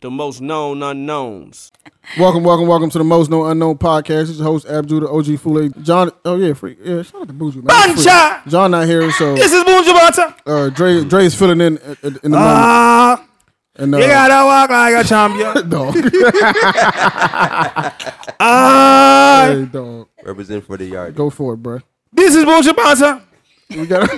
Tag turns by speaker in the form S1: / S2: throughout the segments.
S1: the most known unknowns.
S2: Welcome, welcome, welcome to the Most Known Unknown podcast. It's your host Abdu, the OG Fule. John, oh yeah, free. Yeah, shout out to Buju, man. Free.
S1: Bancha!
S2: John not here, so
S1: This is Boom Jabata.
S2: uh, Dre, Dre's filling in in, in the moment.
S1: Ah,
S2: And, uh,
S1: you gotta walk like a champion.
S2: dog.
S1: Ah,
S2: hey, dog,
S3: Represent for the yard.
S2: go for it, bro.
S1: this is Boom Jabata.
S2: We got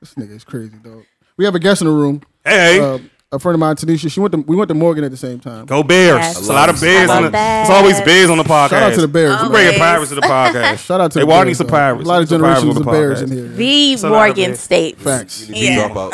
S2: this nigga is crazy, dog. We have a guest in the room.
S1: Hey,
S2: Uh, a friend of mine, Tanisha. She went to we went to Morgan at the same time.
S1: go Bears.
S4: Yes.
S1: It's a lot of Bears.
S4: I
S1: On
S4: love
S1: the, it's always Bears on the podcast.
S2: Shout out to the Bears. man.
S4: Oh,
S1: We bringing
S4: Bears.
S1: pirates to the podcast.
S2: Shout out to
S1: Hey,
S2: the
S1: why
S2: Bears.
S1: needs some
S2: dog.
S1: pirates?
S2: A lot of
S1: Some piraits
S2: generations
S1: on
S2: of
S1: the
S2: Bears in
S1: podcast.
S2: here.
S4: The
S1: So
S4: Morgan
S1: not-
S4: State.
S2: Facts.
S3: You need to
S4: Yeah.
S3: drop out.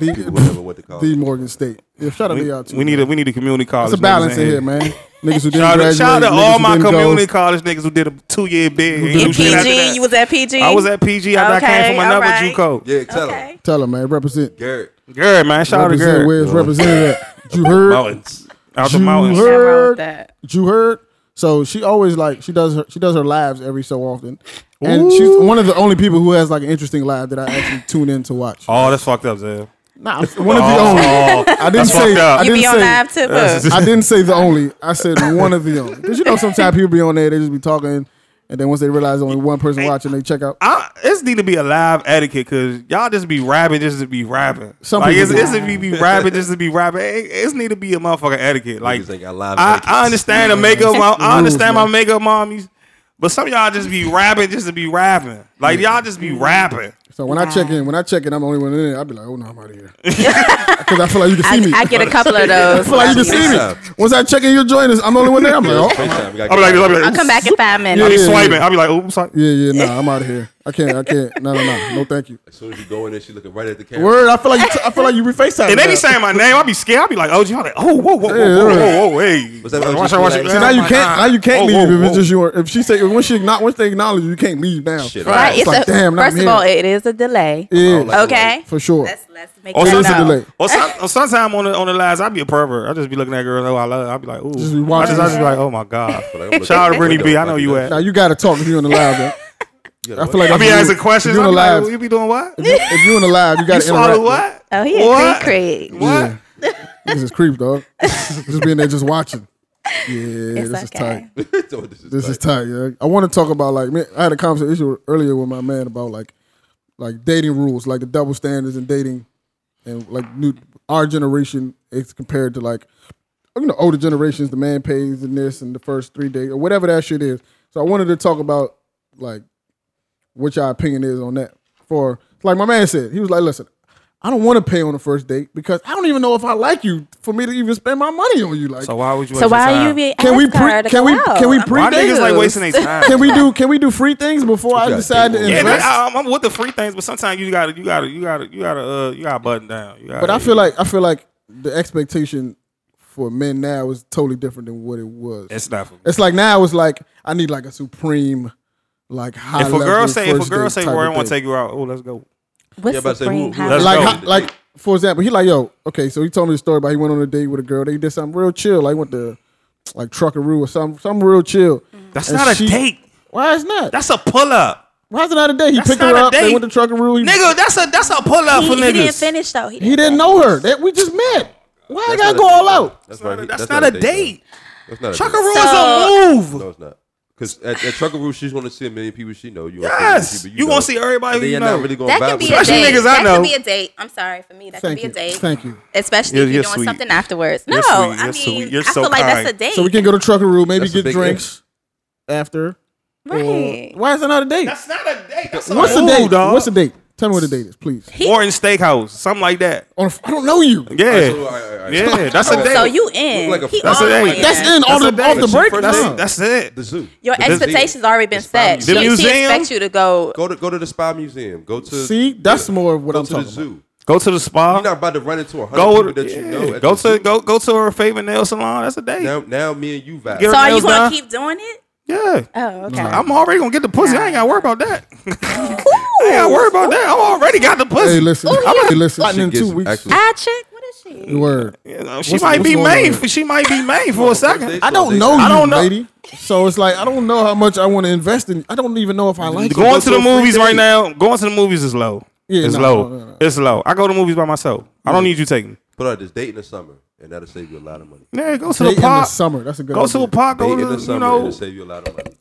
S2: The,
S3: Whatever what to call
S2: the
S3: it.
S2: Morgan State. Yeah, shout out to
S1: We,
S2: y'all too.
S1: we need a we need a community college.
S2: It's a balance
S1: niggas
S2: in here, man. Niggas who didn't
S1: Shout out,
S2: graduate,
S1: shout out to
S2: niggas
S1: all
S2: who
S1: my
S2: didn't go.
S1: community college niggas who did a two year bid. and
S2: did
S1: do
S4: In
S2: You
S1: shit after
S4: PG,
S1: that.
S4: you was at PG.
S1: I was at PG. I, I came
S4: Okay,
S1: from another
S4: alright.
S1: JUCO.
S3: Yeah, tell him.
S4: Okay.
S2: Tell them, man. Represent.
S3: Garrett.
S1: Girl, man, shout out to
S2: Represent
S1: Girl.
S2: where's represented at. You heard?
S1: Mountains, out the
S2: You
S1: mountains.
S2: heard?
S5: Nothing wrong with that.
S2: You heard? So she always like she does her she does her lives every so often, and she's one of the only people who has like an interesting live that I actually tune in to watch.
S1: Oh, that's fucked up, Zell.
S2: Nah, one of the only.
S1: Oh, oh.
S2: I didn't
S1: That's
S2: say
S1: fucked up.
S2: I
S4: You
S2: didn't
S4: be on
S2: say
S4: live too. boo.
S2: I didn't say the only. I said one of the only. Because you know sometimes people be on there, they just be talking, and then once they realize only one person watching, they check out.
S1: I, it's need to be a live etiquette because y'all just be rapping just to be rapping.
S2: Some
S1: like
S2: people
S1: it's,
S2: do.
S1: it's if you be rapping just to be rapping. It, it's need to be a motherfucking etiquette. Like
S3: Niggas ain't got live
S1: I,
S3: etiquettes.
S1: I understand the makeup. mom- I understand my
S2: Rules,
S1: makeup mommies, but some of y'all just be rapping just to be rapping. Like y'all just be rapping.
S2: So when I check in, when I check in, I'm the only one in there. I'll be like, oh no, I'm out of here. Because I feel like you can see
S4: I,
S2: me.
S4: I get a couple of those.
S2: I feel like you can see me. Once I check in, you'll join us. I'm the only one there. I'm like, oh.
S3: FaceTime. We got
S1: I'll be like, this, I'll be like,
S4: I'll come back in five
S1: I'll be
S4: minutes.
S2: Yeah, yeah, yeah.
S1: swiping. I'll be like, oh, I'm sorry.
S2: Yeah, yeah, nah, I'm out of here. I can't, I can't. No, no, no. No, thank you.
S3: As soon as you go in there, she looking right at the camera.
S2: Word, I feel like you, t- I feel like you reface
S1: And they be saying my name. I'll be scared. I'll be like, oh, I'm like, oh, whoa, whoa, whoa,
S2: Yeah,
S1: whoa,
S2: yeah.
S1: whoa, whoa, hey.
S3: What's that, oh,
S1: Watch
S3: she
S1: out, watch
S3: feel
S1: out.
S3: like-
S2: So now you can't, now you can't
S1: Oh,
S2: leave
S1: whoa,
S2: if
S1: whoa.
S2: it's just your. If she say, once she acknowledge, once they acknowledge you, you can't leave now.
S3: Shit.
S4: Right? It's
S2: It's like,
S4: a,
S2: damn, now
S4: first
S2: I'm
S4: of all,
S2: here.
S4: it is a delay. Oh,
S2: Yeah,
S3: like-
S4: Okay.
S2: for sure.
S4: Let's let's make
S1: Or
S2: It
S4: that
S2: is a
S4: known.
S2: delay.
S1: Or some, or sometime on the on the lines, I'd be a pervert. I just be looking at girls oh, I love. I'd be like, ooh,
S2: Just be
S1: I
S2: watching.
S1: just, I just be like, oh my god.
S3: But I'm looking
S1: Shout out
S3: out
S1: to
S3: the
S1: Brittany
S3: window
S1: B. I
S3: if
S1: know
S3: do
S1: you
S3: that.
S1: at.
S2: Now you gotta talk if you're on the live. though.
S3: You
S2: I
S3: gotta
S2: feel like
S3: wait.
S1: I be
S2: if you-
S1: asking questions.
S2: If
S1: I
S2: you're
S1: be
S2: on the
S1: like,
S2: live,
S1: oh, you be doing what? You
S2: if you in the live, you gotta
S1: swallow
S2: interact.
S1: what?
S4: Oh, he a
S1: What?
S4: creek creek.
S1: What?
S2: This is creep, dog. just being there, just watching. Yeah,
S4: It's
S2: this
S4: okay.
S2: is tight.
S3: So this is
S2: This is
S3: tight.
S2: tight. Yeah, I want to talk about like man, I had a conversation earlier with my man about like like dating rules, like the double standards in dating, and like new our generation is compared to like you know older generations. The man pays and this and the first three days or whatever that shit is. So I wanted to talk about like what your opinion is on that. For like my man said, he was like, listen. I don't want to pay on the first date because I don't even know if I like you for me to even spend my money on you. Like,
S1: So why would you?
S4: So
S1: waste your
S4: why are you
S1: time?
S4: be
S2: Can we
S4: ask
S2: pre-
S4: her to
S2: can
S4: go
S2: we-
S4: out?
S2: can we
S4: I'm
S2: pre-
S1: Why niggas
S2: dating
S1: like
S2: us?
S1: wasting their time?
S2: can we do can we do free things before I
S3: got
S2: decide to
S3: people. Yeah,
S1: Yeah,
S2: invest?
S1: man, I, I'm- I'm with the free things, but sometimes you gotta, you gotta, you gotta, you gotta, uh, you gotta button down. You gotta,
S2: but I feel like I feel like the expectation for men now is totally different than what it was. It's,
S1: it's not for me.
S2: like now it's like I need like a supreme, like high.
S1: If a
S2: level
S1: girl say, if a
S2: first
S1: girl
S2: date
S1: say,
S2: type
S1: where I
S2: of
S1: want to
S2: thing.
S1: take you out, oh, let's go.
S4: What's the
S3: Yeah, about to say, who-
S4: cream?
S3: who-
S4: How-
S1: Let's
S2: like
S1: go.
S2: hi- like for example, he like yo okay, so he told me the story about he went on a date with a girl. They did something real chill. Like went to like Truckaroo or something, something real chill.
S1: That's
S2: And
S1: not a
S2: she-
S1: date.
S2: Why is not?
S1: That's a pull up,
S2: Why is it not a date? He
S1: That's
S2: picked her
S1: not a
S2: up. They
S1: date.
S2: went to Truckaroo. He,
S1: nigga. That's a that's a pull up
S4: he,
S1: for
S4: he didn't
S1: niggas.
S4: finish though. He didn't,
S2: he didn't know her. That we just met. Why I gotta
S3: not
S2: go
S3: a
S2: all
S3: date.
S2: out?
S3: That's
S1: That's,
S3: not, that's
S1: not, a date.
S3: That's not a date.
S1: Chuckaroo
S4: So-
S1: is a move.
S3: No, it's not. Because at, at Truckaroo, she's going to see a million people she know. You
S1: Yes, you gonna see everybody who
S3: They're
S1: you
S3: not
S1: know.
S3: really going
S4: That
S3: to
S4: could be a
S1: Especially
S4: date.
S1: niggas I
S4: that
S1: know.
S4: could be a date. I'm sorry for me. That
S2: Thank
S4: could be
S2: you.
S4: a date.
S2: Thank you.
S4: Especially
S1: You're-
S4: if you're
S1: you're
S4: doing
S1: sweet.
S4: something afterwards.
S1: You're
S4: No,
S1: sweet.
S4: I
S1: You're
S4: mean,
S1: sweet. You're
S4: I feel
S1: so
S4: like that's a
S1: kind.
S4: date.
S2: So we can go to Truckaroo, maybe
S3: That's a
S2: get
S3: big
S2: drinks after. or-
S4: Right.
S2: Why is it not a date?
S1: That's not a date. That's
S2: What's
S1: a
S2: the
S1: move,
S2: date?
S1: Dog.
S2: What's the date? Tell me what the date is, please.
S1: Or in steakhouse, something like that.
S2: On a, I don't know you.
S1: Yeah, yeah. That's a date.
S4: so you in?
S3: Look like a-
S4: he
S3: That's
S1: a
S4: all
S1: date.
S4: in.
S2: That's in off
S1: That's a
S2: the
S1: date.
S2: off the
S3: That's your
S2: break.
S3: first
S2: That's
S3: date.
S2: it.
S1: That's it.
S3: The zoo.
S4: Your
S3: The museum.
S4: expectations already been
S3: The spa
S4: set. She,
S3: museum.
S1: The
S4: she
S1: museum?
S4: expects you to go.
S3: Go to go to the spa museum. Go to
S2: See, that's more of what
S3: go
S2: I'm
S3: to
S2: talking
S3: the
S2: about.
S3: zoo.
S1: Go to the spa.
S3: You're not about to run into
S1: go
S3: a hundred people that you
S1: yeah.
S3: know. At
S1: go
S3: the
S1: to
S3: zoo.
S1: go go to her favorite nail salon. That's a date.
S3: now. Now me and you vibe.
S1: Get
S4: So are you
S1: nails
S4: gonna
S1: done.
S4: keep doing it?
S1: Yeah.
S4: Oh, okay.
S1: I'm already gonna get the pussy. I ain't gotta worry about that. I ain't gotta worry about that. I already got the pussy.
S2: Hey, listen. Hey, listen.
S3: She
S2: in
S3: gets
S2: two weeks.
S3: actually-
S4: Ah, chick. What is she?
S2: Word.
S1: You know, she
S2: What's-
S1: might
S2: what's
S1: be
S2: going
S1: main.
S2: on?
S1: For, she might be main for a second.
S2: I don't know you,
S1: I don't know.
S2: lady. So it's like I don't know how much I want to invest in. I don't even know if I like. you.
S1: Going to the
S2: Go a free
S1: movies right
S2: date.
S1: now. Going to the movies is low.
S2: Yeah,
S1: it's
S2: no,
S1: low.
S2: no, no, no.
S1: It's low. I go to movies by myself. I don't need you taking me.
S3: Put out this date in the summer, and that'll save you a lot of money.
S1: Yeah, go to
S2: Date
S1: the
S2: in the
S1: park.
S2: summer. That's a good
S1: Go to
S2: idea.
S1: the park.
S3: Date
S1: Go
S3: in
S1: to
S3: the
S1: the, you
S3: summer, it'll
S1: know.
S3: save you a lot of money.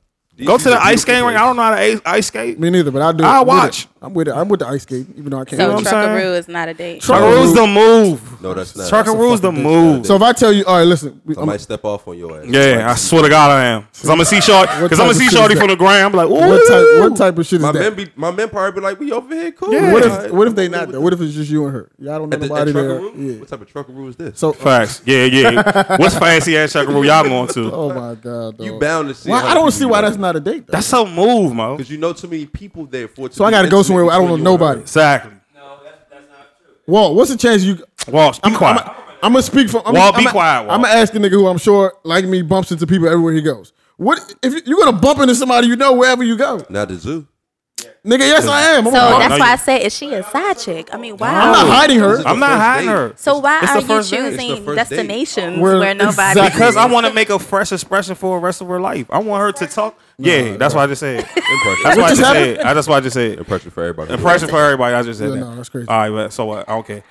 S1: Go
S3: DC's
S1: to
S3: a
S1: the ice
S3: beautiful
S1: skating ring. I
S3: place.
S1: don't know how to ice, ice skate.
S2: Me neither, but I do.
S1: I'll
S2: I'm with
S1: watch.
S2: it. I'm with it. I'm with the ice skate, even though I can't.
S4: So
S1: what
S2: run.
S1: I'm saying?
S4: Truckaroo is not a date.
S2: Truck-
S1: Truckaroos the move.
S3: No, that's not.
S1: Truckaroos the
S3: That's a fucking
S1: move.
S3: bitch.
S2: So if I tell you, all right, listen, we-
S3: I
S2: I'm-
S3: might step off on your ass.
S1: Yeah, I swear to God I am. Cause I'm gonna see
S2: What
S1: short. Cause I'm
S2: type
S1: gonna
S2: of
S1: see
S2: shit is
S1: shorty
S2: that?
S1: from the ground. I'm like, ooh.
S2: what type what type of shit is
S3: My
S2: that?
S3: men be my men probably be like, we over here, cool.
S1: Yeah.
S2: What
S3: All
S2: if
S3: right.
S2: what if they not there? What if it's just you and her? Y'all don't know
S3: At the,
S2: nobody
S3: at
S2: there.
S3: Truckaroo?
S2: Yeah.
S3: What type of truckaroo is this?
S2: So
S1: Facts. Yeah, yeah. What's fancy ass Truckaroo y'all going to?
S2: oh my god, dog.
S3: you bound to see.
S2: Why-
S3: how
S2: I don't
S3: you
S2: see why
S3: are.
S2: that's not a date. Though.
S1: That's a move, mo.
S3: Because you know too many people there for. it to
S2: so I
S3: be
S2: got to go
S3: intimate
S2: somewhere where I don't know
S3: between you and
S2: nobody.
S1: Exactly.
S2: Whoa, what's the chance you?
S1: Walsh, be quiet.
S2: I'm gonna speak for. I'm,
S1: Wal,
S2: I'm,
S1: be quiet, Wal.
S2: I'm gonna ask a nigga who I'm sure like me bumps into people everywhere he goes. What if you- you're gonna bump into somebody you know wherever you go,
S3: her. Not the zoo.
S2: nigga? Yes, I am. I'm,
S4: So
S2: not-
S1: no,
S4: that's why
S1: you-
S4: I said, is she a side chick? I mean, wow.
S2: I'm not hiding her.
S3: This is
S1: I'm
S3: the
S1: not
S3: first
S1: hiding
S3: date.
S1: her.
S4: So why
S1: It's the
S4: are you
S1: first date. It's
S3: the
S4: choosing
S3: first date.
S4: destinations
S2: Where-
S4: where, nobody?
S2: exactly.
S1: Because I want to make a fresh expression for the rest of her life. I want her to talk. Yeah, that's what I just said.
S3: Impression.
S1: That's what I just
S2: just
S1: said. I- That's what I just said.
S3: Impression for everybody.
S1: Impression for everybody. I just said
S2: Yeah,
S1: that.
S2: no, that's crazy.
S1: All right, but so what? Okay.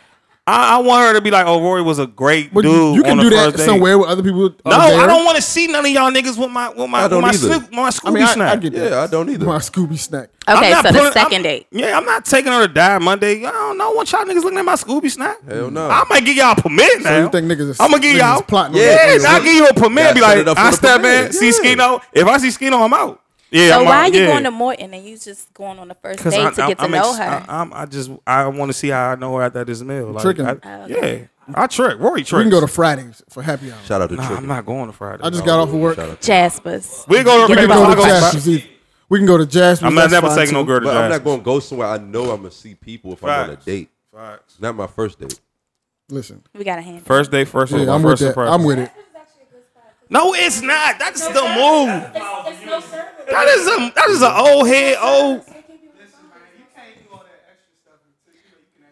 S1: I, I want her to be like, oh, Rory was a great
S2: But
S1: dude.
S2: you, you can
S1: on the
S2: do that
S1: first date.
S2: somewhere where other people.
S1: No, I don't want to see none of y'all niggas with my with my
S3: I
S1: with
S3: don't
S1: my,
S3: either.
S1: slip, my Scooby
S2: I mean, I, I
S1: snack.
S2: get that.
S3: Yeah, I don't either.
S2: My Scooby snack.
S1: I'm
S4: Okay,
S1: not
S4: so the
S1: pulling- I'm-
S4: 2nd date.
S1: Yeah, I'm not taking her to die Monday. I don't know what y'all niggas looking at my Scooby snack.
S3: Hell no.
S1: I might give y'all a permit now.
S2: So you think niggas is-
S1: I'm gonna give
S2: niggas
S1: y'all
S2: is plotting on
S1: Yeah,
S2: that?
S1: I'll give you a permit.
S3: Gotta
S1: be
S3: set
S1: like,
S3: it up for
S1: I
S3: the
S1: step
S3: permit.
S1: in, see
S3: Yeah.
S1: Skino. If I see Skino, I'm out. Yeah.
S4: So
S1: I'm
S4: why are
S1: out.
S4: you
S1: yeah.
S4: going to Morton and you just going on the first date to get to
S1: I'm
S4: know
S1: ex-
S4: her?
S1: I, I'm- I just I want to see how I know her after this meal. Like,
S2: Tricking.
S1: I,
S4: Oh,
S1: Yeah, I trick. Rory
S2: We
S1: tricks.
S2: can go to Fridays for happy hour.
S3: Shout out to
S1: Nah,
S3: Trick.
S1: I'm not going to Friday.
S2: I just got off of work.
S3: Shout out.
S4: Jaspers.
S1: We go to
S2: We
S1: okay,
S2: can
S1: so
S2: go
S1: I'll
S2: to
S1: go-
S2: Jasper's. either. We can go to Jasper's.
S1: I'm not
S2: that's
S1: never
S2: fine,
S1: taking no
S2: too.
S1: girl to
S3: But I'm
S1: Jasper's.
S3: not going to go somewhere I know I'm going to see people if I'm on a
S1: Facts.
S3: date. It's not my first date.
S2: Listen,
S4: We got a hand.
S1: First day, first
S2: yeah,
S1: yeah,
S2: I'm with
S1: first
S2: that.
S1: impression.
S2: I'm with it.
S1: No, it's not. That's the move. That is a that is an old head old.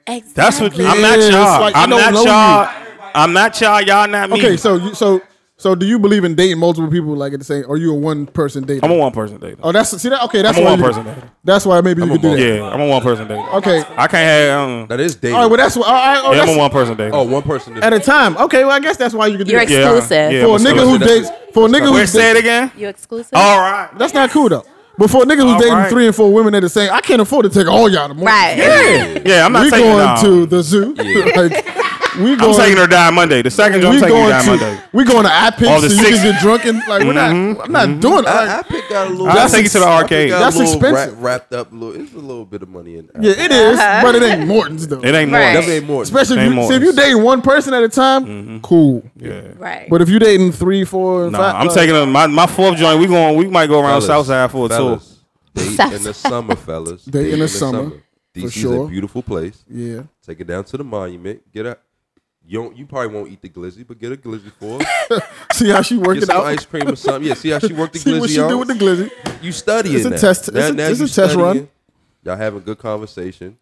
S4: Exactly.
S1: That's what I'm
S2: Yeah,
S1: not
S2: it's
S1: y'all.
S2: like, I
S1: I'm
S2: don't
S1: not
S2: know
S1: y'all. I'm not y'all. Y'all not me.
S2: Okay, so you, so so do you believe in dating multiple people like at the same? Or you a one person dating?
S1: I'm a one person date.
S2: Oh, that's see that. Okay, that's
S1: I'm a
S2: why
S1: one
S2: you-
S1: person dater.
S2: That's why maybe you
S3: I'm a
S2: could do
S3: mul-
S2: that.
S1: Yeah, I'm a one person date.
S2: Okay.
S1: I can't have. Um,
S3: That is dating.
S2: All right. Well, that's what. All right. Oh,
S1: yeah, I'm
S2: that's-
S1: a one person date.
S3: oh, one person. Is,
S2: at a time. Okay. Well, I guess that's why you could do
S4: You're
S2: that.
S1: Yeah, I-
S4: exclusive.
S1: yeah,
S2: For a
S1: I'm a
S2: nigga who
S3: exclusive.
S2: dates, for a nigga
S1: Where
S2: who
S1: say it again?
S4: You exclusive?
S1: All right.
S2: That's not cool though. But for a nigga who's
S1: All
S2: dating
S1: right.
S2: three and four women at the same, I can't afford to take all y'all to Morton.
S4: Right.
S1: Yeah, yeah. I'm not
S2: we
S1: taking
S2: going
S1: nah.
S2: to the zoo. like, we going.
S1: I'm taking her down Monday. The second joint,
S2: we
S1: I'm taking her
S2: going
S1: down
S2: to.
S1: Monday.
S2: We going to I
S1: All
S2: pick so
S1: the
S2: you
S1: six- Mm-hmm.
S2: can get drunk and like we're not. I'm not doing it.
S3: I, I
S2: Like,
S3: picked out a little.
S1: I'll take you to the
S3: I
S1: arcade.
S3: picked out a
S2: That's
S3: little
S2: expensive.
S3: wrap- wrapped up, little. It's a little bit of money in.
S2: yeah, it is,
S3: uh-huh.
S2: but it ain't Morton's though.
S1: It ain't more.
S4: Right.
S3: Definitely ain't more. than-
S2: Especially if
S1: ain't
S2: you, see, if you
S1: Morton's. Mm-hmm.
S2: dating one person at a time, cool.
S1: Yeah.
S4: Right.
S2: But if you dating three, four, and
S1: Nah,
S2: five, uh,
S1: I'm
S2: like,
S1: taking her, my my fourth joint. We going. We might go around
S3: Fellas,
S1: Southside for a tour.
S3: fellas, Date in the summer, fellas.
S2: Date in the summer, for
S3: DC's
S2: sure.
S3: a beautiful place.
S2: Yeah.
S3: Take it down to the monument. Get a. You don't, you probably won't eat the glizzy, but get a glizzy for her.
S2: See how she worked
S3: Get
S2: it
S3: some
S2: out.
S3: ice cream or something. Yeah, see how she worked the glizzy
S2: See what she
S3: out.
S2: do with the glizzy.
S3: You studying.
S2: It's a
S3: now.
S2: test-
S3: Now-
S2: it's a-
S3: now
S2: it's
S3: you
S2: a test run.
S3: studying. Y'all having good conversation.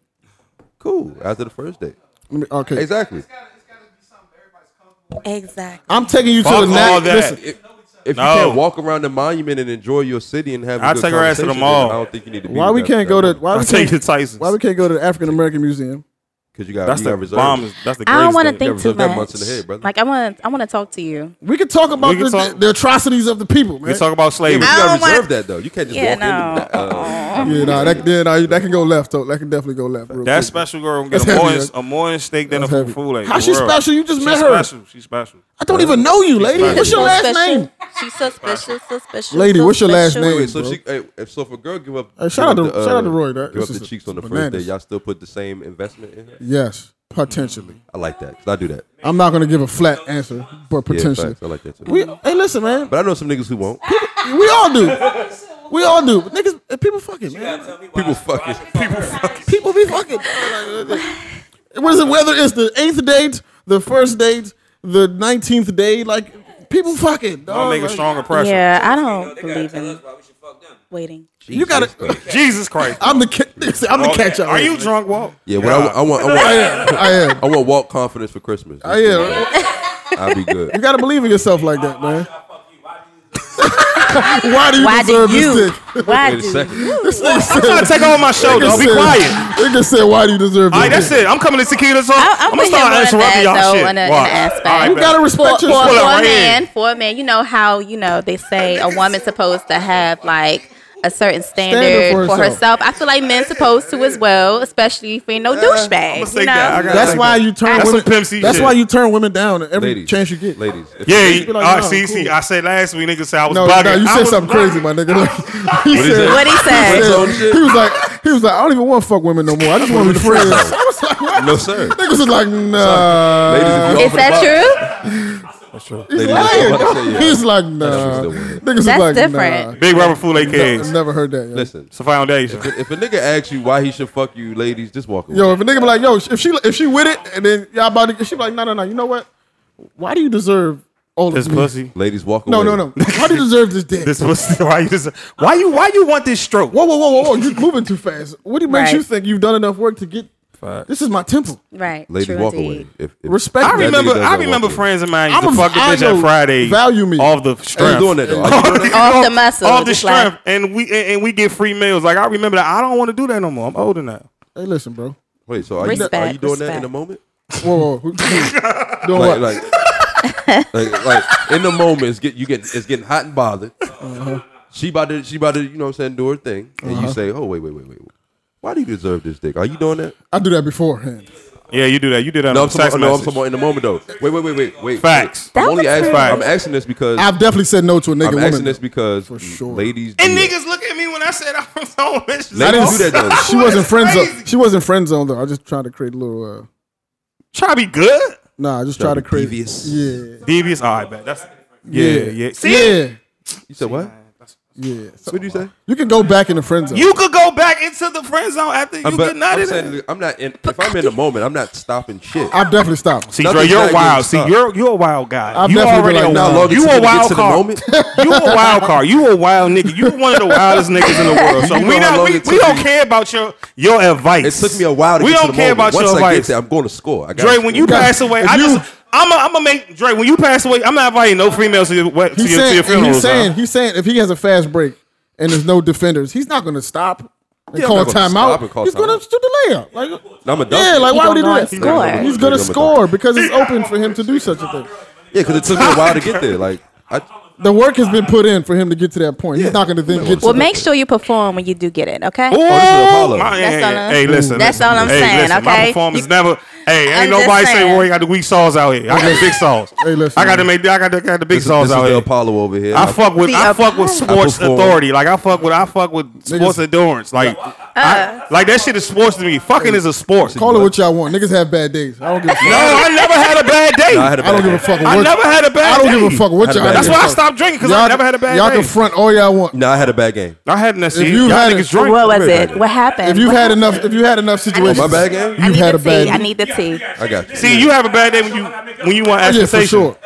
S3: Cool. After the first date.
S2: Let me- Okay.
S3: Exactly.
S4: exactly.
S2: I'm taking you to
S1: Fuck
S2: the next.
S1: all that.
S2: Listen,
S3: If, if
S1: No.
S3: you can't walk around the monument and enjoy your city and have, a
S1: I'll
S3: good
S1: take her ass to the
S3: conversation,
S1: mall.
S3: then I don't think you need to. Be
S2: why we can't go to why
S1: I'm
S2: we
S1: taking
S2: can't,
S1: Tyson's.
S2: why we can't go to the African American Museum?
S3: Because you got
S1: That's
S3: you
S1: the
S3: got reserves.
S1: bomb. That's the greatest
S4: I don't want to
S1: thing.
S4: think too
S3: reserve that months in the head,
S4: much.
S3: brother.
S4: like I want, I want to talk to you.
S2: We could talk about
S1: can
S2: the,
S1: talk-
S2: the atrocities of the people, man.
S1: We talk about
S3: Yeah,
S1: slavery.
S3: but you
S4: I
S3: gotta
S4: don't wanna-
S3: reserve that though. You can't just
S4: Yeah,
S3: walk
S4: no.
S3: in. And, uh,
S2: yeah, nah, that, yeah, nah, that can go left. Though. That can definitely go left. Real
S1: That
S2: quick.
S1: special girl gonna get a
S2: That's
S1: more
S2: heavy,
S1: in-
S2: right?
S1: a more in steak than a
S2: That's
S1: food
S2: heavy.
S1: food. lady.
S2: How she
S1: For real.
S2: special? You just
S1: She's
S2: met her.
S1: Special. She's special.
S2: I don't even know you, lady.
S1: special.
S2: What's your
S1: So
S2: last
S4: special.
S2: name?
S4: She's so special, so special.
S2: Lady,
S4: so
S2: what's your last
S4: special.
S2: name?
S3: wait, so
S2: bro.
S3: she, hey, if so if a girl give up,
S2: Hey, shout
S3: give
S2: out
S3: up
S2: to-
S3: the, uh,
S2: shout out to Roy, that-
S3: give
S2: this
S3: up the
S2: is
S3: cheeks on the first
S2: bananas.
S3: day. Y'all still put the same investment in her.
S2: Yes, potentially.
S3: I like that. 'cause I do that.
S2: I'm not gonna give a flat answer, but
S3: Yeah,
S2: potentially.
S3: facts. I like that too.
S2: we hey, listen, man.
S3: but I know some niggas who won't.
S2: We all do. We all do. Niggas, eh, people fucking man.
S3: People fucking. People fucking.
S2: People be fucking. What is it? Whether it's the eighth date, the first date, the nineteenth day, like people fucking.
S1: I'll
S2: Dog,
S1: make a
S2: like,
S1: stronger pressure.
S4: Yeah, I don't believe in waiting.
S2: You gotta.
S1: Jesus Christ.
S2: I'm the. ca- I'm the catch up.
S1: Are you drunk, Walt?
S3: Yeah, what I, wa- I want, I want,
S2: I am. I am.
S3: I want walk confidence for Christmas.
S2: I am.
S3: I'll be good.
S2: You gotta believe in yourself like that, man. Why do you
S4: Why do
S2: deserve
S4: you?
S2: this dick?
S4: Why
S3: Wait a
S4: do
S3: second.
S2: This nigga
S1: I'm trying to
S2: said-
S1: take over my show,
S2: nigga
S1: though. Be
S2: said-
S1: quiet.
S2: Nigga said, why do you deserve
S1: All right,
S2: this
S1: that's
S2: dick?
S1: it. I'm coming to tequila, so
S4: I- I'm
S1: I'm, gonna
S4: with him
S1: start
S4: on that,
S1: interrupting y'all
S4: though,
S1: shit.
S4: on a- an
S1: Why?
S4: aspect.
S1: All right,
S2: You
S1: bet.
S2: gotta
S4: for,
S2: respect
S4: for,
S2: yourself.
S1: Pull
S4: for
S1: up
S4: a
S1: right
S4: man,
S1: here.
S4: for a man, you know how you know they say a woman's supposed to have like a certain standard,
S2: for
S4: for,
S2: herself.
S4: herself. I feel like men's supposed to as well, especially if ain't no
S1: I'ma
S4: douchebag.
S1: say
S4: You know,
S1: that. I got-
S2: That's why you turn
S1: That's some
S2: women.
S1: pimp C
S2: that's
S1: shit.
S2: why you turn women down every
S3: Ladies.
S2: chance you get.
S3: Ladies. if-
S1: Yeah,
S2: be
S1: you-
S2: like,
S1: all right,
S2: nah,
S1: see,
S2: cool.
S1: see, I said last week, nigga said I was
S2: No,
S1: bugging.
S2: no, you
S1: I
S2: said
S1: was
S2: something
S1: bugging.
S2: crazy, my nigga. Like, he
S3: What is
S2: said,
S3: that?
S4: what he said.
S3: Some shit?
S2: he was like, he was like, I don't even want to fuck women no more. I just want to be friends. I was like, what?
S3: No, sir.
S2: Niggas was like, nah.
S3: Ladies, if you
S4: Is
S3: open
S4: that
S3: the box-
S4: true?
S2: He's
S3: Ladies,
S2: lying.
S3: I'm about to say, yeah.
S2: He's like,
S3: That's
S2: nah.
S3: what's the word.
S2: Niggas was
S4: That's
S2: like,
S4: different.
S1: Big rubber fool,
S2: nah. I
S1: AKA.
S2: never heard that. Yo.
S3: Listen,
S1: It's a foundation.
S3: if a nigga asks you why he should fuck you, ladies, just walk away.
S2: Yo, if a nigga be like, yo, if she if she with it, and then y'all about to, she be like, no, no, no. You know what? Why do you deserve all
S1: This
S2: of me?
S1: pussy.
S3: Ladies, walk
S2: No, no,
S3: away.
S2: no. Why do you deserve this dick?
S1: This pussy. Why you just? Why you? Why you want this stroke?
S2: Whoa, whoa, whoa, whoa, whoa! You're moving too fast. What do you makes
S4: Right.
S2: you think you've done enough work to get? This is my temple.
S4: Right.
S3: Ladies,
S4: true
S3: walk
S4: indeed.
S3: away. If, if,
S2: Respect.
S1: I
S2: that nigga
S1: remember.
S3: does
S1: I
S3: not
S1: remember
S3: want to.
S1: friends of mine used
S2: I'm
S1: to
S2: a-
S1: fuck the
S2: I
S1: bitch at
S2: know.
S1: Friday.
S2: Value me.
S1: off the
S3: Are you
S1: strength.
S3: doing that though? Are you doing that?
S4: Off the muscle,
S1: off the
S4: just like-
S1: strength, and we and, and we get free meals. Like I remember that. I don't want to do that no more. I'm older now.
S2: Hey, listen, bro.
S3: Wait, so are you are you
S4: Respect,
S3: doing that in
S4: respect.
S3: the moment?
S2: Whoa, whoa. who- who- Doing
S3: Like
S2: what?
S3: like, like like in the moment, it's get you get it's getting hot and bothered. She about to she about to you know what I'm saying do her thing, and you say, oh wait wait wait wait, why do you deserve this dick? Are you doing that?
S2: I do that beforehand.
S1: Yeah, you do that. You did that.
S3: No,
S1: on
S3: I'm talking.
S1: text
S3: about- No, I'm
S1: message.
S3: talking about in the moment though. Wait wait wait wait wait.
S1: Facts.
S3: I'm
S4: That
S3: only
S4: was
S3: asking.
S4: facts.
S3: I'm asking this because
S2: I've definitely said no to a nigga
S3: I'm asking
S2: woman.
S3: this because
S2: sure.
S3: ladies do
S1: And
S3: that.
S1: niggas look at me when I said I was on this.
S3: Ladies
S2: I
S3: do that though.
S2: She wasn't friend zone.
S1: crazy.
S2: She wasn't friend zone though. I just tried to create a little. uh
S1: Try to be good.
S2: Nah, I just
S3: Try
S2: tried
S3: to
S2: to
S3: be
S2: create.
S3: devious.
S2: Yeah.
S1: Devious. All right, bet. That's yeah, yeah. See,
S2: Yeah.
S3: You said what?
S2: Yeah. So
S3: What did you say?
S2: you can go back in the friend zone.
S1: you could go back into the friend zone after you
S3: Uh,
S1: get
S3: I'm,
S1: nutted.
S3: saying,
S1: in.
S3: I'm not. In, if I'm in the moment, I'm not stopping shit.
S2: I've definitely stopped.
S1: See,
S3: Nothing's
S1: Dre, you're
S3: not getting
S1: wild. See,
S3: stuck.
S1: you're you're a wild guy.
S2: I've
S1: you
S2: definitely been
S1: already
S2: like,
S1: a
S2: nah,
S1: wild.
S3: Lord,
S1: You
S3: until
S1: a
S3: we get
S1: wild
S3: to the
S1: card.
S3: moment.
S1: You a wild card. You a wild nigga. You one of the wildest niggas in the world. So
S3: You know
S1: we
S3: how
S1: not
S3: long
S1: we,
S3: it
S1: we
S3: took
S1: don't
S3: you-
S1: care about your your advice.
S3: It took me a while to
S1: we
S3: get
S1: don't
S3: to the
S1: care
S3: moment.
S1: about
S3: Once
S1: your
S3: I
S1: advice.
S3: get there, I'm going to score. I gotta
S1: Dre, when
S3: score.
S1: you
S2: gotta-
S1: pass away,
S2: if
S1: I
S2: you-
S1: just I'm a, I'm gonna make Dre. When you pass away, I'm not inviting no females to your what, to,
S2: He's
S1: your, to your
S2: saying, and
S1: funeral.
S2: he's saying,
S1: son.
S2: he's saying, if he has a fast break and there's no defenders, he's not going to stop and
S3: Yeah, I'm
S2: call a
S3: not gonna stop
S2: timeout.
S3: and call
S2: he's going
S3: timeout.
S2: to shoot the layup. Like,
S3: I'm a dunk
S2: yeah,
S3: it.
S2: like
S4: He
S2: why would he do
S4: gonna
S2: that?
S4: score. He's gonna
S2: He's going to
S3: dunk it.
S2: score because it's open for him to do such a thing.
S3: Yeah, because it took me a while to get there. Like, I,
S2: The work has been put in for him to get to that point.
S3: Yeah.
S2: He's not going to then get
S4: Well,
S2: to.
S4: make sure you perform when you do get it. Okay.
S2: "Oh,
S1: Ooh,
S3: this is Apollo.
S1: my-
S4: That's
S1: hey,
S4: all
S1: hey,
S4: I'm-
S1: hey, listen.
S4: That's
S1: listen.
S4: all I'm
S1: Hey,
S4: saying,
S1: listen, My
S4: okay?
S1: performance
S4: You-
S1: never. Hey, ain't
S4: I'm just
S1: nobody say,
S4: saying.
S1: "Boy, you got the weak sauce out here." I got the big sauce.
S2: Hey, listen,
S1: I got to
S2: man.
S1: make. I got the, got the big
S3: this, is-
S1: sauce
S3: this is
S1: out
S3: the
S1: here.
S3: Apollo over here.
S1: I fuck with
S4: The
S1: I fuck with
S4: Apollo.
S1: sports
S3: I perform.
S1: authority. Like I fuck with I fuck with sports endurance. Like
S4: Uh.
S1: I, like that shit is sports to me. Fucking is a sport. No,
S2: Call it what y'all want. Niggas have bad days. I don't give a fuck.
S1: I never had a bad day.
S3: No, I had a
S2: I don't
S3: bad
S2: give a
S3: day.
S2: fuck.
S1: I
S2: what-
S1: never had a bad
S2: I don't give
S1: day.
S2: a fuck
S3: I
S2: what
S3: had a
S2: y'all.
S3: bad
S1: That's
S3: day.
S1: why I
S2: give a fuck.
S1: stopped drinking because I
S2: Y'all-
S1: never had a bad
S2: Y'all
S1: day.
S2: can front all y'all want.
S3: No, I had a bad game.
S1: I had an
S2: If
S1: you
S2: you
S1: Y'all
S2: had-
S1: niggas drink.
S4: what was
S3: Wait a
S4: it?
S3: minute.
S4: What happened?
S2: If you've
S4: What
S2: had
S4: happened?
S2: enough, if you had enough situations,
S3: My bad game?
S4: I
S2: you've
S4: need
S2: had a
S4: the
S2: bad.
S4: tea. I
S2: day.
S4: need the tea.
S3: I got you.
S1: See, you have a bad day when you when you want
S2: yeah, for
S1: expectation.
S2: sure.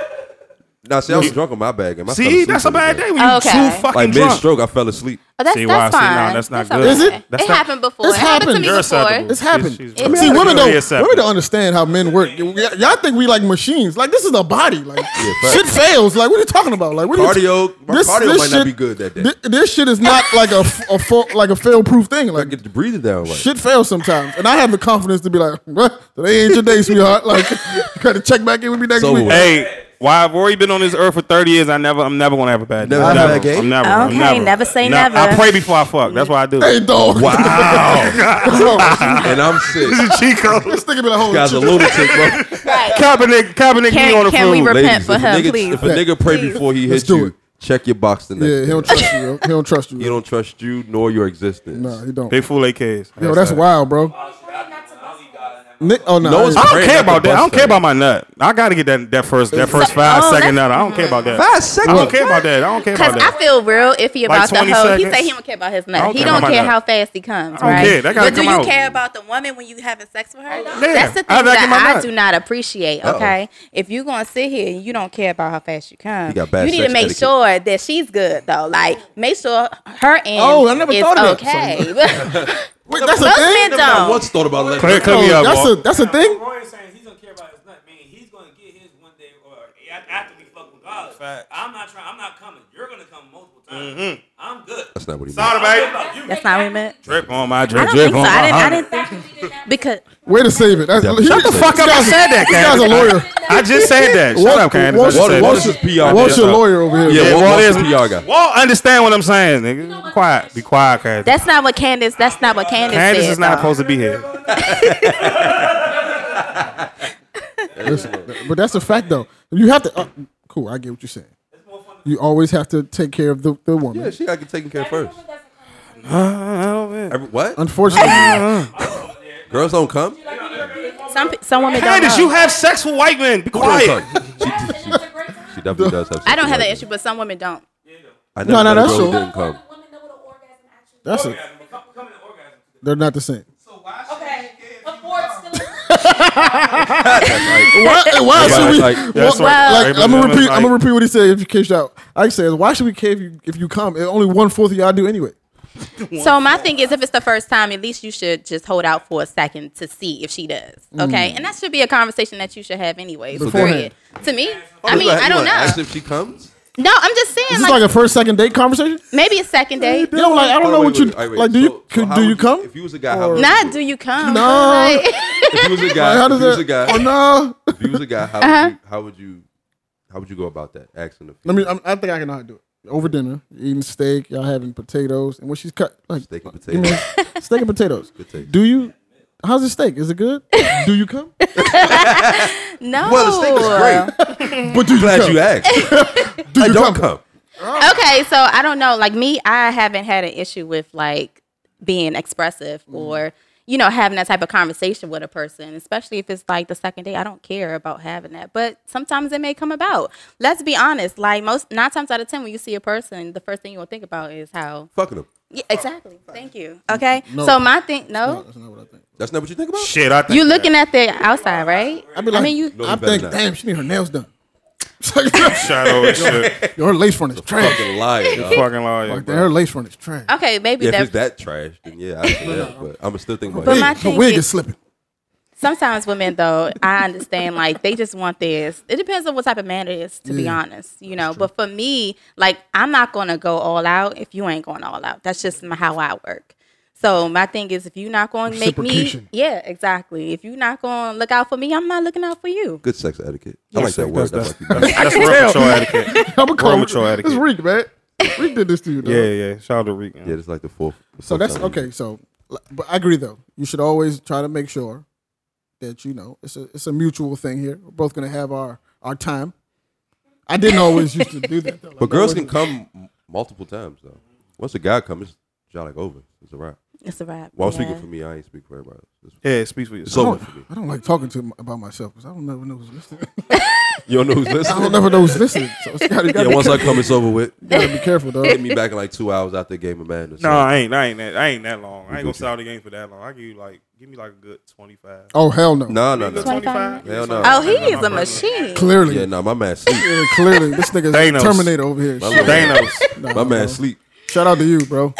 S3: Now, see, I was drunk on my bad game. I fell
S1: See,
S3: asleep
S1: that's a
S3: on the
S1: bad
S3: game.
S1: day when you
S4: Okay.
S1: too fucking
S3: Like mid
S1: drunk.
S3: stroke, I fell asleep.
S4: Oh, that's,
S1: See, why?
S4: that's
S1: See,
S4: fine.
S1: nah, that's not good.
S4: okay.
S2: Is it?
S1: That's
S4: it
S1: not-
S4: happened before.
S2: It's
S4: it happened to
S2: happened.
S4: me
S1: You're
S4: before.
S1: acceptable.
S2: It's happened.
S1: She's-
S4: It-
S2: See,
S4: Yeah,
S2: women
S1: really
S2: don't
S1: acceptable.
S2: women don't understand how men work. Y- y- Y'all think we like machines. Like this is a body. Like
S3: facts.
S2: shit fails. Like what are you talking about? Like what are you
S3: Cardio, my cardio might not be good that day.
S2: thi- This, shit is not like a, f- a fu- like a fail proof thing.
S3: I
S2: Like
S3: get the breathing down. Like,
S2: shit fails sometimes, and I have the confidence to be like, what? Today ain't your day, sweetheart. Like you gotta check back in with me next
S3: So
S2: week.
S3: what?
S1: Hey, why I've already been on this earth for thirty years, I never, I'm never gonna have a bad day.
S3: Never had a bad game?
S1: I'm never. I'm
S4: Okay,
S1: never.
S4: never say
S1: Nah,
S4: never.
S1: I pray before I fuck. That's what I do.
S2: Hey dog.
S3: wow. and I'm sick.
S1: This
S3: This
S1: is Chico.
S2: This nigga be like, hold
S3: guy's a
S2: on.
S3: lunatic, bro.
S4: Right.
S1: Kaepernick, Kaepernick,
S4: Can-
S1: knee on the
S4: can we
S1: food.
S4: re- Repent
S3: Ladies,
S4: for
S3: if, a
S4: him,
S3: nigga,
S4: please.
S3: if a nigga pray
S4: Please.
S3: before he
S2: Let's
S3: hits
S2: do
S3: you,
S2: it.
S3: check your box the next
S2: Yeah, he
S3: day.
S2: don't trust you. Yo. He don't trust you.
S3: He don't trust you nor your existence.
S2: Nah, he don't.
S1: Big fool AKs.
S2: Yo, that's wild, bro. Nick, oh no,
S3: No one's
S1: I don't
S3: Praying
S1: care
S3: not to
S1: about that. I
S3: bust
S1: don't care
S3: that.
S1: about my nut. I gotta get that that first that first five
S4: oh,
S1: second
S4: that's-
S1: nut. I don't care about that.
S3: Five
S1: I
S3: seconds.
S1: don't care about that. I don't care
S4: Because
S1: about
S4: I
S1: that.
S4: feel real iffy
S1: Like
S4: about the
S1: 20
S4: hoe. He
S1: seconds?
S4: say he don't care about his
S1: I
S4: nut.
S1: don't
S4: He
S1: care
S4: don't
S1: about
S4: care
S1: my
S4: how
S1: nut.
S4: fast he comes,
S1: don't
S4: right?
S1: care. That gotta
S4: but do
S1: come
S4: you
S1: out.
S4: care about the woman when you having sex with her?
S1: Yeah.
S4: That's the
S1: I
S4: thing
S1: like it, my
S4: that I
S1: nut.
S4: do not appreciate.
S3: Uh-oh.
S4: Okay, if you gonna sit here and you don't care about how fast you come,
S3: You got bad
S4: need
S3: sex
S4: to make
S3: etiquette.
S4: sure that she's good though. Like make sure her end
S2: Oh, I never
S4: is
S2: thought of that.
S4: okay.
S2: Wait, that's a
S4: Most
S2: thing.
S4: men
S3: Never not
S4: don't.
S3: once thought about letting
S1: Clear,
S3: that.
S1: clear me
S2: Oh,
S1: up.
S2: that's
S1: boy.
S2: a that's a thing.
S5: Roy is saying he don't care about his nut, meaning he's gonna get his one day or a- after we fuck regardless.
S1: Facts.
S5: I'm not trying. I'm not coming. You're gonna come multiple times. I'm good.
S3: That's not what he meant.
S1: Sorry,
S5: I'm good
S1: baby.
S5: about you.
S4: That's not what we meant.
S1: Drip on my
S4: I
S1: drip.
S4: don't
S1: Drip
S4: think so.
S1: on my
S4: I
S1: honey.
S4: didn't. I didn't because
S2: Way to save it. That's,
S3: Shut
S2: he-
S3: the
S1: fuck
S2: this
S1: up, I
S2: guy's-
S1: said that,
S2: This guy's a
S1: Candace.
S2: lawyer.
S1: I just said that. Shut
S2: Walt-
S1: up, Candace. I
S2: Walt's-
S1: just said
S3: Walt's
S1: that.
S3: is PR.
S2: What's your
S3: Yeah.
S2: lawyer over here?
S3: Yeah,
S1: Yeah,
S3: Walt-
S1: Walt is
S3: Walt's a PR guy.
S1: Walt understand what I'm saying, nigga. Be quiet. Be quiet, Candace.
S4: that's not what Candace. That's not what Candace,
S1: Candace
S4: said.
S1: is not
S4: though.
S1: supposed to be here.
S2: Listen, but that's a fact, though. You have to. Uh, cool, I get what you're saying. You always have to take care of the, the woman.
S3: Yeah, she got to take care of first. Every- What?
S2: Unfortunately,
S3: Girls don't come?
S4: Some pe- some women don't.
S1: Candace,
S4: know.
S1: you have sex with white men. Be
S3: Girls
S1: quiet.
S3: come. She, she, she definitely does have
S4: I don't have
S3: that
S4: that issue, but some women don't.
S3: I
S2: No, no,
S3: never met a
S2: that's
S3: girl who
S2: true.
S3: didn't come.
S2: that's it. They're not the same. Why, why
S3: Everybody's
S2: should we?
S3: like,
S2: wha-
S1: that's right.
S2: like, I'm gonna
S1: Everybody's
S2: repeat. I'm
S1: like-
S2: gonna repeat what he said. If you case out, I says, why should we care if you if you come? It- Only one fourth of y'all do anyway.
S4: So my thing is, if it's the first time, at least you should just hold out for a second to see if she does. Okay, and that should be a conversation that you should have anyway. Period.
S2: Beforehand.
S4: To me,
S3: Oh, You
S4: I mean,
S3: wanna-
S4: I
S3: you
S4: don't
S3: wanna
S4: know.
S3: Ask if she comes?
S4: No, I'm just
S2: Is
S4: saying,
S2: this
S4: like,
S2: like a first second date conversation?
S4: maybe a second date.
S2: You know, like I don't know
S3: Oh, Wait,
S2: what
S3: wait,
S2: you
S3: wait, wait.
S2: like. Do
S3: So-
S2: you
S3: so
S2: could-
S3: how
S2: do
S3: would
S2: you come?
S3: If you was a guy, how would you-
S4: Not do you come?
S2: No.
S4: Like,
S3: if you was a
S2: Like,
S3: guy,
S2: how
S3: if
S2: does
S3: you was a
S2: that? Oh,
S3: guy,
S2: no.
S3: if you was a guy, how would you, how would you, how would you go about that? Asking if
S2: Let me. I'm, I think I can know how to do it. Over dinner, eating steak, y'all having potatoes, and when she's cut, like
S3: steak and
S2: give me
S3: potatoes.
S2: steak and potatoes.
S3: Potatoes.
S2: Do you? How's the steak? Is it good? do you come?
S4: no.
S3: Well, the steak is great, but do you glad you asked.
S2: Do you
S3: Don't come.
S4: Okay, so I don't know. Like me, I haven't had an issue with like being expressive or you know having that type of conversation with a person, especially if it's like the second day. I don't care about having that, but sometimes it may come about. Let's be honest. Like most nine times out of ten, when you see a person, the first thing you will think about is how.
S3: Fucking them.
S4: Yeah, exactly. Thank you. Okay. So my thing, no,
S2: That's not what I think.
S3: That's not what you think about.
S1: Shit, I think
S4: you looking at the outside, right?
S2: I'd be like, I
S4: mean, you-
S3: No, you
S2: I'm
S3: better
S2: thinking,
S3: not.
S2: damn, she need her nails done.
S1: shot over shit.
S2: Her lace front is trash.
S3: Fucking liar. dog.
S1: Fucking lawyer.
S2: Like, Her lace front is trash.
S4: Okay, maybe
S3: Yeah, if
S4: that.
S3: it's that trash, then yeah, I can have, but I'm still thinking about
S4: But Oh, my
S3: it.
S2: Her
S4: thing
S2: wig
S4: is-
S2: is slipping.
S4: Sometimes women, though, I understand like they just want this. It depends on what type of man it is, to be
S2: Yeah.
S4: honest, you know. But for me, like I'm not gonna go all out if you ain't going all out. That's just my, how I work. So my thing is, if you're not gonna make me,
S2: Reciprocation.
S4: yeah, exactly. If you're not gonna look out for me, I'm not looking out for you.
S3: Good sex etiquette. I like that word.
S1: That's,
S3: That might
S1: that's,
S3: be better.
S1: that's real mature etiquette.
S2: I'm a
S1: Real
S2: call
S1: mature
S2: It's
S1: etiquette.
S2: Reek, man. Reek did this to you, though.
S1: Yeah, yeah. Shout out to Rick.
S3: Yeah, it's like the fourth. the
S2: So
S3: fourth
S2: that's
S3: time.
S2: okay. So, but I agree though. You should always try to make sure that you know it's a it's a mutual thing here. We're both gonna have our our time. I didn't always used to do that. Though. Like,
S3: But girls
S2: that
S3: can come m- multiple times though. Once a guy comes, it's job like over. It's a wrap.
S4: It's a wrap.
S3: Well, I'm
S4: yeah.
S3: speaking for me. I ain't speak for everybody. else.
S1: Yeah, it speaks for
S3: It's
S1: yourself.
S3: over
S2: wasn't-
S3: for me.
S2: I don't like talking to m- about myself because I don't never know who's listening.
S3: You don't know who's
S2: I don't
S3: listening.
S2: never know who's listening. So it's gotta, you
S3: Yeah,
S2: gotta,
S3: once I come, it's over with.
S2: you gotta be careful, though.
S3: Hit me back in like two hours after the game of madness.
S1: No, I ain't. I ain't that. I ain't that long. I ain't gonna
S3: Gucci.
S1: sit out the game for that long. I give you like, give me like a good twenty-five.
S2: Oh hell no!
S3: no, no, no.
S4: 25?
S3: Hell no.
S4: Oh, he is a machine.
S2: Clearly,
S3: Yeah, no, my man sleep.
S2: Yeah, clearly, this nigga's
S1: Thanos.
S2: Terminator over here. Shit.
S1: Thanos,
S3: My man sleep.
S2: Shout out to you, bro.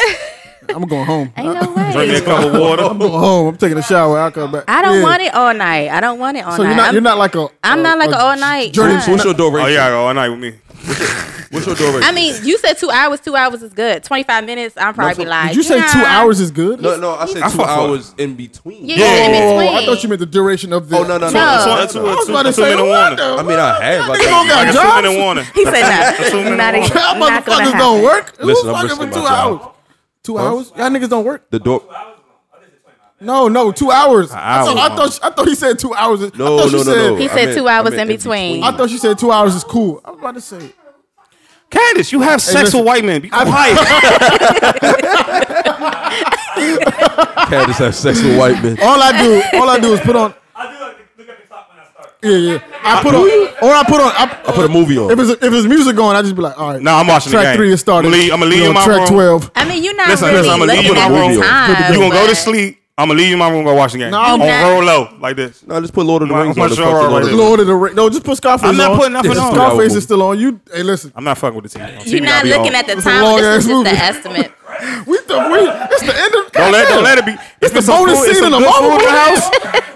S2: I'm going home.
S4: Ain't no
S1: drink me a
S4: way.
S1: cup of
S2: I'm
S1: water. Oh,
S2: going home. I'm taking a shower. I'll come back.
S4: I don't
S2: Yeah.
S4: want it all night. I don't want it all
S2: So
S4: night.
S2: you're not,
S4: I'm,
S2: you're not like a.
S4: I'm
S2: a-
S4: not like
S2: a
S4: an all night.
S2: Jordan
S4: guy.
S3: What's your door
S1: Oh
S3: rating?
S1: yeah, I go all night with me.
S3: What's your door rating?
S4: I mean, you said two hours. Two hours is good. Twenty five minutes, I'm probably
S3: so-
S4: like.
S2: Did you say two
S4: nah.
S2: hours is good?
S3: no, no, I said
S1: I
S3: two
S1: fuck
S3: hours in between.
S4: Yeah, yeah, in
S1: Oh,
S2: Oh,
S4: between.
S2: I thought you meant the duration of the.
S3: Oh no, no, no.
S4: No.
S3: no.
S1: Two- two-
S2: I was
S1: two-
S2: about to
S1: two
S2: say
S1: minute
S2: what?
S1: warning.
S2: the-
S3: I mean, I have. Like,
S2: don't got
S1: I
S2: jobs?
S1: got two minute warning.
S4: He said
S1: Two
S4: no.
S1: minutes
S4: not,
S1: more.
S4: again.
S2: Y'all
S4: not gonna
S2: motherfuckers
S4: happen.
S2: don't work.
S3: Listen,
S2: Who's fucking
S3: I'm risking
S2: for two
S3: my job.
S2: hours? Two hours? Y'all niggas don't work.
S3: the door.
S2: No, no, two hours. I thought,
S1: hour.
S2: I thought, I thought he said two hours. I
S3: No,
S2: thought you
S3: no, no,
S2: said,
S3: no.
S4: He
S3: I
S4: said
S3: meant-
S4: two
S3: I
S4: hours
S3: meant
S4: in between.
S2: I thought you said two hours is cool. I was about to say.
S1: Candace, you have sex
S2: listen.
S1: with white men. Be quiet.
S3: Candace have sex with white men.
S2: All I do, all I do is put on.
S5: I do like to look at the clock when I start.
S2: Yeah, yeah. I put on, or I put on. I,
S3: I put a movie
S2: If
S3: on.
S2: it's if it's music going, I just be like, all right.
S1: No, I'm watching the
S2: track
S1: game.
S2: three is starting.
S1: I'ma leave- I'ma leave
S2: We
S1: you
S2: on
S1: in my
S2: track
S1: room.
S2: twelve.
S4: I mean, you're not
S1: Listen,
S4: really
S1: listen, I'ma leave
S4: looking
S1: you
S4: at
S1: in my
S4: the
S3: room.
S4: time.
S1: you gonna go to
S4: but-
S1: sleep? I'm gonna leave you in my room and go watch the game.
S2: No,
S1: on
S2: I'm
S4: not.
S1: roll low like this.
S3: No, just put Lord of the
S1: My-
S3: Rings
S1: my
S3: on the
S1: show
S3: fucking Lord of
S1: already.
S3: the Rings.
S2: Lord of the Ring. No, just put Scarface on.
S1: I'm not putting nothing
S2: Yeah,
S1: on.
S2: Scarface is still on. You hey, listen.
S1: I'm not fucking with the team.
S4: You're not looking at the
S2: a
S4: time.
S2: long
S4: This
S2: ass
S4: is just
S2: movie.
S4: an estimate.
S2: We the we. It's the end of.
S1: Don't let, don't let it be. It's,
S2: a bonus
S1: food- it's
S2: scene in
S1: some
S2: a
S1: good
S2: Marvel
S1: food in the house.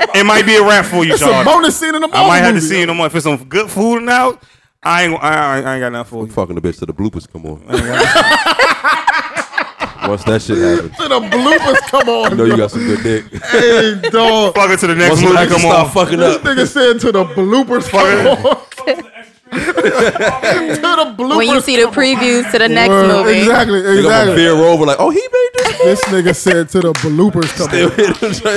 S2: movie.
S1: It might be a wrap for you,
S2: It's a
S1: Sean.
S2: bonus scene in a Marvel
S1: I might have to
S2: movie.
S1: see you no more. If it's some good food in the house, I ain't, I, ain't- I ain't got nothing for you.
S3: Oh, Fucking the bitch till the bloopers come on. Once that shit happens,
S2: The bloopers come on.
S3: you know you got some good dick.
S2: Hey, dog.
S1: Fuck it to the
S3: Once
S1: next
S3: the
S1: movie.
S3: actors
S1: Come
S3: start
S1: on.
S3: fucking
S2: This
S3: up,
S2: nigga said to the bloopers come
S1: Fuck
S2: on. to the bloopers.
S4: When you see the previews to the next
S2: Word.
S4: movie.
S2: Exactly,
S3: they gonna
S2: exactly.
S3: veer over like, oh, he made this.
S2: This nigga said to the bloopers come on.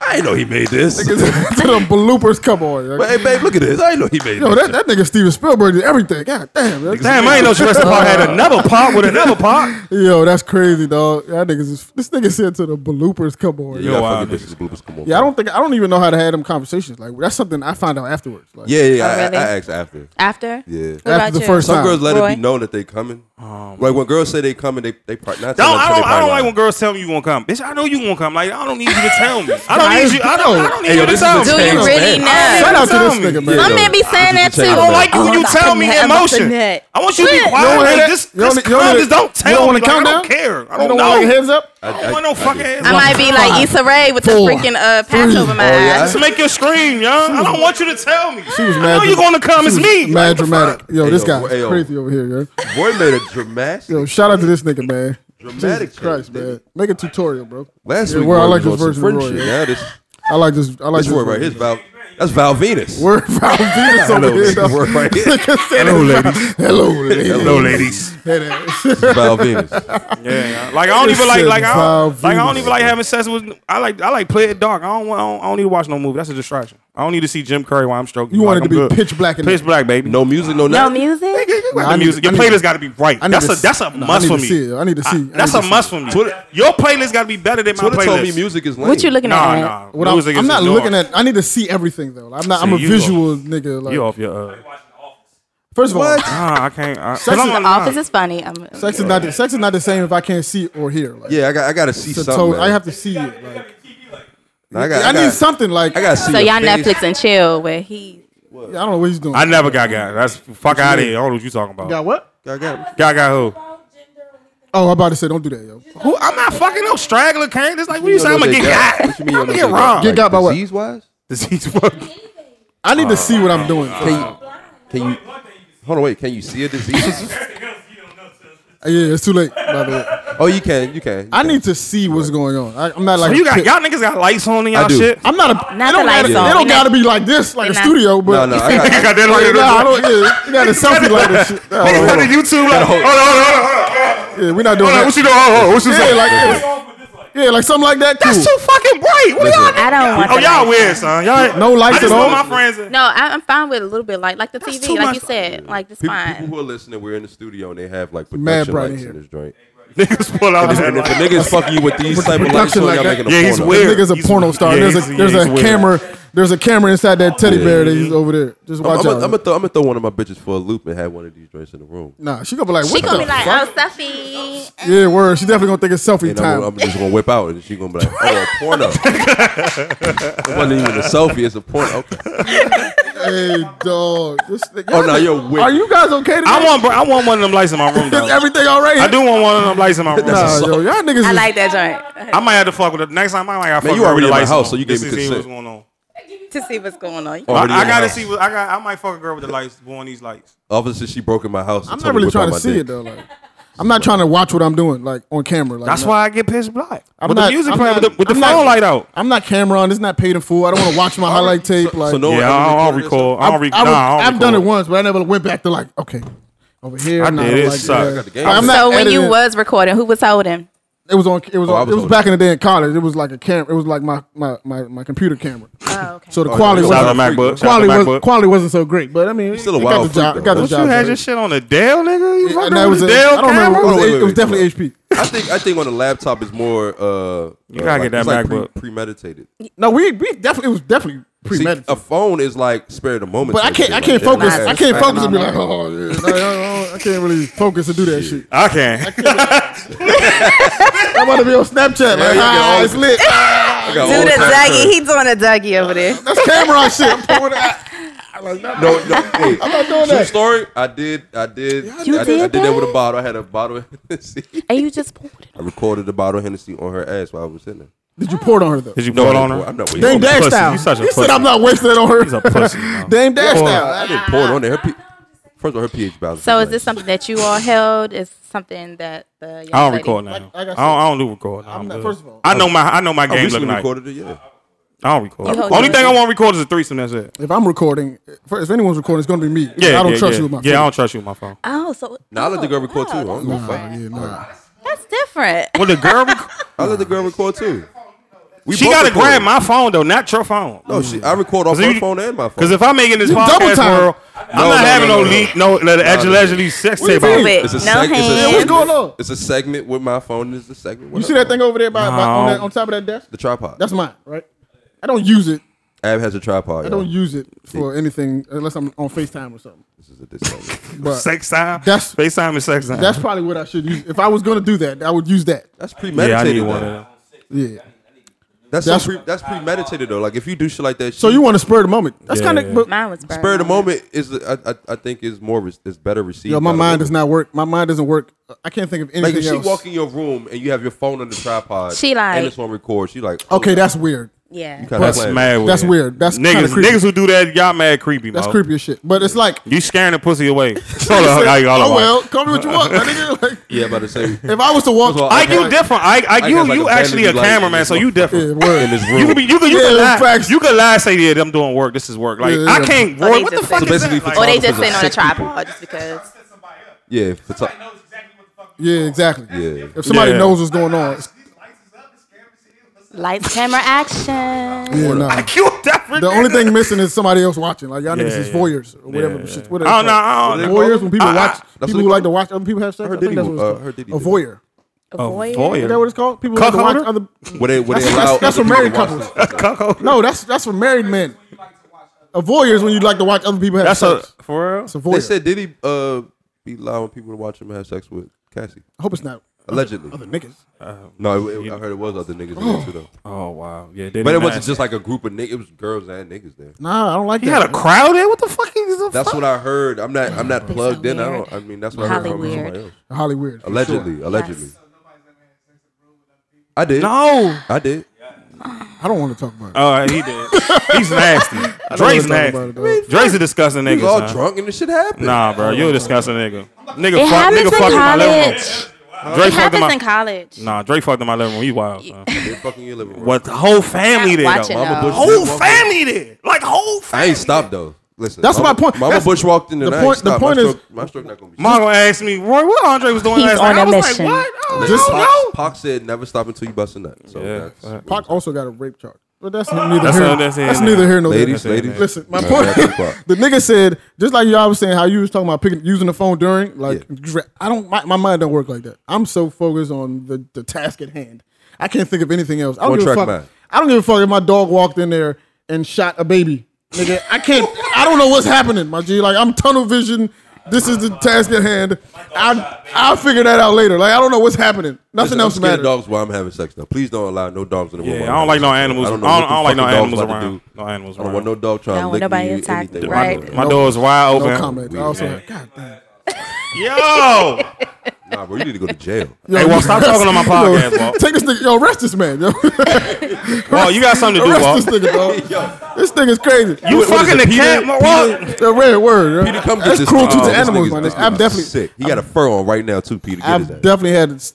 S3: I ain't know he made this.
S2: to the bloopers come on. yo.
S3: But, hey, babe, look at this. I ain't know he made
S2: Yo,
S3: this.
S2: that, that nigga Steven Spielberg did everything. God damn. That,
S1: Damn, I ain't know Jurassic Park had another pop with another pop.
S2: Yo, that's crazy, dog. That nigga's just, this nigga said to the bloopers come on.
S3: you
S2: yo.
S3: got
S1: wow,
S3: fucking bitches bloopers. Come on.
S2: Yeah, I don't think I don't even know how to have them conversations. Like that's something I find out afterwards. Like,
S3: Yeah, yeah.
S4: Oh,
S3: I, I-
S4: really?
S3: I asked after.
S4: After?
S3: Yeah.
S4: What about
S2: After the
S4: you?
S2: first-
S3: Some
S2: Nah.
S3: girls let
S4: Roy?
S3: it be known that they coming. like when girls say they coming, they they part not.
S1: Don't, I don't, I don't
S3: lie.
S1: like when girls tell me you gonna come. Bitch, I know you gonna come. Like, I don't need you to tell me. I don't
S2: Guys,
S1: need you. I don't, I don't need
S3: Hey, yo,
S1: you to
S3: this is
S1: tell
S3: a
S4: Do
S1: me.
S3: change.
S4: you really
S3: man.
S2: Shout
S4: know?
S2: out to this
S1: Tell me.
S2: nigga,
S3: Yeah,
S2: man.
S4: Some
S3: yo,
S4: men be
S3: I
S4: saying
S3: just
S4: that
S3: be
S4: too.
S3: telling
S1: I don't
S3: them.
S1: like you
S4: Oh,
S1: when you
S4: I
S1: tell me
S4: couldn't
S1: emotion.
S4: have it.
S1: I want you to be
S4: Shit.
S1: quiet.
S2: You don't wanna
S1: Like,
S2: hit-
S1: just,
S2: you don't-
S1: just
S2: you don't
S1: come.
S2: hit-
S1: Just don't
S2: you
S1: tell
S2: don't
S1: me.
S2: wanna
S1: Like, I
S2: count down?
S1: don't care. I
S2: You
S1: don't
S2: don't want to
S1: know.
S2: hands up.
S1: I don't want no fucking hands.
S4: I might be like Issa Rae with the
S2: Four.
S4: freaking uh, patch over my
S3: Oh, yeah?
S4: eyes.
S1: Just make your scream, yo. I don't want you to tell me.
S2: She was
S1: I
S2: mad.
S1: know you're
S2: dra-
S1: gonna come.
S2: she
S1: It's
S2: was
S1: me.
S2: Mad dramatic. Yo,
S3: Hey,
S2: this
S3: yo,
S2: guy's
S3: hey, yo.
S2: crazy over here, yo.
S3: Boy made a dramatic.
S2: Yo, shout out to this nigga, man.
S3: Dramatic
S2: Jesus Christ,
S3: change, nigga.
S2: man. Make a tutorial, bro.
S3: Last
S2: Yeah,
S3: week,
S2: word,
S3: Roy
S2: I like
S3: was on
S2: this version
S3: some
S2: of
S3: French
S2: Roy,
S3: shit.
S2: yeah.
S3: Now this
S2: I like this. I like
S3: this
S2: this
S3: word right here is Val. That's Val Venus.
S2: Word Val Venus
S3: I know
S2: over here.
S3: this
S2: dog.
S3: word right here.
S1: Hello, ladies.
S2: Hello, lady.
S1: Hello, ladies.
S2: Hey, that-
S3: Val Venus.
S1: Yeah, like I don't
S2: This
S1: even like
S2: shit
S1: like I don't,
S2: Val
S1: like I don't
S2: Venus.
S1: even like having sex with. I like I like play it dark. I don't want. I don't, I don't need to watch no movie. That's a distraction. I don't need to see Jim Curry while I'm stroking.
S2: You want
S1: Like,
S2: it to
S1: I'm
S2: be
S1: good.
S2: pitch black in
S1: Pitch
S2: it.
S1: black, baby.
S3: No music, no
S4: No
S3: nothing.
S4: music?
S2: I
S1: the
S2: need-
S1: music. Your
S2: I need-
S1: playlist got to be right.
S2: I need
S1: That's
S2: to
S1: a
S2: see-
S1: that's a
S2: no, I
S1: must
S2: need
S1: for
S2: to
S1: me.
S2: see it. I need to see- I need
S1: That's
S2: to
S1: a
S2: see it.
S1: must for me.
S3: Twitter-
S1: Your playlist got to be better than my
S3: Twitter told me
S1: playlist.
S3: music is lame.
S4: What you looking
S1: Nah,
S4: at?
S1: nah.
S2: What I'm,
S1: Music is
S2: I'm not
S1: just
S2: looking
S1: dark.
S2: at. I need to see everything though. I'm not.
S1: See,
S2: I'm a
S1: you go.
S2: visual nigga. Like,
S1: You off your? Uh,
S2: first of all,
S3: What?
S1: nah, I can't. I,
S2: Sex is
S1: I'm
S4: The office is funny. I'm,
S2: sex is not. The, sex is not the same if I can't see it or hear. Like,
S3: Yeah, I got I gotta see
S2: it's a
S3: something.
S2: total-
S3: man.
S2: I have to see it. Like,
S3: I got.
S2: I,
S3: I, got,
S2: need something. Like,
S3: I gotta see.
S4: so
S3: your
S4: y'all
S3: face.
S4: Netflix and chill where he.
S2: I don't know what he's doing.
S1: I never got got. That's fuck out of here. I don't know what you talking about.
S2: Got what?
S3: I got.
S1: Got got who?
S2: Oh, I'm about to say, don't do that, yo.
S1: Who? I'm not fucking no straggler, Kane. That's like, what you say? I'm
S3: know
S1: gonna
S3: they
S1: get
S3: got?
S1: got.
S3: What you mean?
S1: I'm gonna get robbed.
S2: Get got by what?
S3: Disease wise?
S1: Disease fuck.
S2: I need to
S1: Oh,
S2: see what I'm doing.
S3: Can you? Can you? Hold on, wait. Can you see a disease?
S2: yeah, it's too late. By the way,
S3: oh, you can. You can. you
S2: I
S3: can.
S2: need to see what's going on. I, I'm not like
S1: So you
S2: a
S1: got
S2: kid.
S1: y'all niggas got lights on in
S3: I
S1: y'all
S3: do.
S1: shit.
S2: I'm not a.
S4: Not
S2: it don't
S4: the lights
S2: gotta,
S4: on.
S2: It don't
S4: We
S2: gotta
S4: not-
S2: be like this, like a
S4: we not-
S2: studio. But
S3: No, no. I
S1: You
S3: got.
S1: got that light.
S2: Yeah, nah, I don't. Yeah, you got a selfie like that shit. Nah,
S1: You
S2: hold on,
S1: got
S2: hold
S1: the
S2: on.
S1: YouTube like, hold on, hold on, hold on, hold on.
S2: Yeah, we're not doing
S1: Hold
S2: that.
S1: on, what you doing? Hold on, hold on, what you
S2: Yeah,
S1: doing?
S2: like yeah, yeah, like something like that. Cool.
S1: That's too fucking bright. What
S3: Listen.
S1: y'all?
S4: I don't want
S1: Oh,
S4: the
S1: y'all
S4: lights.
S1: weird, son. Y'all
S2: No lights
S1: I just
S2: at
S1: want
S2: all?
S1: my friends. in-
S4: No, I- I'm fine with a little bit light, like the TV,
S1: too
S4: like
S1: much.
S4: you said, like it's
S3: People, people
S4: fine.
S3: who are listening, we're in the studio and they have like
S2: Mad
S3: production
S2: bright
S3: lights
S2: here.
S3: in this joint.
S1: Niggas pull out.
S3: And if a
S1: that light.
S3: niggas fuck you with these type of lights,
S2: Production
S3: on,
S2: like
S3: y'all
S2: that.
S3: making a
S1: Yeah, he's
S3: porno.
S1: weird.
S2: That nigga's a
S1: He's-
S2: porno star.
S1: yeah,
S2: there's a
S1: he's-
S2: there's
S1: yeah,
S2: a
S1: he's weird.
S2: camera. There's a camera inside that teddy
S3: Yeah.
S2: bear that he's over there. Just
S3: I'm
S2: watch out.
S3: gonna throw, I'm gonna throw one of my bitches for a loop and have one of these joints in the room.
S2: nah, she gonna be like, what
S4: She gonna
S2: the
S4: be like,
S2: fuck?
S4: oh, Stuffy.
S2: yeah, word. She definitely gonna think it's selfie
S3: And I'm,
S2: time.
S3: gonna- I'm just gonna whip out and she gonna be like, oh, a porno. it wasn't even a selfie, it's a porno. Okay.
S2: hey, dog. This nigga,
S3: Oh, no, you're wicked.
S2: Are you guys okay? Today?
S1: I want, br- I want one of them lights in my room.
S2: Is
S1: Though.
S2: everything all right?
S1: I do want one of them lights in my room.
S2: Nah, yo, y'all niggas.
S4: I
S2: is-
S4: like that joint
S1: I might have to fuck with it next time. I might have to
S3: Man,
S1: fuck
S3: you
S1: with
S3: already
S1: the
S3: in my
S1: lights
S3: house,
S1: on.
S3: so you gave
S1: Just
S3: me
S1: to see
S3: consent.
S1: what's going on.
S4: to see what's going on.
S1: I,
S3: Already in
S1: I
S3: my
S1: gotta
S3: house.
S1: see. What, I got. I might fuck a girl with the lights. One of these lights.
S3: Obviously, she broke in my house. and
S2: I'm
S3: told
S2: not
S3: me
S2: really
S3: whip out
S2: trying
S3: my
S2: to see
S3: dick.
S2: it though. Like, I'm not trying to watch what I'm doing like on camera. Like,
S1: That's
S2: no.
S1: why I get pitch black.
S2: I'm
S1: with
S2: not-
S1: the music
S2: I'm
S1: playing,
S2: not-
S1: with the, with the
S2: I'm
S1: phone
S2: not-
S1: light out.
S2: I'm not camera on. This is not paid in full. I don't want to watch my highlight tape. Like,
S3: So no one
S1: Yeah,
S3: ever
S1: I don't, I don't record. I
S3: recorded
S2: I,
S1: don't
S2: would-
S1: record.
S2: I would-
S1: Nah, I don't
S2: I've done it
S1: record.
S2: once, but I never went back to like, okay, over here.
S1: I
S2: nah,
S1: did.
S2: don't
S1: It
S2: like
S1: sucked.
S2: that.
S1: I got
S3: the game.
S2: Like, I'm not
S4: So when you
S2: editing.
S4: was recording, who was holding? him?
S2: it was on, it was,
S3: Oh, I
S2: on,
S3: was
S2: it was
S3: on
S2: back in the day in college. It was like a camera. It was like my my my, my computer camera.
S4: Oh, okay.
S2: So the
S3: Oh,
S2: quality
S3: yeah.
S1: Shout out
S2: wasn't
S1: to MacBook. Shout out to
S2: quality was
S1: MacBook.
S2: quality wasn't so great, but I mean,
S3: still a
S2: it
S3: wild
S2: got the job.
S3: freak,
S2: Got
S3: though.
S2: the
S1: Don't you
S2: job.
S1: had
S2: done.
S1: your shit on the Dell, nigga? You
S2: Yeah,
S1: fucked
S2: and that
S1: up
S2: was
S1: with the
S2: a- I
S1: Dell
S2: don't remember. It was,
S1: camera?
S3: Wait,
S2: a-
S3: wait,
S2: it was
S3: wait,
S2: definitely
S3: wait.
S2: HP.
S3: I think I think on the laptop is more. Uh,
S1: You
S3: uh,
S1: gotta
S3: like-
S1: get that
S3: it's like
S1: MacBook.
S3: pre- premeditated.
S2: No, we we definitely it was definitely
S3: See,
S2: premeditated.
S3: a phone is like spare the moment.
S2: But I
S3: type
S2: can't.
S3: shit,
S2: I
S3: like
S2: can't
S3: that.
S2: focus.
S3: Like,
S2: I can't
S3: that's-
S2: focus and be like, oh, yeah. no, no, no, I can't really focus and do that shit.
S1: I can.
S2: I want to be on Snapchat. Like,
S3: you
S2: ah,
S3: go.
S2: it's lit. Ah,
S3: I got
S4: Do
S3: all
S4: the
S3: types of-
S4: Dougie. He doing a Dougie over there.
S2: that's camera shit. I'm pouring it out. Like, not,
S3: No, no. Hey,
S2: I'm not doing
S3: true
S2: that.
S3: story. I did. I did. I,
S4: You
S3: I did, I
S4: did
S3: did that
S4: that?
S3: with a bottle. I had a bottle of Hennessy.
S4: and you just pulled it.
S3: I recorded the bottle of Hennessy on her ass while I was sitting there.
S2: Did you pour it on her though?
S1: Did you
S3: No,
S1: put
S3: I
S1: on
S3: didn't
S1: her?
S3: pour- I'm not waiting.
S2: Dame
S3: Dame
S2: Dash
S1: pussy.
S2: style.
S1: You such a
S2: he said
S1: pussy.
S2: I'm not wasting it on her.
S1: He's a pussy. man.
S2: Dame Dash
S1: Pour it.
S2: style.
S3: I didn't pour it on there. Her P- First of all, her pH balance.
S4: So
S3: was
S4: is this
S3: nice.
S4: something that you all held? Is something that the young
S1: I don't
S4: lady-
S1: record now.
S2: Like-
S1: I,
S2: like I
S1: don't,
S2: said,
S1: I don't do record. Now.
S2: I'm
S1: I'm
S2: not-
S1: good.
S2: first of all-
S1: I know my I know my
S3: I
S1: game look
S3: recently
S1: like.
S3: recorded it. Yeah.
S1: I don't record.
S4: You hold
S1: Only
S4: it.
S1: thing I want to record is a threesome. That's it.
S2: If I'm recording, if if anyone's recording, it's gonna be me.
S1: Yeah,
S2: I don't
S1: yeah,
S2: trust
S1: yeah.
S2: you with my
S1: Yeah, I
S2: phone.
S1: don't trust you with my phone.
S4: Oh, so
S3: Nah, I let the
S4: oh,
S3: girl record
S4: wow,
S3: too. I
S4: that's
S3: don't give a
S4: different.
S3: fuck.
S2: Nah, yeah, nah.
S4: That's different.
S1: Well, the girl, rec-
S3: I let the girl record too. We
S1: she
S3: both
S1: got to
S3: recorded.
S1: grab my phone though, not your phone.
S3: No, she, I record off
S1: Cause
S3: her
S1: you-
S3: phone and my phone.
S1: Because if I'm making this
S2: You double
S1: podcast
S2: time.
S1: world, I'm
S3: No,
S1: not
S3: no,
S1: having
S3: no,
S1: no
S3: no,
S1: leak, no, no, the edge
S3: no.
S1: allegedly sex
S2: What do you
S1: tape. out.
S2: mean?
S4: Stupid.
S3: it's a
S4: no
S3: seg- it's a
S4: hands.
S2: What's going on?
S3: It's a segment with my phone. It's a segment.
S2: You see that thing over there by, by on,
S1: No.
S2: that, on top of that desk?
S3: The tripod.
S2: That's mine, right? I don't use it.
S3: Ab has a tripod.
S2: I
S3: y'all.
S2: don't use it for anything unless I'm on Facetime or something.
S3: This is a disclaimer.
S2: But
S1: Sex time.
S2: That's-
S1: FaceTime and sex time.
S2: that's probably what I should use. If I was gonna do that, I would use that.
S3: That's
S1: yeah, I
S3: premeditated.
S1: need one of
S3: though.
S1: them.
S2: Yeah.
S3: That's
S2: That's-
S3: that's, pre, that's premeditated though. Like if you do shit like that,
S2: So you want to spur the moment? That's
S1: Yeah,
S2: kind
S1: yeah.
S2: of. but
S4: Mine was burning.
S3: spur of the moment is I, I I think is more re- is better received.
S2: Yo, my
S3: by the
S2: mind
S3: woman.
S2: does not work. My mind doesn't work. I can't think of anything
S3: Like if she
S2: else.
S3: walk in your room and you have your phone on the tripod,
S4: She like-
S3: and it's on record. She like, oh,
S2: okay, that's weird.
S4: Yeah.
S3: kinda
S1: That's
S3: playing.
S1: mad. Weird.
S2: That's weird. That's kinda
S1: niggas.
S2: creepy.
S1: Niggas who do that, y'all mad creepy.
S2: That's
S1: Mo.
S2: creepy as shit. But it's like,
S1: You scaring the pussy away. Hold on, I- hold on.
S2: oh well, call me what you want, my nigga. Like,
S3: Yeah, about to say
S2: if I was to walk,
S3: First of all,
S1: I
S3: Okay.
S1: you different. I, I, you
S3: guess, like,
S1: you
S3: a
S1: actually a
S3: vanity light in
S1: cameraman,
S3: this
S1: so you
S3: motherfucker.
S2: yeah,
S1: different.
S2: word.
S3: in this
S1: You
S3: room.
S1: could be you could you
S2: Yeah,
S1: could lie.
S2: facts.
S1: You could lie and say, yeah, I'm doing work. This is work. Like
S2: Yeah,
S1: I
S2: yeah.
S1: can't
S4: Or
S1: Roy,
S4: they
S1: what the
S4: just
S1: fuck
S4: sit-
S1: is
S3: basically
S1: that? Like,
S4: Or they just
S3: photographers
S4: sitting
S3: are
S4: on a
S3: sick people.
S4: tripod just because.
S5: Set somebody up.
S3: yeah, for top,
S5: Somebody knows exactly what the fuck you
S2: Yeah, exactly.
S3: Yeah.
S2: If somebody
S1: Yeah.
S2: knows what's going on, it's-
S5: These lights is up. This camera's here. What's up?
S4: Lights, camera, action.
S2: yeah, nah.
S1: you different.
S2: The only thing missing is somebody else watching. Like y'all
S1: Yeah,
S2: niggas is
S1: yeah.
S2: voyeurs or whatever. the shit- what are they
S1: I don't know.
S2: called?
S1: I don't know.
S2: Voyeurs when people
S1: I- I-
S2: watch
S3: what
S2: people
S3: they
S2: who like
S3: call-
S2: to watch other people have sex.
S3: heard
S2: I think
S3: Diddy
S2: that's what
S3: was-
S2: it's
S3: uh,
S2: called.
S3: heard Diddy
S2: a
S3: did.
S2: voyeur.
S1: voyeur.
S2: Is that what it's called? People who like to watch
S1: Cuckolder?
S2: other.
S3: Would they would they
S2: That's-
S3: allow
S2: that's- that's for
S3: other
S2: married
S3: people to watch
S2: couples.
S3: this?
S1: Cuckold.
S2: No, that's that's for married men. A voyeur is when you like to watch other people have
S1: That's a
S2: sex.
S1: for real.
S2: It's a voyeur.
S3: They said Diddy uh be allowing people to watch him have sex with Cassie
S2: I hope it's not
S3: allegedly.
S2: other niggas.
S3: No, it, it, I heard it was other niggas in there too though.
S1: Oh wow, yeah. They
S3: But it
S1: didn't
S3: wasn't
S1: ask.
S3: just like a group of niggas. It was girls and niggas there.
S2: Nah, I don't like
S1: He
S2: that.
S1: had a crowd there. What the fuck is the
S3: That's
S1: fuck?
S3: what I heard. I'm not. I'm not
S4: They so
S3: plugged in. I
S4: weird.
S3: don't. I mean, that's what I heard from
S4: Hollywood.
S3: somebody else.
S2: Holly weird. for
S3: Allegedly,
S2: sure.
S3: allegedly.
S4: Yes.
S3: I did.
S1: No.
S3: I did.
S2: I don't want to talk about it.
S1: Oh, he did. He's nasty.
S2: I don't
S1: Dre's
S2: wanna talk about
S1: nasty.
S2: it, dog.
S1: Dre's a disgusting
S3: He
S1: nigga.
S3: was all
S1: son.
S3: drunk and this shit happened.
S1: Nah, bro, you a disgusting nigga. Nigga,
S4: It
S1: fuck,
S4: happens
S1: nigga fucked
S4: in
S1: in my living
S4: college.
S1: room. Dre
S4: It
S1: fucked in
S4: happens in
S1: my.
S4: college.
S1: Nah, Dre fucked in my living room. You wild. Son.
S3: They fucking you living room.
S1: What the whole family
S4: Not watching
S1: there? Though.
S4: though.
S3: Mama Bush.
S1: Whole
S3: walked in.
S1: family there. Like whole. Family.
S3: I ain't stopped though. Listen,
S2: That's
S3: Mama-
S2: my point.
S3: Mama
S2: That's-
S3: Bush walked in and
S2: the
S3: I ain't
S2: point- the
S3: stopped.
S2: point
S3: my
S2: is-
S3: stroke, my stroke not gonna be.
S1: Margo asked me, Roy, what Andre was doing
S4: He's
S1: last
S4: on
S1: night. I
S4: a
S1: was
S4: mission.
S1: like, what? Oh,
S3: Listen,
S1: I
S3: Pac,
S1: don't know.
S3: Pac said never stop until you bust a nut. So
S1: Yeah,
S3: that's,
S2: Pac also got a rape charge, but that's neither
S1: That's
S2: here.
S1: not-
S2: That's,
S1: that's it, man.
S2: neither here nor
S3: ladies,
S2: there.
S3: ladies.
S2: Listen, my
S3: Nah,
S2: point.
S3: that's too far.
S2: the nigga said just like y'all was saying how you was talking about picking using the phone during like
S3: Yeah.
S2: dra- I don't my, my mind don't work like that. I'm so focused on the, the task at hand. I can't think of anything else. I don't
S3: One
S2: give a
S3: track
S2: fuck.
S3: mind.
S2: I don't give a fuck if my dog walked in there and shot a baby. Nigga, I can't. I don't know what's happening, my G. Like I'm tunnel vision. This is the task at hand. I I'll figure that out later. Like I don't know what's happening. Nothing
S3: Listen, I'm
S2: else
S3: scared of
S2: matters.
S3: dogs while I'm having sex now. Please don't allow no dogs in the room.
S1: Yeah,
S3: while
S1: I
S3: I'm
S1: don't like no
S3: having sex.
S1: animals. I don't,
S3: know what the
S1: I don't like no
S3: fuck the
S1: animals
S3: dog's about to
S1: around.
S3: do.
S1: No animals
S3: I don't want no
S1: around.
S3: dog trying
S4: Don't
S3: to
S4: want
S3: lick
S4: nobody
S3: me,
S4: attacked,
S3: anything.
S4: right.
S3: Right.
S1: My door's wide
S2: No
S1: open.
S2: comment. I also had, God damn.
S1: Yo.
S3: Nah, bro, you need to go to jail.
S1: Hey, well, stop talking on my podcast,
S2: Yo,
S1: Walt.
S2: take this nigga. Yo, arrest this man. Yo.
S1: Walt, you got something to do,
S2: Arrest this
S1: Walt.
S2: nigga, dog. This nigga's crazy.
S1: You
S3: What- what
S1: fucking
S3: is
S1: the
S3: it,
S1: cat,
S3: Peter-
S1: my Walt.
S2: The red word.
S3: Peter, come get
S2: That's
S3: this.
S2: cruelty
S3: dog.
S2: to
S3: This
S2: animals, my
S3: nigga's-
S2: nigga.
S3: this
S2: I've
S3: nigga's
S2: definitely,
S3: sick. He got a fur on right now too, Peter. Get his
S2: I've
S3: ass.
S2: definitely had s-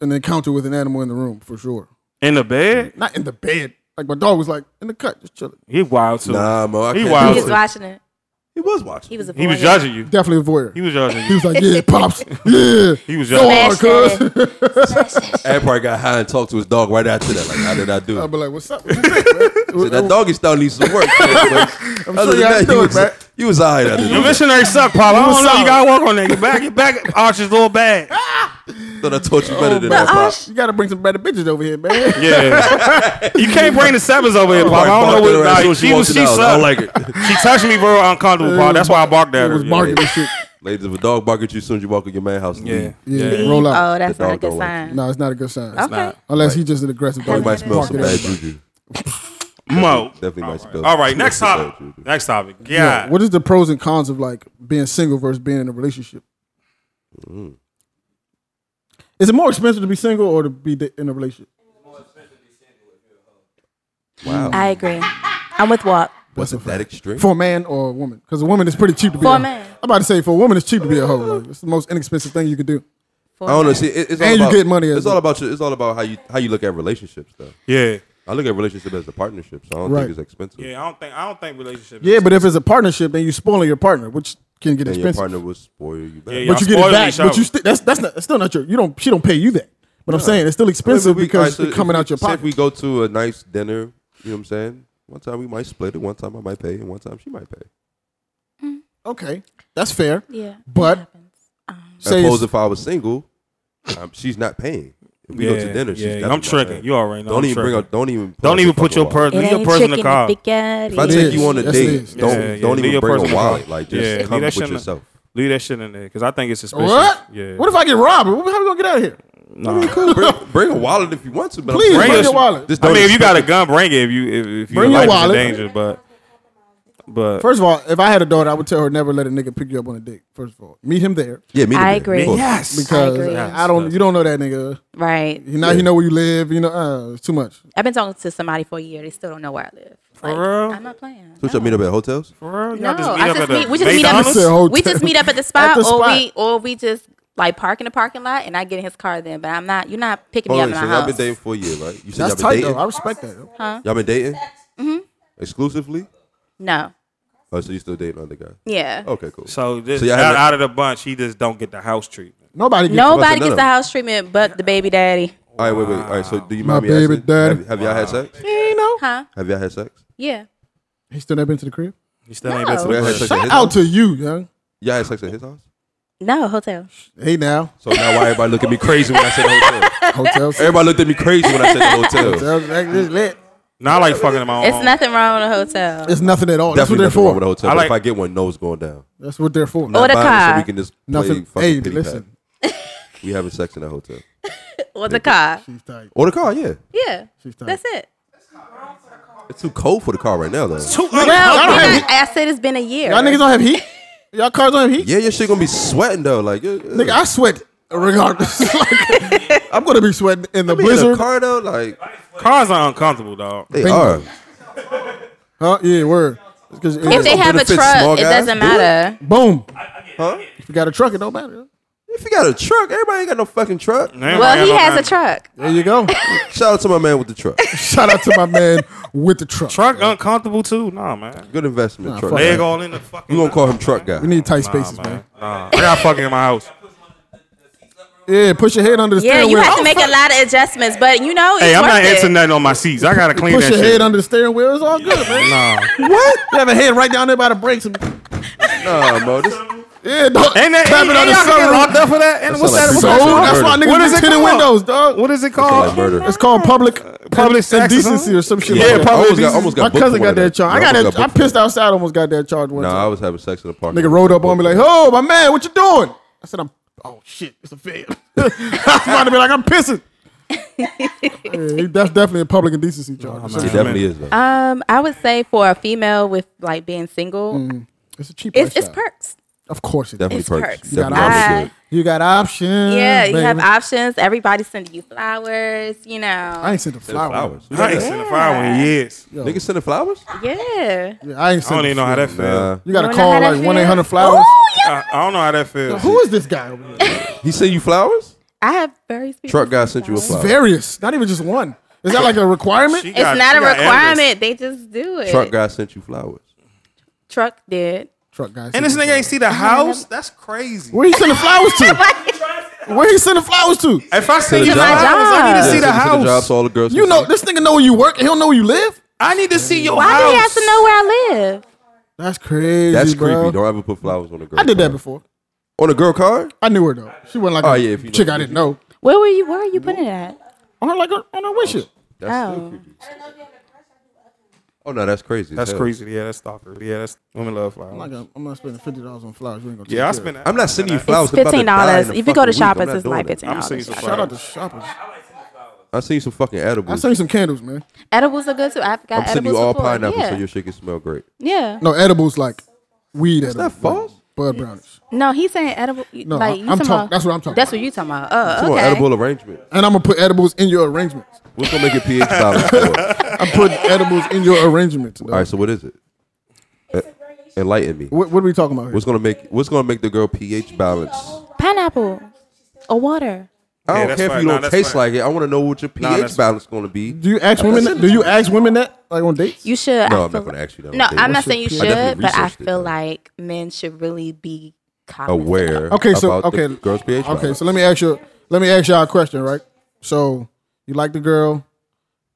S2: an encounter with an animal in the room for sure.
S1: In the bed?
S2: Not in the bed. Like my dog was like in the cut, just chilling.
S1: He wild too.
S3: Nah, mo, I
S1: He
S3: can't.
S1: wild.
S4: He
S1: I
S4: was
S1: was-
S4: watching it.
S3: He was watching.
S4: He was a
S1: He was
S4: voyeur.
S1: judging you.
S2: Definitely a voyeur.
S1: He was judging
S2: He
S1: you.
S2: was like, yeah, pops, yeah.
S1: He was
S2: Go
S1: judging you.
S2: on,
S4: Smash
S2: cuz.
S3: Ab probably got high and talked to his dog right after that. Like, how did I do?
S2: I'd be like, what's up?
S3: He said, that doggy style needs some work. I'm
S2: sure y'all do it,
S3: was,
S2: man.
S3: You was all right out
S1: Your
S3: there.
S1: missionary suck, Pop. I
S2: You
S1: don't
S2: was
S1: know.
S2: solid.
S1: You gotta work on that. Get back, get back. Archer's little bag.
S3: Thought I taught you better than
S4: But
S3: that, Pop.
S4: Arch-
S2: You gotta bring some better bitches over here, man.
S1: Yeah. you can't bring the sevens over here, Pop. I don't know what. Nah, she was. She
S3: I don't
S1: sucked.
S3: like it.
S1: She touched me very uncomfortable, Pop. That's why I barked at
S2: It
S1: her.
S2: was
S1: Yeah.
S2: barking and shit.
S3: Ladies, if a dog bark at you as soon as you walk in your man house,
S1: Yeah.
S3: yeah.
S2: Yeah,
S1: Yeah.
S2: roll out.
S4: Oh, that's
S3: The
S4: not a
S3: dog
S4: good
S3: don't like
S4: sign.
S2: No, it's not a good sign.
S4: Okay.
S2: Unless he's just an aggressive
S3: you
S2: dog.
S3: might smell Oh.
S2: Barking
S3: some
S2: at
S3: bad
S2: everybody.
S3: juju.
S1: Mo.
S3: Definitely my spell.
S1: All right, next
S3: Spell
S1: topic.
S3: checker.
S1: Next topic.
S2: Yeah.
S1: Yeah.
S2: What is the pros and cons of like being single versus being in a relationship?
S3: Mm.
S2: Is it more expensive to be single or to be da- in a relationship?
S3: Wow.
S4: I agree. I'm with Walk.
S3: Was it that extreme?
S2: For a man or a woman? Because a woman is pretty cheap to be
S4: For a
S2: hoe.
S4: man.
S2: I'm about to say for a woman it's cheap to be a hoe. Like, it's the most inexpensive thing you could do.
S3: I don't know. See, it, it's all
S2: And you
S3: about,
S2: get money as
S3: It's all
S2: well.
S3: about you. It's all about how you how you look at relationships, though.
S1: Yeah.
S3: I look at relationship as a partnership, so I don't
S2: Right.
S3: think it's expensive.
S1: Yeah. I don't think I don't think relationship.
S2: Yeah, but if it's a partnership, then you spoiling your partner, which can get
S3: And your
S2: expensive.
S3: partner will spoil you. Back.
S1: Yeah, yeah.
S2: but you get
S1: spoiling
S2: it back.
S1: each other.
S2: But you sti- that's that's not that's still not your. You don't. She don't pay you that. But I'm saying it's still
S3: Maybe
S2: expensive
S3: we-
S2: because
S3: alright, so
S2: it's coming
S3: if-
S2: out your
S3: say
S2: pocket.
S3: If we go to a nice dinner, you know what I'm saying? One time we might split it. One time I might pay, and one time she might pay.
S2: okay, that's fair.
S4: Yeah.
S2: But-
S4: it happens.
S3: As
S2: Say
S3: opposed
S2: it's,
S3: if I was single, um, she's not paying. If we go
S1: Yeah,
S3: to dinner, she's
S1: yeah,
S3: got
S1: I'm tricking. You already know
S3: Don't
S1: I'm
S3: even bring
S1: tricking.
S3: up. Don't even.
S1: Don't
S3: up
S1: even
S3: the
S1: put
S3: fucking
S1: your
S3: wallet.
S1: purse. Leave your purse in the car.
S3: If I
S2: It
S3: take
S2: is.
S3: you on a
S2: Yes, it
S3: date,
S2: is.
S3: don't
S1: Yeah, yeah,
S3: don't
S1: leave
S3: even
S1: your
S3: bring
S1: purse in
S3: a
S1: the
S3: wallet.
S1: car.
S3: Like
S1: Yeah,
S3: just
S1: leave
S3: come
S1: that
S3: with
S1: shit in the-
S3: yourself.
S1: Leave that shit in there because I think it's suspicious.
S2: what?
S1: Yeah.
S2: What if I get robbed? What- How we gonna get out of here?
S1: Nah.
S3: bring, bring a wallet if you want to, but I'm
S2: Please
S3: saying-
S2: bring,
S1: us-
S2: your wallet.
S3: Just
S1: I
S3: don't
S1: mean, if you
S3: expect
S1: got a gun, bring it. If you if, if your
S2: Bring your
S1: life is in
S2: wallet.
S1: danger, but but
S2: First of all, if I had a daughter, I would tell her never let a nigga pick you up on a date. First of all, meet him there
S3: Yeah, me
S4: I
S3: neither.
S4: agree.
S3: Cool.
S1: yes,
S2: because
S4: agree.
S2: I, don't. You don't know that nigga.
S4: Right.
S2: You now you know where you live. You know uh, it's too much.
S4: I've been talking to somebody for a year. They still don't know where I live. For
S1: real?
S4: I'm not playing.
S3: So we should meet up at hotels.
S1: for real,
S4: No,
S1: y'all just meet
S4: I
S1: up
S4: just
S1: at
S4: meet,
S1: the
S4: we just meet
S1: McDonald's?
S2: Said
S4: up.
S2: hotel.
S4: We just meet up at the spot,
S2: the
S4: or
S2: spot.
S4: we or we just like park in the parking lot, and I get in his car then. But I'm not. You're not picking
S3: Hold
S4: me
S3: on,
S4: up
S3: so
S4: in my
S3: y'all been
S4: house.
S3: dating for a year, right? You said
S2: That's
S3: y'all
S2: tight
S3: been
S2: though. I
S3: dating.
S2: respect that. though.
S3: Y'all been dating exclusively.
S4: No.
S3: Oh, so you still dating other guys?
S4: Yeah.
S3: Okay, cool.
S1: So this
S3: So y'all
S1: out,
S3: haven't-
S1: out of the bunch, he just don't get the house treatment.
S2: Nobody. Gets
S3: about
S4: Nobody
S3: to
S4: gets
S3: know.
S4: the house treatment but the baby daddy.
S3: All right, wait, wait. All right, so do you
S2: My
S3: mind me
S2: baby
S3: asking?
S2: daddy.
S3: Have, have y'all had sex?
S2: You know.
S4: Huh?
S3: Have y'all had sex?
S4: Yeah.
S2: He still never been to the crib.
S1: He still ain't been to
S4: No.
S1: the
S3: Y'all had
S1: club.
S3: sex at his
S2: Shout
S3: house?
S2: out to you, young.
S3: Y'all had sex at his house?
S4: No hotel.
S2: Hey now,
S3: So now why everybody look at me crazy when I said hotel?
S2: hotel.
S3: Everybody looked at me crazy when I said the hotel.
S2: Hotel, that is lit.
S1: Not like fucking in my own.
S4: It's
S1: home.
S4: nothing wrong with a hotel.
S2: It's nothing at all. Oh, That's what
S3: Definitely
S2: they're
S3: nothing wrong
S2: for.
S3: with a hotel.
S1: I
S3: but
S1: like-
S3: if I get one, no, it's going down.
S2: That's what they're for.
S3: Not
S4: Or the
S3: buying it So
S4: car.
S3: we can just play
S2: Nothing.
S3: fucking
S2: Hey,
S3: pity
S2: listen.
S3: pat. We having sex in a hotel
S4: Or the car.
S2: She's tight.
S3: or the car? Yeah,
S4: Yeah.
S2: She's tight.
S4: That's it.
S3: it's too cold for the car right now though.
S1: Too
S4: Well,
S2: don't
S4: we're
S2: have
S4: not- I said it's been a year.
S2: Y'all niggas don't have heat. Y'all cars don't have heat.
S3: Yeah, your shit gonna be sweating though. Like, yeah, yeah.
S2: Nigga, I sweat regardless. Like, I'm gonna be sweating in the
S3: I mean, in a
S2: blizzard.
S3: car though, like
S1: Cars are uncomfortable, dog.
S3: they
S2: Thank
S3: are.
S2: Huh? Yeah, word. It's 'cause-
S4: if they
S3: Don't
S4: have a
S3: benefit small
S4: truck, it
S3: guys,
S4: doesn't
S3: do it.
S4: matter.
S2: boom.
S3: Huh?
S2: If you got a truck, it don't matter.
S3: If you got a truck, everybody ain't got no fucking truck.
S4: Well, he has a truck.
S2: There you go.
S3: Shout out to my man with the truck.
S2: Shout out to my man with the truck.
S1: truck. uncomfortable too. Nah, man.
S3: Good investment.
S2: Nah,
S3: truck.
S2: fuck
S3: guy.
S1: Leg all in the fucking.
S3: You gonna call him truck guy?
S2: We need tight
S1: nah,
S2: spaces,
S1: man.
S2: man.
S1: Nah, I got fucking in my house.
S2: Yeah, push your head under the
S4: Yeah,
S2: steering
S4: you
S2: wheel.
S4: have to make a lot of adjustments, but you know, it's
S1: Hey, I'm
S4: worth
S1: not
S4: it.
S1: answering nothing on my seats. I gotta clean
S2: push
S1: that
S2: your head
S1: shit.
S2: under the steering wheel. It's all good, man.
S1: Nah.
S2: What? You have a head right down there by the brakes. And,
S3: Nah, bro. This,
S2: yeah, dog.
S1: Ain't that
S2: Clap it
S1: ain't,
S2: on
S1: ain't
S2: the
S1: y'all getting
S2: sunroof.
S1: locked up for that? And what's that?
S3: sound like
S2: So
S1: what's
S3: Sold
S1: that-
S3: out.
S2: that's why
S1: What
S2: niggas
S1: is
S2: be
S1: it
S2: tinted
S1: called?
S2: windows, dog.
S1: What is it
S3: like
S1: called?
S3: murder.
S2: It's called public
S1: Public sex or
S2: indecency
S1: something?
S2: or some shit.
S1: Yeah,
S2: like that.
S1: public
S2: Almost got-
S1: indecency.
S2: My
S3: booked
S2: cousin
S3: for
S2: got
S3: that.
S2: that charge.
S3: Yeah,
S2: I got
S3: almost
S2: that. I
S3: booked for
S2: pissed outside. Almost got that charge one
S3: Nah, I
S2: time.
S3: was having sex in the park.
S2: Nigga rolled up on me like, "Oh, my man, what you doing?" I said, "I'm." Oh shit, it's a fail. I was about to be like, "I'm pissing." Yeah, he- that's definitely a public indecency charge. It's a-
S3: It definitely is though.
S4: Um, I would say for a female with like being single,
S2: it's a cheap.
S4: it's, it's
S2: lifestyle.
S4: perks.
S2: Of course, it
S3: Definitely
S4: it's
S3: perks.
S4: perks.
S3: Definitely
S4: I-
S3: probably good.
S2: You got options.
S4: Yeah, you have
S2: Mm, baby.
S4: options. Everybody's sending you flowers. You
S2: I
S4: know,
S2: ain't sent the flowers.
S3: Flowers. Who
S1: I
S3: got
S1: ain't
S3: that?
S1: seen a fire in years.
S2: Yo,
S3: Niggas sending flowers?
S4: yeah.
S2: yeah, I ain't
S1: I
S2: sent.
S1: don't
S2: the
S1: even know how
S2: flowers.
S1: that feels.
S2: You got to
S4: You don't know
S2: call
S4: how that
S2: like
S4: feels?
S2: one eight hundred flowers. Uh,
S4: Oh, yeah.
S1: I, I don't know how that feels.
S2: Who is this guy? over here?
S3: He sent you flowers?
S4: I have very specific
S3: Truck guy sent you a flower.
S2: Various, not even just one. Is that like a requirement?
S1: She
S4: It's
S1: got-
S4: not
S1: she
S4: a
S1: got
S4: requirement.
S1: endless.
S4: They just do it.
S3: Truck guy sent you flowers.
S4: Truck did.
S2: Truck guys.
S1: And this nigga ain't see the house. That's crazy.
S2: Where he sending flowers to? Where he sending flowers to?
S1: If I see
S3: To
S1: the
S3: the
S1: flowers, I need
S4: job.
S1: to
S4: Yeah,
S1: see
S3: sent
S1: the
S3: you to job
S1: house.
S3: so all the girls.
S2: You
S3: can
S2: know,
S3: see.
S2: this nigga know where you work. He don't know where you live.
S1: I need to see your
S4: Why do you
S1: house.
S4: have to know where I live?
S2: That's crazy.
S3: That's
S2: bro.
S3: creepy. Don't ever put flowers on a girl.
S2: I did that
S3: card.
S2: before.
S3: On a girl card?
S2: I knew her though. She wasn't like
S3: Oh,
S2: a
S3: yeah, if you
S2: chick
S3: know-
S2: I didn't know.
S4: Where were you? Where are you putting it at?
S2: On her like her, on her wish it.
S3: That's still
S4: Oh.
S3: creepy. Oh no, that's crazy. as
S1: That's
S3: hell.
S1: crazy. Yeah, that's stalker. Yeah, that's women love
S2: I'm not,
S1: flowers.
S2: gonna, I'm not spending fifty dollars on flowers. You ain't gonna.
S1: Yeah, I
S2: take care
S1: spend.
S2: of
S1: that.
S3: I'm not sending you
S1: It's
S3: flowers. I'm about to
S4: Fifteen
S3: die in
S4: dollars.
S3: a
S4: If you go to
S3: fucking
S4: shoppers,
S3: week. I'm not
S4: it's
S3: doing
S4: like
S3: that.
S4: fifteen
S1: I'm sending some
S4: dollars.
S2: it. Shout
S1: flowers.
S2: out to shoppers.
S1: I like sending flowers.
S3: I seen some fucking edibles.
S2: I seen some candles, man.
S4: Edibles are good too. I forgot
S3: I'm sending
S4: edibles
S3: you all
S4: before.
S3: pineapple
S4: yeah.
S3: so your shit can smell great.
S4: yeah.
S2: No edibles like weed
S3: Is that
S2: edibles.
S3: false?
S2: Bud brownies.
S4: No, he's saying edible.
S2: No, I-
S4: like, you
S2: I'm
S4: talking
S2: talk-
S4: about-
S2: that's what I'm talking
S4: That's what you talking about. Oh,
S3: Come on,
S4: okay.
S3: edible arrangement.
S2: And I'm gonna put edibles in your arrangements.
S3: What's gonna make it pH balanced? for us?
S2: I'm putting edibles in your arrangements. dog.
S3: All right, so what is it? E-, Enlighten me.
S2: What, what are we talking about here?
S3: What's gonna make What's gonna make the girl pH balanced?
S4: Pineapple or water.
S3: I
S1: Yeah,
S3: don't
S1: that's
S3: care if
S1: fine.
S3: you
S1: Nah,
S3: don't
S1: that's
S3: taste
S1: fine.
S3: like it. I want to know what your
S1: Nah,
S3: pH
S1: that's
S3: balance is gonna be.
S2: do you ask women? That? Do you ask women that like on dates?
S4: You should.
S3: No,
S4: I
S3: I'm
S4: feel
S3: not gonna ask you that on
S4: No,
S3: a date.
S4: I'm
S3: I
S4: not saying you
S3: should- I
S4: should,
S3: definitely
S4: but I
S3: researched it,
S4: feel
S3: though.
S4: like men should really be cognizant.
S3: Aware.
S2: okay, so
S3: about the
S2: okay,
S3: girl's pH.
S2: Okay,
S3: balance.
S2: so let me ask you. Let me ask y'all a question, right? So you like the girl.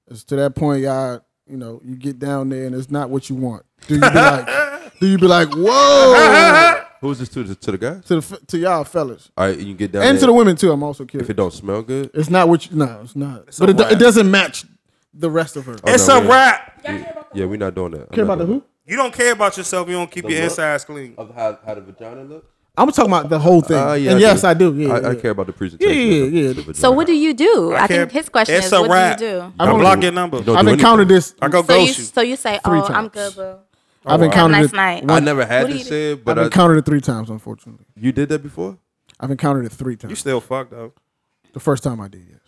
S2: It's to that point, y'all. You know, you get down there and it's not what you want. Do you be like? do you be like, whoa?
S3: Who's this to the, to the guys?
S2: to the f- to y'all fellas
S3: All right, you can get down
S2: and to
S3: there.
S2: the women too. I'm also curious.
S3: if it don't smell good,
S2: It's not what you. No, it's not.
S1: a
S2: but it, do-
S1: wrap.
S2: it doesn't match the rest of her.
S1: It's
S3: no,
S1: a
S3: we-
S1: wrap.
S3: yeah, we're not doing that. I'm
S2: Care
S3: not
S2: about the
S3: doing
S2: who?
S1: You don't care about yourself. You don't keep your
S3: what?
S1: insides clean.
S3: that. Of how, how the vagina look?
S2: I'm talking about the whole thing.
S3: Ah,
S2: and yes, I do. Yeah,
S3: I, I
S2: yeah.
S3: care about the presentation.
S2: Yeah,
S3: of
S2: yeah,
S3: the-
S2: yeah.
S3: the
S4: So
S3: vagina.
S4: what do you do? I,
S1: can't-
S4: think his question
S1: it's
S4: is,
S1: a
S4: what
S1: wrap.
S4: do you do?
S1: I
S2: don't
S1: block
S2: do-
S1: your number.
S3: Don't
S2: I've
S3: do anything.
S2: encountered this.
S1: I go
S4: So you,
S1: ghost you.
S4: so you say,
S2: Three
S4: oh, I'm
S2: times.
S4: good, boo.
S2: I've encountered
S4: Have a
S2: it.
S4: nice night.
S2: one-
S3: I never had
S4: What do
S3: this
S4: you
S3: said, but
S2: I've
S3: I,
S2: encountered it three times, unfortunately.
S3: you did that before.
S2: I've encountered it three
S1: You
S2: times.
S1: still fucked up.
S2: The first time I did, yes.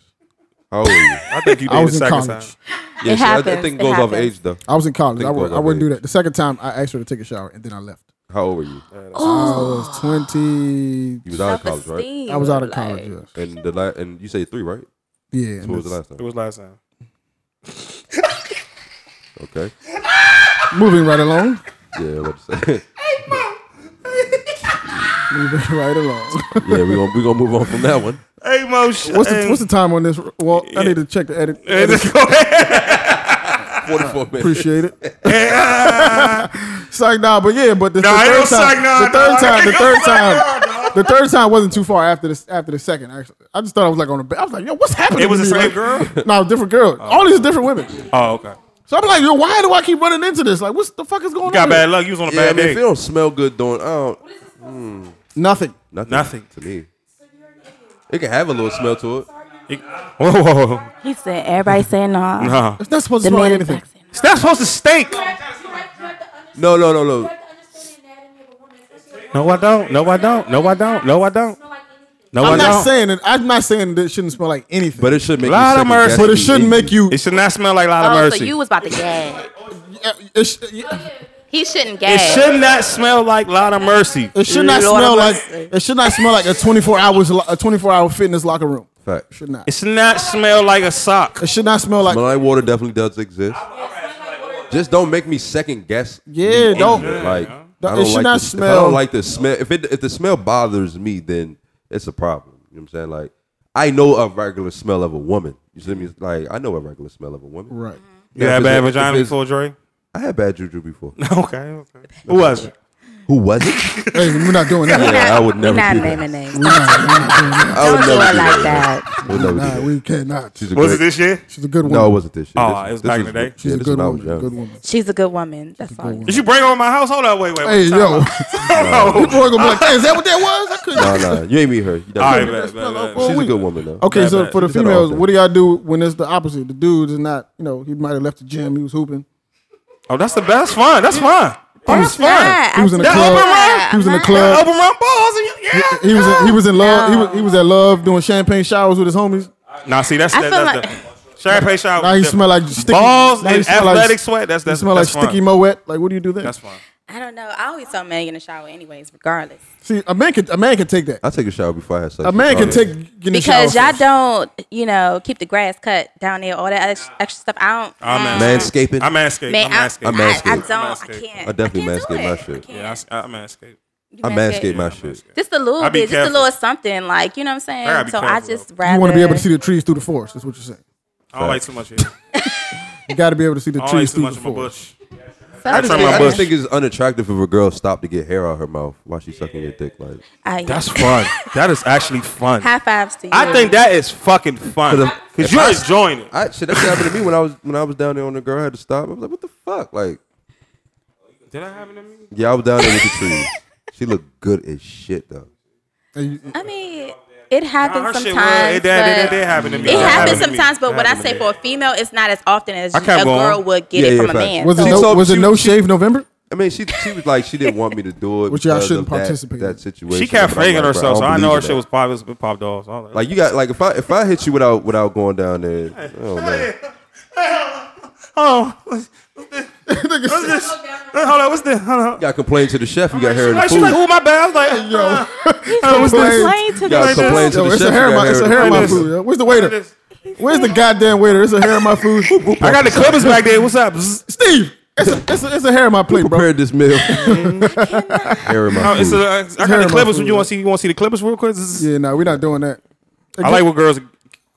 S3: How old were you?
S1: I think you did
S2: I was
S1: the
S2: in
S1: second
S2: college.
S1: time.
S3: Yeah,
S4: It
S3: see, I- I,
S4: happens,
S3: think it
S4: it
S3: goes off
S4: happens.
S3: age though.
S2: I was in college.
S3: Think
S2: I, would,
S3: about
S2: I wouldn't
S3: that.
S2: do that. The second time, I asked her to take a shower, and then I left.
S3: How old were you?
S2: I was 20.
S3: You was out of college, right?
S4: Self-esteem,
S2: I was out of
S4: like-
S2: college, yes.
S3: And the la- and you say three, right?
S2: Yeah.
S3: So
S2: and
S3: what was the
S2: it's-
S3: last
S1: It
S3: time?
S1: was last time.
S3: Okay.
S2: Moving right along.
S3: Yeah, what to say?
S2: Moving right along.
S3: yeah, we gonna we gonna move on from that one.
S1: Hey, Mo. shut-
S2: What's the,
S1: hey.
S2: what's the time on this? Well, I need to check the edit. edit.
S3: Forty four minutes.
S2: Appreciate it. Psych nah, but yeah, but the,
S1: ah. Nah,
S2: the
S1: ain't
S2: third
S1: no
S2: time,
S1: psych nah,
S2: the third
S1: nah.
S2: time, the
S1: Ain't no
S2: third
S1: psych nah,
S2: time, the third time wasn't too far after this after the second. Actually, I just thought I was like on a. ba- I was like, yo, what's happening?
S1: It was
S2: to
S1: the
S2: me?
S1: same
S2: Like,
S1: girl?
S2: No, different girl.
S3: Oh.
S2: All these different women.
S1: Oh, okay.
S2: So I'm like, yo, why do I keep running into this? Like, what's the fuck is going
S1: You got
S2: on?
S1: bad
S2: here?
S1: luck. You was on a
S3: Yeah, I
S1: bad
S3: mean, if it
S1: day.
S3: don't smell good, don't I don't
S2: Nothing.
S3: nothing,
S1: Nothing.
S3: to me. It can have a little smell to it.
S1: Whoa, whoa, whoa.
S4: He said, everybody saying no.
S1: Nah.
S2: It's not supposed to
S4: The
S2: smell like
S4: man is
S2: anything.
S4: toxic.
S1: It's not supposed to stink.
S3: No, no, no, no.
S1: No, I don't. No, I don't. No, I don't. No, I don't.
S3: Oh,
S1: No,
S2: I'm
S1: I
S2: not
S1: don't.
S2: saying that. I'm not saying that it shouldn't smell like anything.
S3: But it should make
S1: Lot
S3: you
S1: of
S3: second
S1: mercy.
S3: guess
S2: But
S3: what
S2: it
S3: you
S2: shouldn't
S3: eat.
S2: make you.
S1: it should not smell like a lot of
S4: Oh,
S1: mercy.
S4: so you was about to gag.
S2: It, sh- it
S4: He shouldn't
S1: it
S4: gag.
S1: should not smell like lot of mercy.
S2: should not
S4: Lord
S2: smell
S4: have
S2: like.
S4: mercy.
S2: It should not smell like a 24 hours lo- a 24 hour fitness locker room.
S3: Fact.
S2: Should not.
S1: It should not smell like a sock.
S2: It should not smell like.
S3: Malai water definitely does exist. Just don't make me second guess.
S2: Yeah,
S3: me eating
S2: don't-
S3: it. Like
S2: Don't-
S3: I
S2: it
S3: don't
S2: should
S3: like
S2: not
S3: the, If I
S2: smell-
S3: don't like the smell. If it if the smell bothers me, then it's a problem. You know what I'm saying? Like I know a regular smell of a woman. You see me? Like I know a regular smell of a woman.
S2: Right.
S1: You
S3: Now,
S1: had
S3: if
S1: bad
S3: it's- if
S1: vagina
S3: it's-
S1: before, Dre?
S3: I had bad juju before.
S1: Okay, okay. Who was it?
S3: Who was it?
S2: Hey, we're not doing that.
S4: We're
S3: Yeah,
S4: not-
S3: I would never
S4: We're not
S3: do that.
S4: naming names.
S2: We're not, we're not doing that.
S3: I would
S4: Don't do
S3: never
S4: it
S3: do
S4: like
S3: that.
S4: that.
S3: I would never do
S2: Nah,
S3: that.
S2: we cannot.
S3: She's a
S1: Was it
S3: great-
S1: this year?
S2: She's a good woman.
S3: No, it wasn't this year.
S1: Oh,
S3: This-
S1: it was
S3: this
S1: back in the day?
S2: She's
S3: yeah,
S2: a
S3: this
S2: good
S3: when I was
S2: woman.
S3: young.
S2: Good woman.
S4: She's a good woman. That's all.
S2: woman.
S1: Did you bring her in my house? Hold on, wait, wait.
S2: Hey
S1: wait.
S2: yo, you boy gonna be like, hey, is that what that was? I couldn't.
S3: Nah, nah, you ain't meet her. You
S1: Oh. All right,
S3: never met her.
S1: bet, bet, bet.
S2: Well,
S3: She's
S2: we-
S3: a good woman though.
S2: Okay,
S1: Bad,
S2: so
S1: bad.
S2: for the
S3: She's an
S2: females,
S3: author.
S2: what do y'all do when it's the opposite? The dude is not, you know, he might have left the gym, he was hooping.
S1: Oh, that's the best. fun. That's fun. Oh, that's fun.
S2: He was in a
S1: That
S2: club.
S1: open bar?
S2: He was in a
S4: Nah.
S2: club.
S1: Open my balls and you- yeah.
S2: He was in, he was in love. He
S4: uh, No.
S2: was he was at love doing champagne showers with his homies.
S1: Nah, see, that's
S4: I
S1: that,
S4: feel
S1: that's
S4: like-
S1: different. Champagne shower.
S2: Now
S1: was
S2: he
S1: different.
S2: smell like sticky
S1: balls
S2: now he
S1: and
S2: smell
S1: athletic
S2: like,
S1: sweat. That's
S2: He
S1: that's
S2: smell like
S1: that's
S2: sticky
S1: fun.
S2: moet. Like what do you do then?
S1: That's fun.
S4: I don't know. I always saw men in the shower, anyways, regardless.
S2: See, a man could a man could take that.
S3: I take a shower before I have sex.
S2: A man can
S3: Oh,
S2: take getting
S4: Because y'all
S2: shower
S4: don't, you know, keep the grass cut down there, all that ex- extra stuff. I don't.
S1: I'm
S4: mm.
S3: manscaping.
S1: I'm manscaped.
S4: Man,
S1: I'm manscaped.
S4: I,
S3: I'm
S4: I, I,
S3: manscaped.
S4: don't. I
S1: manscaped.
S4: can't.
S3: I definitely
S4: I can't do
S3: manscape my
S4: it.
S3: shit.
S4: I can't.
S1: yeah, I, s- I, I'm manscaped.
S4: You
S3: I manscape my shit.
S4: Just a little
S1: I
S4: bit,
S1: be
S4: just a
S1: careful.
S4: little something, like you know what I'm saying.
S1: I gotta be
S4: so I
S1: careful,
S4: just
S2: off.
S4: rather
S2: You want to be able to see the trees through the forest. That's what you're saying.
S1: I don't like too much. Here.
S2: You got to be able to see the
S1: I don't like
S2: trees
S1: too
S2: through
S1: much
S2: the
S1: of my
S2: forest.
S1: bush.
S4: I
S1: trim
S3: I
S1: my
S3: just
S1: bush.
S3: think it's unattractive if a girl stop to get hair out her mouth while she's sucking your dick. Like,
S1: That's fun. that is actually fun.
S4: high fives to you.
S1: I think that is fucking fun
S3: If-
S1: because
S3: if
S1: you're
S3: I-
S1: enjoying it.
S3: I shit, that shit happened to me when I was when I was down there on the girl. I had to stop. I was like, what the fuck? Like,
S1: Did I have it in me?
S3: yeah, I was down there with the trees. She looked good as shit though.
S2: And you-
S4: I mean, it
S1: Nah, her
S4: happens
S1: shit was-
S4: sometimes.
S1: It, that- that- that
S4: but-
S1: did happen to me.
S4: It happens
S1: That happened to me.
S4: sometimes, but
S1: That
S4: what I
S1: happened
S4: say
S1: to
S4: for
S1: me.
S4: a female, it's not as often as
S1: I
S4: a
S1: kept
S4: girl
S1: going.
S4: would get
S3: Yeah,
S4: it
S3: yeah,
S4: from a
S3: facts.
S4: man.
S2: Was it
S4: So-
S3: She
S2: no,
S3: told-
S2: was it
S3: she-
S2: no
S3: she-
S2: shave November?
S3: I mean, she she was like she didn't want me to do it,
S2: Which y'all
S3: because
S2: shouldn't
S3: of that-
S2: participate in.
S3: That situation.
S1: She kept
S3: But I'm
S1: faking
S3: like, bro,
S1: herself, so
S3: don't
S1: I know
S3: believe
S1: her
S3: in
S1: shit
S3: that.
S1: was popped. It was popped off. So I was
S3: like you got like if I if I hit you without without going down there, oh man,
S1: oh, what's this? What's this? Uh, Hold on, what's this? Hold on.
S3: you got complain to the chef. You got hair in the
S1: Like, she's
S3: food.
S1: like, "Ooh, my bad." I was like,
S2: Yo.
S1: "Yo, what's this?"
S4: Complain to
S3: You got
S1: like
S4: the-
S3: complain to
S2: Yo,
S3: the
S2: it's a
S3: chef.
S2: hair
S3: you
S2: in
S3: got
S2: my, it's a
S3: in
S2: hair in
S3: the
S2: my
S1: Like
S3: food.
S2: food. yo. Where's the waiter?
S1: this.
S2: Where's the goddamn waiter? It's a hair in my food.
S1: I got the clippers back there. What's up? Bzzz.
S2: Steve, it's a, it's a, it's a hair in my plate, bro.
S3: Prepared this meal. hair in
S1: Oh,
S3: my
S1: it's a,
S3: food.
S1: I
S2: hair
S1: got
S2: in
S1: the
S2: my
S1: clippers.
S2: food,
S1: You
S2: yeah.
S1: want to see? You want to see the clippers real quick? Zzz.
S2: Yeah, nah, we're not doing that.
S1: I like what girls.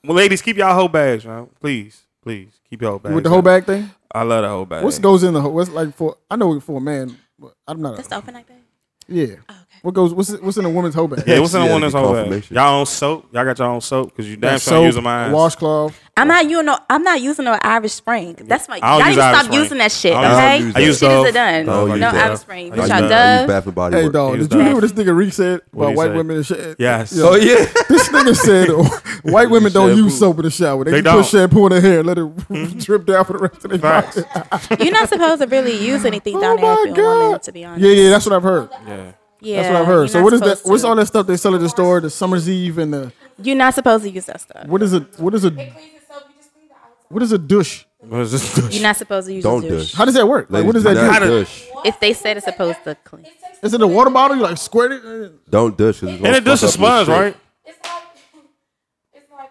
S1: Well, ladies, keep y'all whole bags, man. Please, please keep your whole bags.
S2: with the whole
S1: man.
S2: bag thing.
S1: I love the whole bag.
S2: What goes in the whole? What's like for? I know for a man, but I'm not.
S4: Just
S2: A,
S4: open like that.
S2: yeah. What goes? What's what's in a woman's whole bag?
S1: Yeah, what's in the
S3: Yeah,
S1: one that's
S3: the
S1: whole bag?
S3: confirmation.
S1: Y'all own soap. Y'all got your own soap because you damn
S2: That
S1: sure
S2: soap,
S1: using my
S2: a
S1: ass.
S2: washcloth.
S4: I'm not using no. I'm not using no Irish Spring. That's my. Y'all
S1: I don't
S4: need
S1: use
S4: to
S1: Irish
S4: stop
S1: Spring.
S4: using that shit.
S1: I don't
S4: Okay.
S3: use-
S1: I use
S4: shit
S1: Dove.
S4: is a done.
S3: No, I
S4: No,
S3: use Dove.
S4: Irish Spring.
S1: I
S4: You
S1: use
S4: y'all
S1: Dove.
S3: I use
S4: Dove.
S3: Bath and Body
S2: Hey,
S3: Works.
S2: dog,
S1: He's
S2: did you hear
S1: done.
S2: what this nigga Reek said
S1: What'd
S2: about
S1: he
S2: white
S1: say?
S2: women and shit?
S1: Yes.
S2: Yo,
S3: Oh yeah.
S2: This nigga said oh, white women don't use
S3: Shampoo.
S2: soap in the shower. They,
S1: They
S2: just put
S1: don't. Hmm?
S2: shampoo in their hair and let it drip down for the rest of their
S1: Facts.
S2: life.
S4: You're not supposed to really use anything down there
S2: Oh
S4: if
S2: my
S4: you're a woman.
S2: god!
S4: To be honest.
S2: Yeah, yeah, that's what I've heard.
S1: Yeah.
S4: Yeah,
S2: That's what I've
S4: you're
S2: heard. So
S4: not
S2: what is that?
S4: supposed
S2: What's
S4: to.
S2: all that stuff they sell at the store? The summer's eve and the
S4: You're not supposed to use that stuff.
S2: what is it? What is a what is a douche?
S1: What is this?
S4: You're not supposed to use
S3: Don't
S4: a
S3: dish.
S4: douche.
S2: How does that work? Like, what does
S3: Ladies,
S2: that
S3: do not
S2: do?
S1: do?
S3: Dush.
S4: If they said it's supposed to clean.
S2: Is it a water bottle? You like squirt it? Uh,
S3: Don't dush. And
S1: And it does the sponge, right?
S6: It's like, it's like,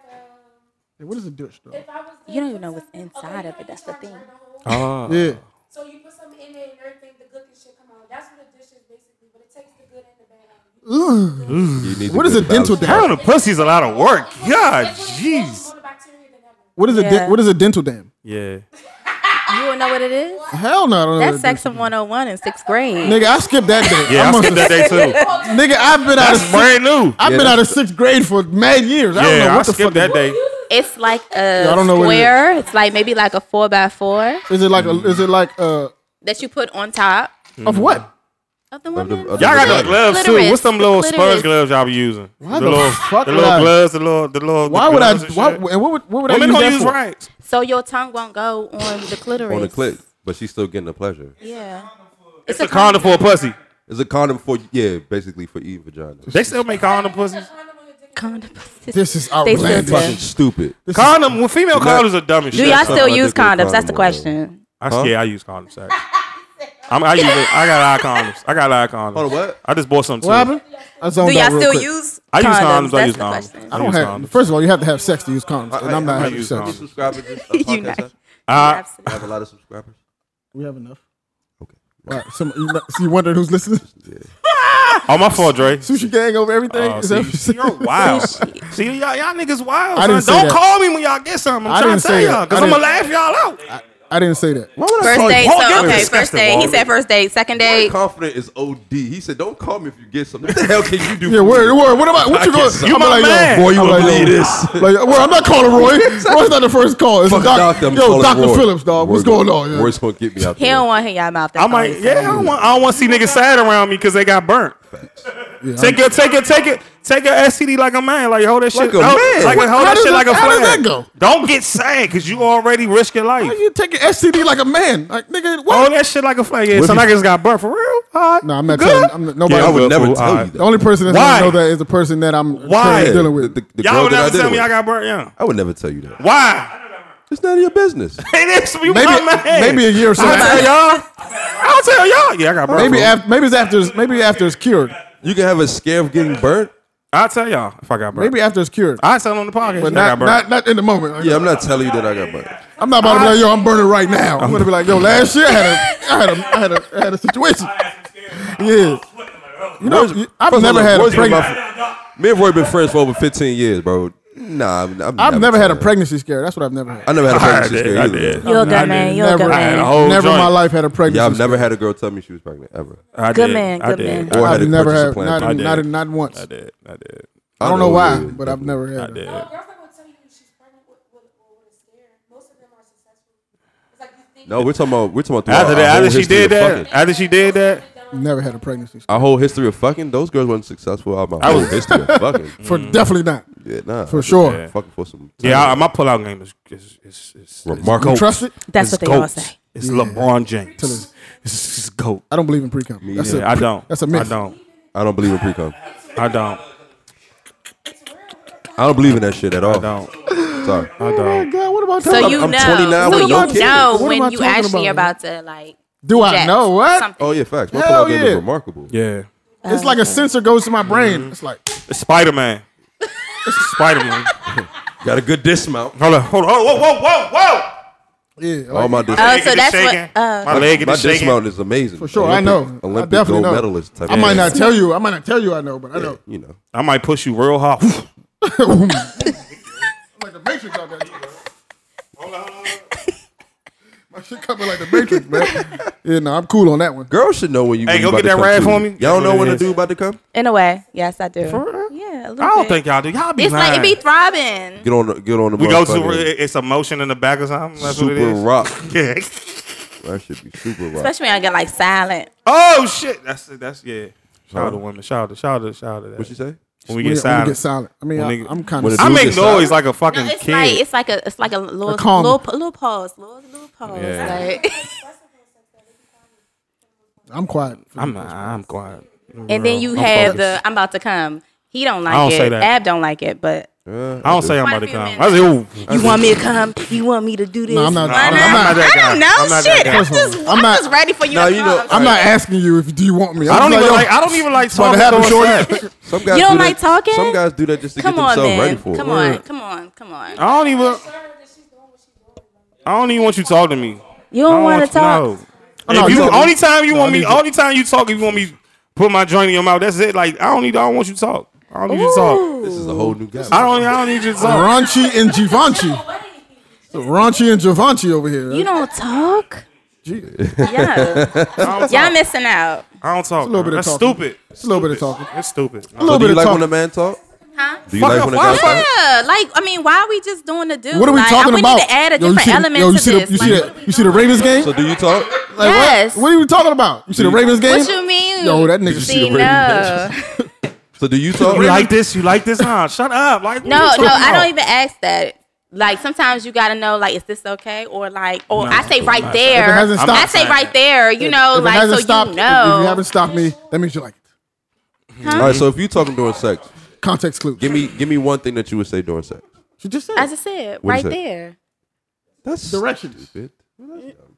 S6: um,
S2: What is a douche though?
S6: if I was to
S4: You don't even
S6: put
S4: know what's
S6: something-
S4: inside
S6: you
S4: of
S6: know
S4: it,
S6: you
S4: that's the
S6: try to
S4: thing.
S6: drain a hole?
S1: Oh.
S2: Yeah.
S6: So you put something in there and everything, the good and shit come out. That's what a dish is basically, but it takes the good and the bad out. You-
S2: What is a dental dam?
S1: Down the pussy's a lot of work. God,
S6: It's when it forms
S1: jeez.
S6: More bacteria than ever.
S2: What is a
S4: Yeah.
S2: de- what is a dental dam?
S1: Yeah.
S4: You don't know what it is?
S2: Hell no, I don't know. what a
S4: That's
S2: dental-
S4: Sex and 101 in sixth grade.
S2: Nigga, I skipped that day.
S1: Yeah, I
S2: I'm a-
S1: skipped that day too.
S2: Nigga, I've been out of
S1: That's
S2: sixth,
S1: brand new.
S2: I've
S3: Yeah,
S2: been
S3: that's-
S2: out of sixth grade for mad years. I don't know what
S1: Yeah, I
S2: the fuck.
S1: skipped that day.
S4: It's like a
S2: I don't know what it is.
S4: square. It's like maybe like a four by four
S2: Is it like a, is it like uh
S4: that you put on top
S1: Hmm.
S2: of what?
S4: of the
S3: Of the-
S4: woman.
S3: of the
S1: Y'all got
S3: Clitoris.
S1: the gloves too.
S4: Clitoris.
S1: What's them little
S4: Clitoris.
S1: sponge gloves y'all be using?
S2: Why the
S1: the little,
S2: fuck
S1: the
S2: would
S1: little
S2: I-
S1: gloves, the little, the little.
S2: Why
S1: the
S2: would I?
S1: gloves and
S2: Why,
S1: shit.
S2: and what would what would
S1: Women
S2: I
S1: don't
S2: use
S1: use
S2: that for?
S1: rights.
S4: So your tongue won't go on the clitoris.
S3: on the clip, but she's still getting the pleasure.
S4: Yeah.
S1: It's a condom for a pussy.
S3: It's a condom for yeah, basically for eating vagina.
S1: They still make condom pussies.
S4: Condom.
S2: This is
S4: They still
S2: outlandish.
S3: Fucking
S4: do.
S3: stupid.
S1: Condom, well, female
S3: not-
S1: condoms are dumb as
S4: Do
S1: shit.
S4: y'all
S3: Something
S4: still
S3: like
S4: use
S3: they put
S4: condoms? That's the
S3: condom on it.
S4: question.
S1: I,
S3: Huh?
S1: Yeah, I use condoms. Actually. I'm, I use. it. I got a lot of condoms. I got a lot of condoms.
S3: Hold on, what?
S1: I just bought some too.
S2: What happened? I zoned
S4: Do y'all
S2: out real
S4: still
S2: quick.
S4: use
S1: I use condoms.
S4: That's
S1: I use
S4: the
S1: condoms.
S4: question.
S2: I don't
S1: use
S2: have.
S1: condoms.
S2: First of all, you have to have sex to use condoms,
S3: I-
S2: and I'm
S3: I-
S2: not
S3: I
S2: having
S1: use
S2: sex.
S3: How many
S1: condoms.
S3: subscribers? is- uh,
S4: You
S3: podcast,
S4: not-
S3: huh?
S1: Uh,
S3: I have a lot of subscribers.
S2: We have enough.
S3: Okay.
S2: All right, some, you, so you wondering who's listening?
S1: on my fault, Dre.
S2: Sushi gang over everything.
S1: Oh,
S2: Is that
S1: see,
S2: what you said?
S1: you're wild.
S4: Sushi.
S1: see, y'all, y'all niggas wild.
S2: I
S1: son.
S2: didn't say
S1: Don't
S2: that.
S1: call me when y'all get something. I'm
S2: I
S1: trying
S2: didn't
S1: to
S2: say
S1: tell
S2: that.
S1: y'all because
S2: I
S1: I'm gonna
S2: didn't-
S1: laugh y'all out.
S2: I didn't say that.
S3: Why would I
S4: First
S3: call
S4: date.
S3: you?
S1: you're
S4: So okay, first
S1: disgusting,
S4: date. He
S1: Walter.
S4: said first date. Second
S3: Why
S4: date.
S3: Confident is OD. He said, "Don't call me if you get something." What the hell can you do?
S2: Yeah,
S3: for
S2: word,
S3: me?
S2: word. What about what you going?
S3: I guess so. You
S1: my man.
S3: Boy, you
S2: I'm
S3: would
S2: like,
S3: believe
S2: yo,
S3: this.
S2: Like, well, I'm not calling Roy. Roy's not the first call. It's a
S3: Fuck
S2: doc,
S3: doctor, I'm
S2: yo,
S3: calling
S2: Doctor
S3: Roy.
S2: Phillips, dog. What's
S3: Roy
S2: going
S3: gonna-
S2: on? yeah?
S3: Roy's gonna get me out.
S4: He
S3: there.
S4: don't want to hear y'all mouth.
S1: I might, yeah, I don't want, I don't want to see niggas sad around me because they got burnt.
S2: Yeah,
S1: Take your, take your, take your, take your STD like a man. Like hold that shit,
S3: Like a
S1: hold,
S3: man.
S1: like
S3: What-
S1: hold
S2: how
S1: that
S2: does
S1: shit
S2: that-
S1: like a
S2: how does
S1: flag.
S2: that go?
S1: Don't get sad because you already risked your life.
S2: How you taking STD like a man? Like, nigga,
S1: Hold
S2: what?
S1: that shit like a flag. Oh, Yeah, some
S2: you-
S1: niggas got burnt for real. All right.
S2: No, I'm not
S1: Good.
S2: telling. I'm not, nobody.
S1: Yeah,
S3: I would
S1: Well,
S3: never
S1: fool,
S3: tell
S1: alright.
S3: you that.
S2: the only person that's
S1: Why?
S2: gonna know that is the person that I'm
S1: Why?
S2: currently
S3: Yeah,
S2: dealing with.
S3: the- the- the
S1: Y'all
S3: girl
S1: would
S3: that I
S1: never
S3: did
S1: tell me
S3: with.
S1: I got burnt young.
S3: I would never tell you that.
S1: Why?
S3: It's none of your business.
S1: It is you
S2: maybe,
S1: my man.
S2: maybe a year or so.
S1: I'll tell
S2: After,
S1: y'all. I'll tell y'all. Yeah, I got burnt.
S2: maybe
S1: fool.
S2: after, maybe it's after, it's- maybe after it's cured.
S3: You can have a scare of getting burnt.
S1: I'll tell y'all if I got burnt.
S2: Maybe after it's cured.
S1: I'll tell them on the podcast.
S2: But
S1: if I
S2: not,
S1: got burnt.
S2: not, not in the moment. Like,
S3: Yeah, I'm not telling you that I got burnt.
S2: I'm not about to be like, yo, I'm burning right now. I'm gonna be like, yo, last year I had a, I had a, I had a, I had a situation. Yeah. You know,
S3: Roy's-
S2: I've
S3: first of
S2: never
S3: all,
S2: had a
S3: Roy's been my
S2: pregnancy.
S3: fr- Me and Roy been friends for over 15 years, bro. Nah, I'm, I'm
S2: I've never had a
S3: telling
S2: pregnancy scare. That's what I've never had.
S3: you. I never had a pregnancy
S1: I did,
S3: scare
S1: I
S3: either.
S1: did.
S3: though.
S4: You're a
S2: I
S4: good man. You're a good
S2: never had
S1: a
S4: man.
S1: whole- Oh,
S2: Never in my
S1: joint.
S2: life had a pregnancy.
S3: Yeah, I've
S2: scare.
S3: never had a girl tell me she was pregnant ever.
S1: I
S4: Good
S1: did.
S4: man,
S1: I
S4: good
S1: did.
S4: man.
S3: Or had
S2: I've
S3: a
S2: never
S3: purchase
S2: had
S3: plan.
S2: not,
S1: I
S2: in-
S1: did.
S2: not in- not once.
S1: I did. I did.
S2: I don't know why,
S3: Oh, yeah,
S2: but I've never
S1: I
S2: had. it.
S1: did.
S6: No, girls not gonna tell you she's pregnant with, with, with, with a scare. Most of them are successful. It's like you think
S3: No, we're talking about we're talking about
S1: After
S3: throughout
S1: that,
S3: our whole
S1: after she
S3: history
S1: did
S3: of
S1: that,
S3: fucking.
S1: after she did that,
S2: Never had a pregnancy.
S3: Our whole history of fucking, those girls weren't successful. Out my
S1: I
S3: whole
S1: was-
S3: history of fucking.
S2: For definitely not.
S3: Yeah, nah.
S2: For sure.
S1: Yeah.
S3: Fucking for some.
S1: Yeah, I, my pullout game is is is, is
S3: Remarkable.
S1: It's,
S2: Trust it.
S4: That's what
S1: it's
S4: they all
S1: goat.
S4: say.
S1: It's LeBron James.
S2: Tell
S1: It's,
S2: us.
S1: it's, it's goat.
S2: I don't believe in pre-cum. That's
S1: Yeah,
S2: a,
S1: I don't.
S2: That's a myth.
S1: I don't.
S3: I don't believe in pre cum.
S1: I don't.
S3: I don't believe in that shit at
S1: I
S3: all.
S1: don't.
S3: Sorry.
S1: I don't.
S2: God, what about
S4: So
S2: talking
S4: you
S3: I'm
S4: know,
S3: 29
S4: so
S3: with no
S4: you
S3: kids.
S4: know
S2: What am I
S4: when you
S2: talking
S4: actually
S2: about?
S4: about to like.
S2: Do I
S4: jack
S2: know what?
S4: something.
S3: Oh yeah, facts. My
S2: Hell
S3: pullout game
S2: yeah.
S3: is remarkable.
S1: Yeah.
S2: It's like a sensor goes to my
S1: Mm-hmm.
S2: brain. It's like
S1: It's Spider Man. It's Spider Man.
S3: Got a good dismount.
S1: Hold on. Hold on. Whoa, whoa, whoa, whoa.
S2: yeah, like,
S3: All my dis-
S4: Oh,
S1: Leg
S4: so
S1: is
S4: that's what-
S1: shaking.
S4: oh.
S1: my leg
S3: my
S1: is shaking.
S3: dismount is amazing.
S2: for sure. I know.
S3: Olympic
S2: I definitely
S3: gold
S2: know.
S3: medalist type.
S2: I
S3: of
S2: might
S3: shit.
S2: not tell you. I might not tell you. I know, but I know.
S3: You know.
S1: I might push you real hard. hold
S2: I'm like the Matrix out there.
S1: on, hold on.
S2: My shit coming like the Matrix, man. yeah, no, I'm cool on that one.
S3: Girls should know when you.
S1: Hey,
S3: when you
S1: go
S3: about
S1: get
S3: to
S1: that
S3: come
S1: rag
S3: too.
S1: for me.
S3: Y'all
S1: That's
S3: know
S1: what
S3: when
S1: it
S3: the
S1: is.
S3: dude about to come.
S4: In a way, yes, I do.
S1: real?
S4: Yeah, a little
S1: I don't
S4: bit.
S1: think y'all do. Y'all be
S4: it's like it
S1: lying.
S4: be throbbing.
S3: Get on the get on the.
S1: we go
S3: motherfucking
S1: to it's a motion in the back or something. That's what
S3: super
S1: it
S3: rock.
S1: is. Yeah.
S3: That should be super rock.
S4: Especially when I get like silent.
S1: Oh shit. That's that's yeah. Shout out to women. Shout out to shout out to shout out to
S3: What you
S1: that.
S3: say?
S1: When we
S2: When it-
S1: get
S2: when it
S1: silent.
S2: gets silent. I mean,
S1: When
S2: I,
S1: it-
S2: I'm kind
S3: when
S2: of.
S3: it-
S1: I
S3: Dude
S1: make
S3: gets
S1: noise
S3: silent.
S1: like a fucking
S4: No, it's
S1: kid.
S4: like it's like a it's like a little
S2: calm.
S4: little, pa- little pause, little little pause.
S1: Yeah.
S4: Like,
S2: I'm quiet.
S1: I'm not, I'm quiet.
S4: and then you
S1: I'm
S4: have
S1: focused.
S4: the I'm about to come. He don't like
S1: don't
S4: it.
S1: say that.
S4: Ab don't like it, but
S3: Yeah,
S1: I don't say I'm
S4: Quite a
S1: about to
S4: few
S1: come.
S4: men.
S1: I say, ooh.
S4: you want me to come? You want me to do this?
S2: No, I'm not-
S4: Why
S2: I'm not- I'm not
S1: that
S4: I don't
S1: guy.
S4: know
S1: I'm not that
S4: shit.
S1: guy.
S4: I'm just I'm,
S2: I'm not-
S4: just ready for you
S3: No,
S4: to
S3: you
S4: come.
S3: know-
S4: I'm
S2: I'm
S4: sorry.
S2: not asking you if do you want me. I'm
S1: I don't
S2: just
S1: even
S2: like,
S1: like. I don't even like
S2: yo,
S1: talking.
S2: about
S1: so
S2: to
S1: I
S2: happen shorty.
S3: Some guys
S4: You don't
S3: do
S4: like
S3: that,
S4: talking?
S3: Some guys do that just to
S4: Come
S3: get
S4: on,
S3: themselves
S4: man.
S3: ready for it.
S4: Come on, come on, come on.
S1: don't even. I don't even want you talking to me.
S4: You don't
S1: I don't
S4: want
S1: want
S4: to talk.
S1: No.
S2: Oh, no,
S1: If you,
S2: you-
S1: only time you want
S2: I
S1: me,
S2: need you-
S1: only time you talk, if you want me put my joint in your mouth. That's it. Like I don't need. I don't want you to talk. I don't need you to talk.
S3: This is a whole new guy.
S1: I don't. I don't need you to talk.
S2: Raunchy and Givenchy. So Raunchy and Givenchy over here.
S4: You don't talk.
S2: Gee,
S4: Yeah,
S1: I don't
S4: y'all
S1: talk.
S4: missing out.
S1: I don't talk.
S2: little bit of
S1: That's
S2: talking.
S1: stupid. It's
S2: a little bit of talking.
S1: It's stupid.
S2: a little
S3: So do
S2: bit
S3: you
S2: of
S3: like
S2: talk.
S3: when a man talk?
S4: Huh?
S3: Do you
S1: Fuck
S3: like
S1: up,
S3: when a
S1: fuck
S3: guy
S1: up.
S3: talk?
S4: Yeah, like I mean, why are we just doing the dude?
S2: What are we
S4: like,
S2: talking
S4: I, we
S2: about?
S4: need to add a
S2: Yo, you
S4: different
S2: see the-
S4: element
S2: yo, you
S4: to
S2: see the-
S4: this.
S2: You see
S4: Like,
S2: that? You see the Ravens game?
S3: So do you talk?
S2: Like, what?
S4: Yes.
S2: What? are you talking about? You see the Ravens game?
S4: what you mean?
S2: Yo, that nigga-
S4: See,
S3: Raven
S4: no,
S3: So do you talk?
S1: You like this? You like this? Nah, shut up. Like what
S4: no,
S1: you talking
S4: no. I
S1: about?
S4: don't even ask that. Like sometimes you gotta know, like, is this okay? Or like, or
S1: No,
S4: I say right
S2: If it
S4: there.
S2: hasn't
S4: I
S2: stopped,
S4: say right there. You know,
S2: if it
S4: like
S2: hasn't
S4: so
S2: stopped,
S4: you
S2: if-
S4: know.
S2: If you haven't stopped me, that means you like it.
S3: All right. So if you talking during sex,
S2: Context clues.
S3: give me give me one thing that you would say during sex.
S2: She just said
S4: As I said,
S3: What
S4: right
S3: is that?
S4: there.
S3: That's
S2: Directions.
S3: stupid.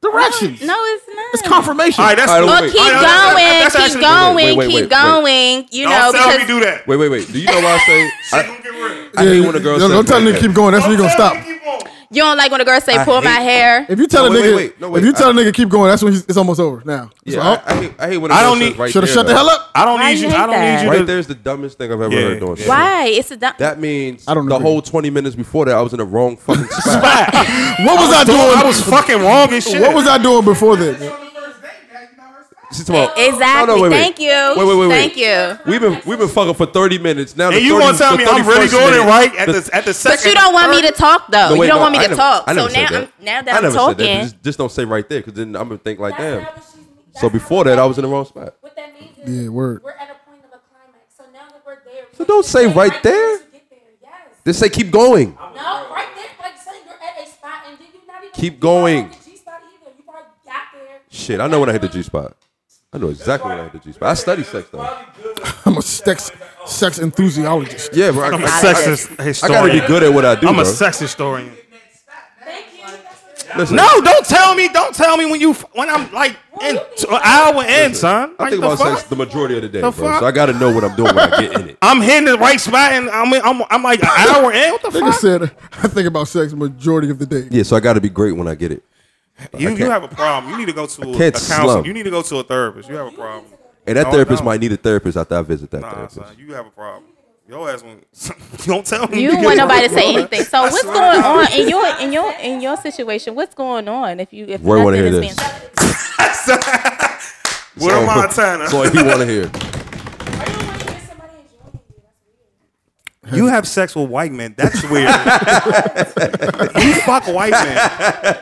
S2: directions.
S4: No, it's not.
S2: It's confirmation.
S1: All right, that's
S3: All right,
S4: Well,
S1: stupid.
S3: Wait,
S4: keep
S1: all right, that's- that's
S4: going,
S1: actually-
S4: keep going,
S3: wait, wait, wait,
S4: keep
S3: wait, wait.
S4: going. You know,
S1: Don't tell me
S4: because
S1: do that.
S3: Wait, wait, wait. Do you know why I say? I,
S1: Don't get real.
S3: I hate when a girl
S2: Yo,
S3: says
S2: don't tell them
S3: like
S2: to
S3: that.
S2: keep going. That's when you're gonna
S1: Don't tell
S2: stop.
S1: me to keep on.
S4: you don't like when a girl say,
S3: I
S4: "Pull my
S3: hate-
S4: hair."
S2: If you tell
S3: No,
S2: a
S3: wait,
S2: nigga,
S3: wait, wait. No, wait.
S2: if you tell a
S3: I-
S2: nigga keep going, that's when he's, it's almost over. Now,
S3: Yeah, I, I hate. I hate when a
S1: I
S3: girl
S1: don't
S3: says
S1: need-
S3: right
S2: should have
S3: there,
S2: shut the
S3: though.
S2: hell up.
S1: I don't
S4: Why
S1: need
S4: you
S1: you.
S4: hate
S1: I don't
S4: that?
S1: need you.
S3: Right
S1: to-
S3: there is the dumbest thing I've ever
S1: Yeah,
S3: heard doing
S1: yeah.
S3: sex.
S4: Why? It's a dumb.
S3: That means
S2: I don't
S3: the
S2: agree.
S3: whole 20 minutes before that, I was in the wrong fucking spot.
S2: What was I doing?
S1: I was fucking wrong as shit.
S2: What was I doing before that?
S3: She's talking about-
S4: Exactly.
S3: No, no, wait, wait.
S4: Thank you.
S3: Wait, wait, wait, wait.
S4: Thank you.
S3: We've been we've been fucking for 30 minutes now. the
S1: And you
S3: 30
S1: gonna tell
S3: the
S1: me I'm really
S3: 31st
S1: doing it
S3: minute-
S1: right at the at the second?
S4: But you don't want me to talk though.
S3: No, wait,
S4: you don't
S3: no,
S4: want me
S3: I
S4: to
S3: never-
S4: talk.
S3: I never
S4: so
S3: said
S4: now
S3: that.
S4: I'm now
S3: I
S4: that I'm
S3: never said that.
S4: talking.
S3: Just, just don't say right there, because then I'm gonna think like, damn.
S6: That's not what she's- that's
S3: So
S6: not
S3: before
S6: what
S3: that, I was in the wrong spot.
S6: What that means is
S2: Yeah, word.
S6: we're at a point of a climax. So now that we're there.
S3: So don't say right there.
S6: to get there. Yes.
S3: Just say keep going.
S6: No, right there. Like say you're at a spot and then you're not even.
S3: Keep
S6: you probably
S3: going.
S6: don't hit the G-spot either. You probably got there.
S3: Shit, I know when I hit the G spot. I know exactly when I hit the G spot. I study sex though.
S2: I'm a sex sex enthusiast.
S3: Yeah, bro. I,
S1: I'm a
S3: I-
S1: sexist
S3: I gotta be
S1: historian.
S3: good at what I do.
S1: I'm a
S3: bro.
S1: sex historian.
S6: Thank you. That's what
S3: Listen,
S1: No, don't tell me. Don't tell me when you when I'm like in t- an hour in, son.
S3: I
S1: Like,
S3: think
S1: the
S3: about
S1: fuck?
S3: sex the majority of the day,
S1: The
S3: bro.
S1: fuck?
S3: So I gotta know what I'm doing when I get in it.
S1: I'm hitting the right spot and I'm in, I'm, I'm like an hour in. What the
S2: Nigga
S1: fuck?
S2: said, I think about sex majority of the day.
S3: Yeah, so I gotta be great when I get it.
S1: You you
S3: can't-
S1: have a problem. You need to go to a, a
S3: can't
S1: counselor.
S3: slump.
S1: You need to go to a therapist. You have a problem.
S3: And that
S1: No, I
S3: therapist
S1: don't.
S3: might need a therapist after I visit that
S1: Nah,
S3: therapist.
S1: son, you have a problem. Your ass won't. don't tell me.
S4: you
S1: get
S4: don't want
S1: it.
S4: nobody to say anything. So what's
S1: swear
S4: going on in your in your in your situation? What's going on? If you if
S3: Roy wanna
S4: nothing
S3: hear
S4: is
S3: this.
S4: being-
S1: What a Montana.
S3: That's all you wanna hear.
S6: I don't want to hear somebody enjoying you. That's weird.
S1: You have sex with white men. That's weird. you fuck white men.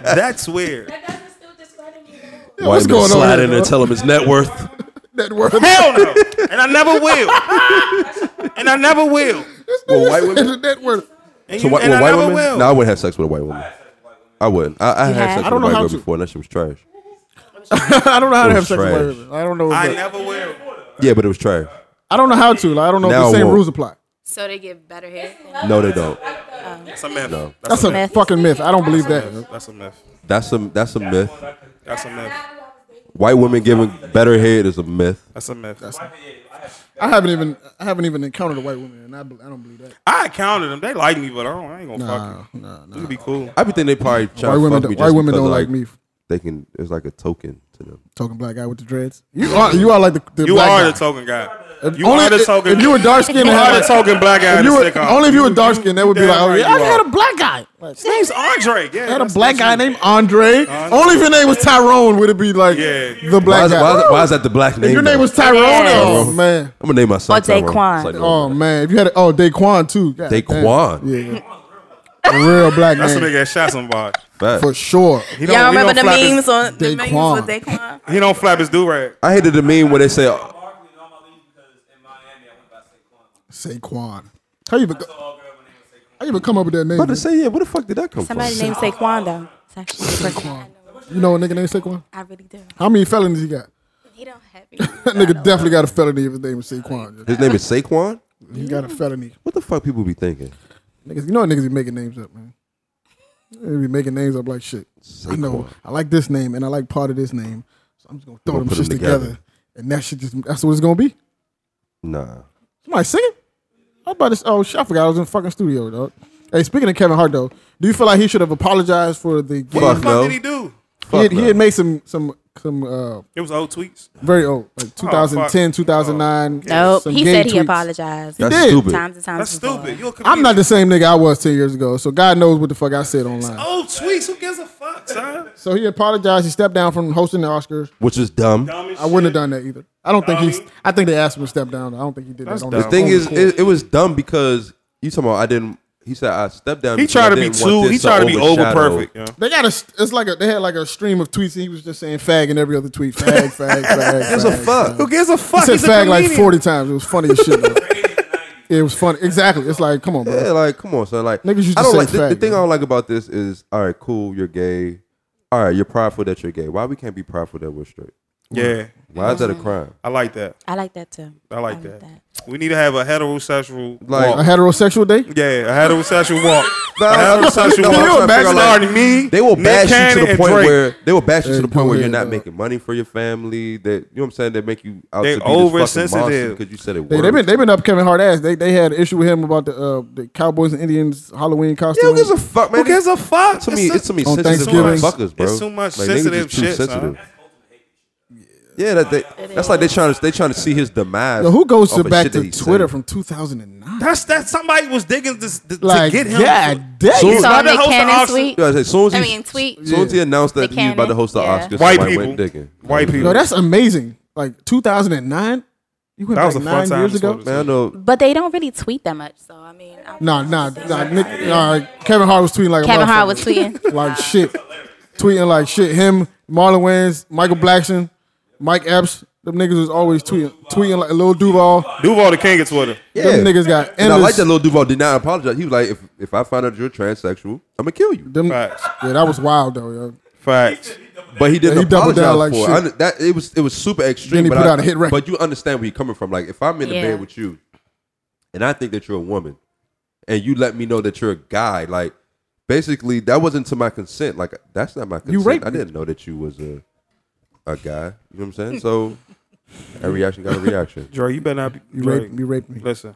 S1: That's weird.
S6: That doesn't still discredit me. at all.
S2: what's
S3: White man
S2: going on
S3: slide
S2: here,
S3: in there,
S2: bro?
S3: tell him his net worth.
S2: that word.
S1: Hell no. And I never will. And I never will.
S3: Well, white women.
S2: that word.
S1: And,
S3: So
S1: you,
S3: white,
S1: and
S3: well,
S1: I
S3: white
S1: never
S3: women.
S1: will.
S3: No, I wouldn't have sex with a white woman. I wouldn't. I, I
S4: You
S3: had
S4: have?
S3: sex
S2: I
S3: with
S2: don't
S3: a
S2: know
S3: white
S2: how
S3: woman
S2: to-
S3: before, and that shit was trash.
S2: I don't know how to
S3: It
S2: have
S3: was
S2: sex with
S3: trash.
S2: white women. I don't know.
S1: I
S2: I,
S1: never will.
S3: Yeah, but it was trash.
S2: I don't know how to. Like, I don't know if
S3: Now I
S2: the same
S3: won't.
S2: rules apply.
S4: So they give better hair.
S3: No, they don't.
S1: That's a myth.
S3: No.
S1: That's,
S2: That's
S1: a,
S2: a
S4: myth.
S2: fucking myth. I don't believe that.
S1: myth. That's a myth.
S3: That's a that's a myth.
S1: That's a myth.
S6: Not who I was dating.
S3: White women giving better head is a myth.
S1: That's a myth.
S2: I haven't even I haven't even encountered a white woman, and I, be- I don't believe that.
S1: I counted them. They like me, but I, don't, I ain't gonna fuck
S2: Nah, nah,
S1: you. You
S2: nah.
S1: be cool.
S3: I be thinking they probably try
S2: White
S3: to
S2: women,
S3: fuck
S2: don't-
S3: me just
S2: white women
S3: because
S2: don't
S3: of,
S2: like me.
S3: They can. It's like a token to them.
S2: Talking black guy with the dreads. You are you are like the, the
S1: You
S2: black
S1: are
S2: guy.
S1: the token guy.
S2: If
S1: You
S2: only
S1: are the
S2: if-
S1: token.
S2: If you were dark skinned,
S1: You are the token black guy.
S2: If you
S1: to
S2: were,
S1: stick on.
S2: only if you were
S1: You-
S2: dark skinned, that would be
S1: damn
S2: like, oh,
S1: right
S2: yeah, I
S1: you
S2: had
S1: are.
S2: a black guy. Like,
S1: His name's Andre. Yeah,
S2: I had a
S1: that's-
S2: black guy
S1: that's-
S2: named Andre. Only if your name was Tyrone would it be like
S1: Yeah.
S2: the
S3: Why
S2: black
S3: is,
S2: guy.
S3: why, is, why is that the black name?
S2: if your name
S3: though?
S2: was Tyrone,
S4: Yes.
S2: oh man,
S3: I'm gonna name my son.
S4: Or Daquan.
S3: Tyrone. It's Like,
S2: oh
S3: no,
S2: man. If you had a, oh Daquan too, God
S3: Daquan.
S2: damn. yeah, yeah. a real black
S1: That's a
S2: name
S1: nigga that shot somebody.
S3: fact.
S2: for sure.
S1: He don't-
S4: Y'all
S1: he
S4: remember
S1: don't
S4: the
S1: flap his-
S4: memes on the memes
S2: Daquan.
S4: with Daquan?
S1: He don't flap his do rag.
S3: I hated the meme where they say, oh,
S5: Barkley and all my leagues because in Miami I went by Saquon.
S2: Saquon. How you even
S5: So all girl when they were Saquon.
S2: how you even come up with that name?
S3: "About to say, yeah, where the fuck did that come
S4: Somebody
S3: from?"
S4: named Saquon though. It's actually the person I know.
S2: You know a nigga named Saquon?
S4: I really do.
S2: How many felonies he got?
S4: He don't have
S2: That nigga definitely got a felony if his name is Saquon.
S3: His name is Saquon.
S2: He got a felony.
S3: What the fuck people be thinking?
S2: Niggas, you know niggas be making names up, man. They be making names up like shit. I know.
S3: Saquon.
S2: I like this name and I like part of this name, so I'm just gonna throw
S3: Gonna
S2: them
S3: put
S2: shit
S3: them
S2: together.
S3: together.
S2: and that shit just that's what it's gonna be.
S3: Nah.
S2: Somebody singing? I was about to. s- Oh shit! I forgot I was in the fucking studio, dog. Hey, speaking of Kevin Hart though, do you feel like he should have apologized for the? gay-
S1: What
S3: Fuck
S1: the fuck
S3: no.
S1: did he do?
S2: He
S3: Fuck
S2: had,
S3: no.
S2: he had made some some some uh
S1: It was old tweets.
S2: very old, like 2010, 2009.
S4: Nope.
S2: some
S4: He
S2: gay
S4: said he
S2: tweets.
S4: apologized.
S3: That's
S2: did.
S3: stupid.
S4: Times and times.
S1: That's
S4: before.
S1: stupid. You a
S2: I'm
S1: comedian.
S2: not the same nigga I was ten years ago, so God knows what the fuck I said online.
S1: old tweets. Who gives a fuck, son?
S2: So he apologized. He stepped down from hosting the Oscars.
S3: Which is dumb.
S2: I wouldn't have done that either. I don't think he's. I think they asked him to step down. I don't think he did
S1: That's
S2: that. On
S1: dumb.
S3: The thing
S2: on
S3: is,
S2: court.
S3: it, it was dumb because you talking about I didn't. He said I stepped down.
S1: He
S3: because I
S1: tried to be
S3: didn't want
S1: too.
S3: this
S1: He tried to be over
S3: overshadow-
S1: perfect. you know?
S2: they got a. It's like a. They had like a stream of tweets, and he was just saying "fag" in every other tweet. Fag, fag, fag.
S3: Gives a
S2: fag,
S3: fuck.
S1: Who gives a
S2: He
S1: fuck?
S2: said
S1: He's a
S2: "fag" like
S1: comedian.
S2: forty times. It was funny as shit. though. it was funny. Exactly. It's like, come on, bro.
S3: Yeah, like come on, son. Like
S2: Niggas used to
S3: I don't
S2: say
S3: like the, the
S2: faggot.
S3: thing I don't like about this is all right, cool, you're gay. All right, you're prideful that you're gay. Why we can't be prideful that we're straight?
S1: Yeah,
S3: Why is that a
S4: Mm-hmm.
S3: crime?
S1: I like that.
S4: I like that too.
S1: I like that. We need to have a heterosexual
S3: Like-
S2: A
S1: walk.
S2: heterosexual day.
S1: Yeah, a heterosexual walk.
S3: Nah,
S1: a
S3: I'm trying to
S1: heterosexual
S3: figure out-
S1: walk.
S3: I'm trying to figure out, like,
S1: starting me.
S3: They will
S1: Nick
S3: bash you
S1: Cannon
S3: to the
S1: and
S3: point
S1: Drake.
S3: where they will bash you
S2: Hey,
S3: to the point
S2: go
S3: where you're
S2: ahead,
S3: not
S2: dog.
S3: making money for your family. That you know what I'm saying? They make you out
S1: They
S3: to be this fucking monster
S1: oversensitive.
S3: because you said it.
S2: They,
S3: worked.
S2: have been they've been up Kevin Hart ass. They they had an issue with him about the uh, the Cowboys and Indians Halloween
S3: Yeah,
S2: costume.
S3: who gives a fuck, man?
S1: Who gives a fuck?
S3: to me, it's to me
S2: On
S3: sensitive
S2: Thanksgiving.
S3: motherfuckers, bro.
S1: It's too much
S3: Like, niggas is
S1: sensitive
S3: too
S1: shit, son.
S3: Yeah, that they, that's like they trying to they trying to see his demise.
S2: Yo, who goes
S3: off
S2: to
S3: of
S2: back
S3: shit that
S2: to
S3: he said.
S2: Twitter from 2009?
S1: That's that somebody was digging this to,
S2: Like,
S1: to get him.
S2: God damn.
S4: You
S2: Soon-
S4: saw
S1: Why the
S4: Nick
S1: host of
S4: Cannon's
S1: Austin-
S4: tweet.
S3: Yeah, as soon as
S4: I
S3: he,
S4: mean, tweet.
S3: As soon as he announced that
S4: They
S3: he was about to
S4: can't,
S3: host the
S4: yeah.
S3: Oscars,
S1: White
S3: somebody
S1: people.
S3: went digging.
S1: White people.
S2: No, that's amazing. Like 2009. You went
S1: That was
S2: back
S1: a fun
S2: nine
S1: time
S2: years
S1: to
S2: ago.
S1: sort of-
S3: Man, I know.
S4: But they don't really tweet that much, so I mean, I-
S2: Nah, nah, nah. Nick, nah Kevin Hart was tweeting like a
S4: Kevin
S2: motherfucker.
S4: Hart was tweeting.
S2: like shit, tweeting like shit. Him, Marlon Wayans, Michael Blackson, Mike Epps. Them niggas was always tweeting, tweeting like a little Duval.
S1: Duval the king of Twitter.
S3: Yeah,
S2: Them niggas got endless.
S3: And I like that little Duval did not apologize. He was like, if if I find out you're transsexual, I'm gonna kill you.
S2: them,
S1: Facts.
S2: yeah, that was wild though. Yo.
S1: Facts.
S3: But he didn't
S2: Yeah, he doubled
S3: apologize
S2: down like
S3: for
S2: shit.
S3: it. I, that it was it was super extreme.
S2: Then he
S3: but
S2: put
S3: I,
S2: out a hit record.
S3: But you understand where you're coming from. Like if I'm in the
S4: Yeah.
S3: bed with you, and I think that you're a woman, and you let me know that you're a guy, like basically that wasn't to my consent. Like that's not my consent.
S2: raped
S3: I
S2: me.
S3: didn't know that you was a a guy. You know what I'm saying? So a reaction got a reaction.
S1: Dre, you better not be.
S2: You
S1: Dre,
S2: raped, you raped me.
S1: Listen,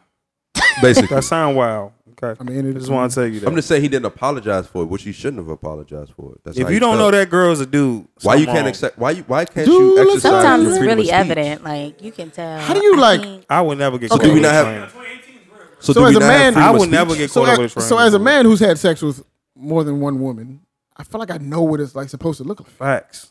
S3: Basically,
S1: that sound wild. Okay, I
S2: I mean,
S1: mean,
S2: it-
S1: just want to tell you that.
S3: I'm just saying he didn't apologize for it, which he shouldn't have apologized for it. That's
S1: if
S3: how
S1: you
S3: he
S1: don't know
S3: felt.
S1: that girl's a dude,
S3: Why you
S1: something
S3: can't
S1: wrong.
S3: accept? Why you? Why can't
S2: Dude,
S3: you
S2: look,
S3: exercise?
S4: Sometimes
S3: your
S4: it's
S3: freedom of
S4: really
S3: speech?
S4: evident. Like you can tell.
S2: How do you,
S4: I
S2: like-
S4: think-
S1: I would never get.
S3: So
S1: caught
S3: do we
S1: with
S3: not
S1: a
S3: have?
S1: train.
S3: So,
S2: So
S3: do
S2: as
S3: we
S2: a
S3: not
S2: man,
S3: have freedom
S1: I
S3: of
S1: would never
S3: speech?
S1: get
S2: So,
S1: caught up with a
S2: as,
S1: train.
S2: so as a man who's had sex with more than one woman, I feel like I know what it's like supposed to look like.
S1: facts.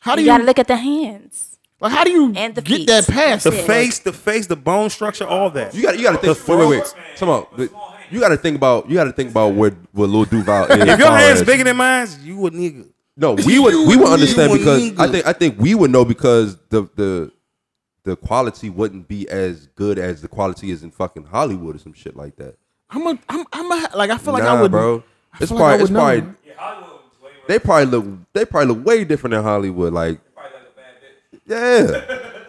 S2: How do
S4: You
S2: you,
S4: gotta look at the hands.
S2: like, how do you
S4: And the
S2: get
S4: feet.
S2: that past
S1: The
S2: it?
S1: face, the face, the bone structure, all that.
S3: You got you got to think. Wait, wait, wait. Come on. But You got to think about. You got to think about where where Lil Duval is.
S1: If your hand's
S3: Alright.
S1: bigger than mine, you a nigga.
S3: no, we would we would understand
S1: You a
S3: because I
S1: nigga.
S3: think I think we would know because the the the quality wouldn't be as good as the quality is in fucking Hollywood or some shit like that.
S2: I'm a, I'm, I'm a, like I feel like
S3: nah,
S2: I would.
S3: bro. It's
S2: feel like I
S3: probably, it's
S2: would know.
S3: probably, they probably look, they probably look way different in Hollywood. Like, yeah,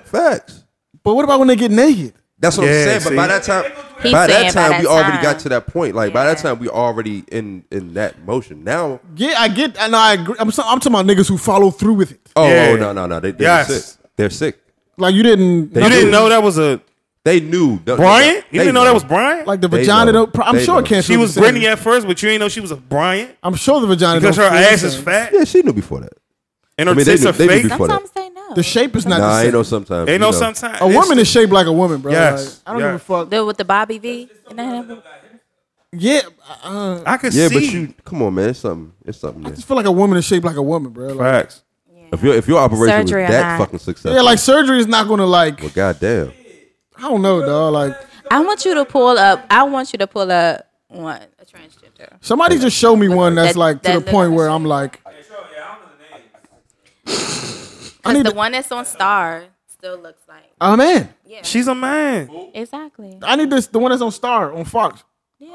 S3: facts.
S2: But what about when they get naked?
S3: That's what
S1: Yeah,
S3: I'm saying.
S1: see?
S3: But by that time,
S4: He's
S3: by that
S4: saying by
S3: time,
S4: that
S3: we already got
S4: time.
S3: to that point. Like by that
S4: Yeah.
S3: time, we already in in that motion. Now,
S2: Yeah, I get. I know. I agree. I'm, so- I'm talking about niggas who follow through with it.
S3: oh,
S1: Yeah.
S3: oh, no, no, no, they, they're
S1: Yes.
S3: sick. They're sick.
S2: Like you didn't.
S1: You
S2: nothing-
S1: didn't know that was a
S3: They knew They-
S1: Brian?
S3: they
S1: You didn't know that was
S3: know.
S1: Brian?
S2: Like the
S3: They
S2: vagina.
S3: know.
S2: Don't, pro- I'm
S3: They
S2: sure it
S3: know.
S2: can't.
S1: she
S2: feel
S1: was
S2: the same.
S1: Brittany at first, but you didn't know she was a Brian
S2: I'm sure the vagina.
S1: because her
S2: don't feel the
S1: ass is
S2: same.
S1: fat
S3: Yeah, she knew before that.
S1: and her
S3: I mean, they
S1: tits
S3: knew-
S1: are
S3: they knew
S1: fake.
S3: before that.
S4: Sometimes they know.
S2: The shape is not
S3: Nah, I
S2: the
S3: know
S2: same.
S3: sometimes.
S1: They
S3: you
S1: know sometimes
S2: A woman is shaped like a woman, bro.
S1: Yes,
S2: Like, I don't
S1: yes.
S2: give a fuck.
S4: The, with the Bobby V. And that-
S2: Yeah, uh,
S1: I could
S3: Yeah,
S1: see.
S3: but you come on, man. It's something. It's something.
S2: I
S3: There.
S2: just feel like a woman is shaped like a woman, bro. Like,
S1: facts.
S3: If your if your operation
S4: Surgery or
S3: was that
S4: not.
S3: fucking successful,
S2: yeah, like surgery is not gonna like.
S3: well, goddamn.
S2: I don't know, dog. Like
S4: I want you to pull up. I want you to pull up one a transgender.
S2: somebody just show me one that's
S4: That-
S2: like to
S4: that
S2: the
S4: look-
S2: point where I'm like, I
S4: Because
S2: need
S4: the
S2: to-
S4: one that's on Star still looks like.
S2: oh man,
S4: Yeah.
S1: She's a man.
S4: exactly.
S2: I need this. The one that's on Star on Fox.
S4: Yeah.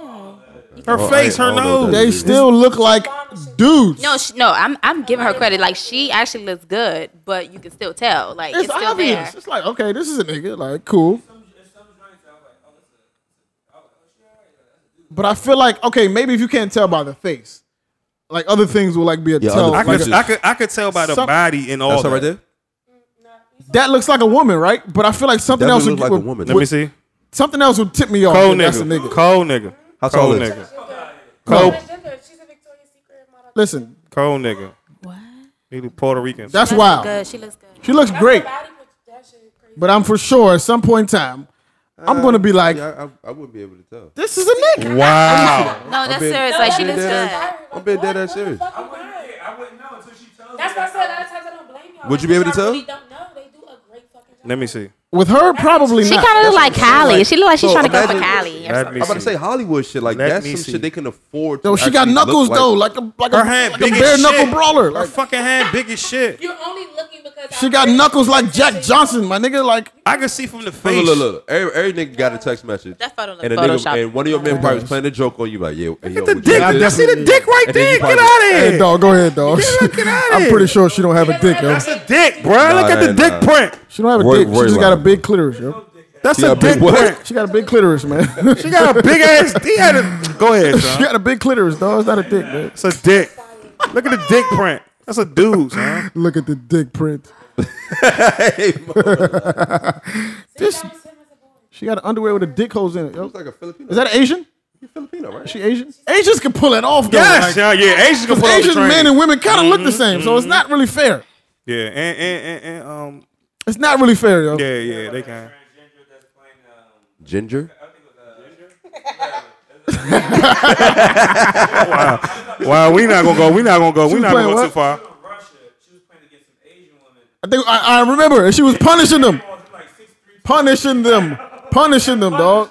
S1: Her
S3: Oh, I
S1: face,
S3: ain't-
S1: her
S3: I don't know
S1: nose.
S3: what that
S2: They
S3: is.
S2: still look like dudes.
S4: No, she, no, I'm I'm giving her credit. Like she actually looks good, but you can still tell. Like it's,
S2: it's
S4: still
S2: obvious.
S4: there.
S2: It's like okay, this is a nigga. Like cool.
S3: oh,
S2: But I feel like okay, maybe if you can't tell by the face, like other things will like be a
S3: Yeah,
S2: tell.
S3: other
S1: I
S2: Like,
S1: could,
S3: Like a-
S1: I could, I could tell by the
S2: Some-
S1: body and all
S3: That's
S1: that.
S3: her right there.
S2: that looks like a woman, right? But I feel like something
S3: That
S2: else
S3: look
S2: would,
S3: like a
S2: would-
S3: woman.
S1: Let me see.
S2: something else would tip me off.
S1: Cold
S2: that Oh, That's a
S1: nigga.
S2: nigga.
S1: Cold nigga.
S3: How tall
S1: Cold
S3: is?
S1: nigga.
S2: No,
S1: Cold,
S6: Transgender. She's a Victoria's Secret model.
S2: listen,
S1: cold nigga.
S4: What?
S1: He the Puerto Rican.
S2: that's
S4: She
S2: wild.
S4: looks good. She looks good.
S2: She looks great,
S6: Body picture, that shit is crazy.
S2: but I'm for sure at some point in time, I'm gonna be like,
S3: Yeah, I, I, I wouldn't be able to tell.
S2: this is a nigga.
S1: Wow.
S4: No, that's
S3: been-
S4: serious. Like she
S3: I've been
S4: looks
S3: dead
S4: good.
S3: ass- I'm being dead ass serious.
S6: That's why I said a lot of times I don't blame y'all.
S3: Would you be able to
S6: Y'all
S3: tell?
S6: Really don't know. They do a great fucking job.
S1: Let me see.
S2: With her, probably
S4: She
S2: not.
S4: kind of look like Kylie. She look like she's
S3: So
S4: trying to go for
S3: imagine-
S4: Kylie. or
S1: Let
S4: something.
S1: me
S3: I'm about
S1: see.
S3: to say Hollywood shit. Like
S1: Let
S3: that's
S1: me
S3: some
S1: see.
S3: shit they can afford.
S2: Though
S3: No,
S2: she got knuckles though, like a like
S1: Her
S2: a,
S1: hand
S2: like a
S1: big as
S2: bare
S1: shit.
S2: knuckle brawler.
S1: Her
S2: Like,
S1: fucking hand big as shit.
S6: You're only looking because
S2: she
S6: I
S2: got
S6: heard
S2: knuckles
S6: you.
S2: like Jack Johnson, my nigga. Like
S1: I can see from the face.
S3: Look, look, look. Every, every nigga got a text message.
S4: That photo look
S3: and, a nigga,
S4: photoshopped.
S3: and one of your men probably was playing a joke on you, like, yeah,
S1: Look at the dick.
S2: I
S1: I see the
S2: definitely-
S1: dick right
S3: And then
S1: there.
S3: you
S1: Get
S3: probably-
S1: out of
S2: hey,
S1: here.
S2: dog, go ahead, dog.
S1: look at
S2: I'm
S1: it.
S2: pretty sure she don't have a dick, yo.
S1: That's a dick, bro. look at the
S3: nah,
S1: dick
S3: nah.
S1: print.
S2: She don't have a
S3: Roy-
S2: dick.
S3: Roy
S2: she just got a
S3: Ryan.
S2: big clitoris, yo.
S1: That's
S3: She
S1: a
S3: got big
S1: dick
S3: what?
S1: print.
S2: She got a big clitoris, man.
S1: She got a big ass. He had a. Go ahead,
S2: she
S1: son.
S2: got a big clitoris, dog. It's not a dick, man.
S1: It's a dick. Look at the dick print. That's a dude, son.
S2: Look at the dick print.
S3: hey, man. It
S2: This
S6: That was him as a boy.
S2: she got an underwear with a dick holes in it. Yo.
S3: was like a Filipino.
S2: Is that Asian?
S3: a Filipino, right?
S2: She Asian? Asians can pull it off, though.
S1: Yes, yeah, yeah. Asians can
S2: Like,
S1: pull off the
S2: Asian men
S1: train.
S2: and women kind of look
S1: Mm-hmm,
S2: the same, so it's not really fair.
S1: Yeah, and, and, and, and um,
S2: It's not really fair, yo.
S1: yeah, yeah, they can.
S3: Ginger.
S1: Wow, we not gonna go. We not gonna go. We
S2: was
S1: not gonna
S2: playing
S1: go
S2: what?
S1: too far.
S2: I think I, I remember and she was punishing them, punishing them, punishing them, dog.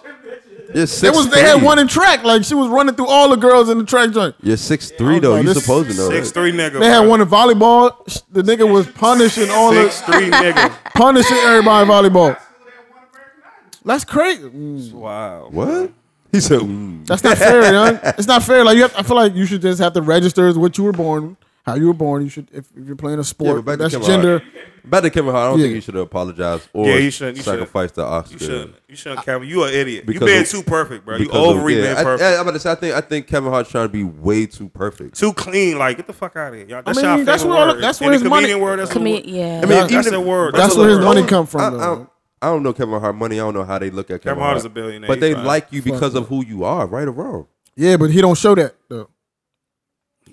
S3: You're
S2: It
S3: six.
S2: was they had one in track, like she was running through all the girls in the track joint.
S3: You're six three though.
S2: like,
S3: You
S2: this-
S3: supposed to know.
S1: Six
S3: that.
S1: three nigga.
S2: They had
S1: bro.
S2: one in volleyball. Sh- The nigga was punishing all
S1: Six
S2: the
S1: three nigga.
S2: punishing everybody in volleyball. That's crazy. Mm,
S1: Wow.
S3: What? He said. Mm.
S2: That's not fair, young. It's not fair. Like you have, I feel like you should just have to register as what you were born, how you were born. You should, if, if you're playing a
S3: but
S2: sport,
S3: back to
S2: that's
S3: Kevin
S2: gender.
S3: Back to Kevin Hart. I don't
S2: Yeah.
S3: think you should have apologized or
S1: Yeah, you shouldn't, you shouldn't.
S3: sacrificed the Oscar.
S1: You shouldn't. You shouldn't, Kevin. You an idiot. You
S3: Because
S1: being
S3: of-
S1: too perfect, bro. You
S3: Because of-
S1: overly
S3: yeah,
S1: being perfect.
S3: I, I, am about to say. I think I think Kevin Hart's trying to be way too perfect.
S1: too clean. Like, get the fuck out of here. Y'all, that's
S2: mean,
S1: y'all
S2: that's
S1: favorite
S2: where all-
S1: word.
S2: that's
S1: In
S2: where
S1: the
S2: his money-
S1: comedian Word, that's
S4: Come
S1: the
S4: here,
S1: word.
S4: yeah.
S1: mean, That's the word.
S2: That's
S1: That's
S2: where
S1: the
S2: his
S1: word.
S2: money come from.
S3: I,
S2: though.
S3: I, don't- I don't know Kevin Hart money. I don't know how they look at Kevin,
S1: Kevin Hart is a billionaire.
S3: But
S1: He
S3: they
S1: fine.
S3: like you because of who you are, right or wrong.
S2: yeah, but he don't show that though.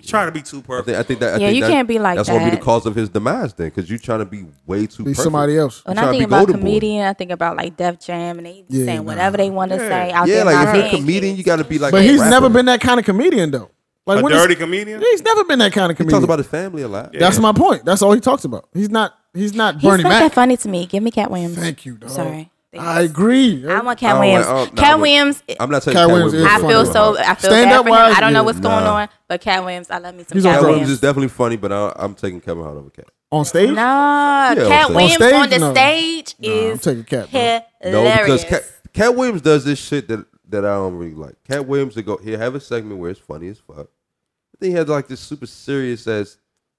S1: Try to be too
S3: I think,
S1: perfect.
S3: I think that. I
S4: Yeah,
S3: think
S4: you
S3: that-
S4: can't be like
S3: that's gonna be the
S4: that.
S3: cause of his demise then, because you're trying to be way too.
S2: Be
S3: perfect.
S2: somebody else.
S4: When
S3: Tryna
S4: I
S3: be
S4: think about
S3: Golden Boy.
S4: comedian, I think about like Def Jam and they be
S2: Yeah,
S4: saying
S2: nah.
S4: whatever they want to say out
S3: Yeah,
S4: there.
S3: like
S4: not
S3: if you're a
S4: being
S3: comedian,
S4: cute.
S3: you got to be like.
S2: But
S3: a
S2: he's
S3: rapper.
S2: never been that kind of comedian though. Like
S1: A
S2: when is-
S1: dirty comedian.
S2: he's never been that kind of
S3: He
S2: comedian.
S3: talks about his family a lot.
S2: That's my point. That's all he talks about. He's not. He's not
S4: He's
S2: Bernie
S4: not
S2: Mac.
S4: that funny to me. Give me Cat Williams.
S2: Thank you, dog.
S4: Sorry.
S2: I agree. yo.
S4: I want
S3: I
S4: Cat
S3: don't
S4: Williams.
S3: like- oh, nah,
S4: Cat
S3: I'm-
S4: Williams.
S3: I'm not saying
S2: Cat
S3: Cat
S2: Williams
S3: Williams.
S2: is
S4: I
S3: is
S2: funny.
S4: feel
S3: funny.
S4: so. I feel
S2: Stand
S4: bad
S2: up
S4: for him.
S2: wise,
S4: I don't know
S2: yeah,
S4: what's going
S3: nah.
S4: on, but Cat Williams, I love me some
S2: He's
S4: Cat
S3: Cat
S2: okay.
S3: Williams
S4: Williams.
S3: is definitely funny, but I, I'm taking Kevin Hart over Cat.
S2: on stage.
S4: No,
S3: stage.
S4: Cat
S3: On
S4: Williams
S2: stage?
S4: on the
S2: No.
S4: stage
S2: Nah, I'm
S4: is
S2: taking Cat. bro.
S4: hilarious.
S3: No, because Cat, Cat Williams does this shit that that I don't really like. Cat Williams will go he have a segment where it's funny as fuck. But then he had like this super serious ass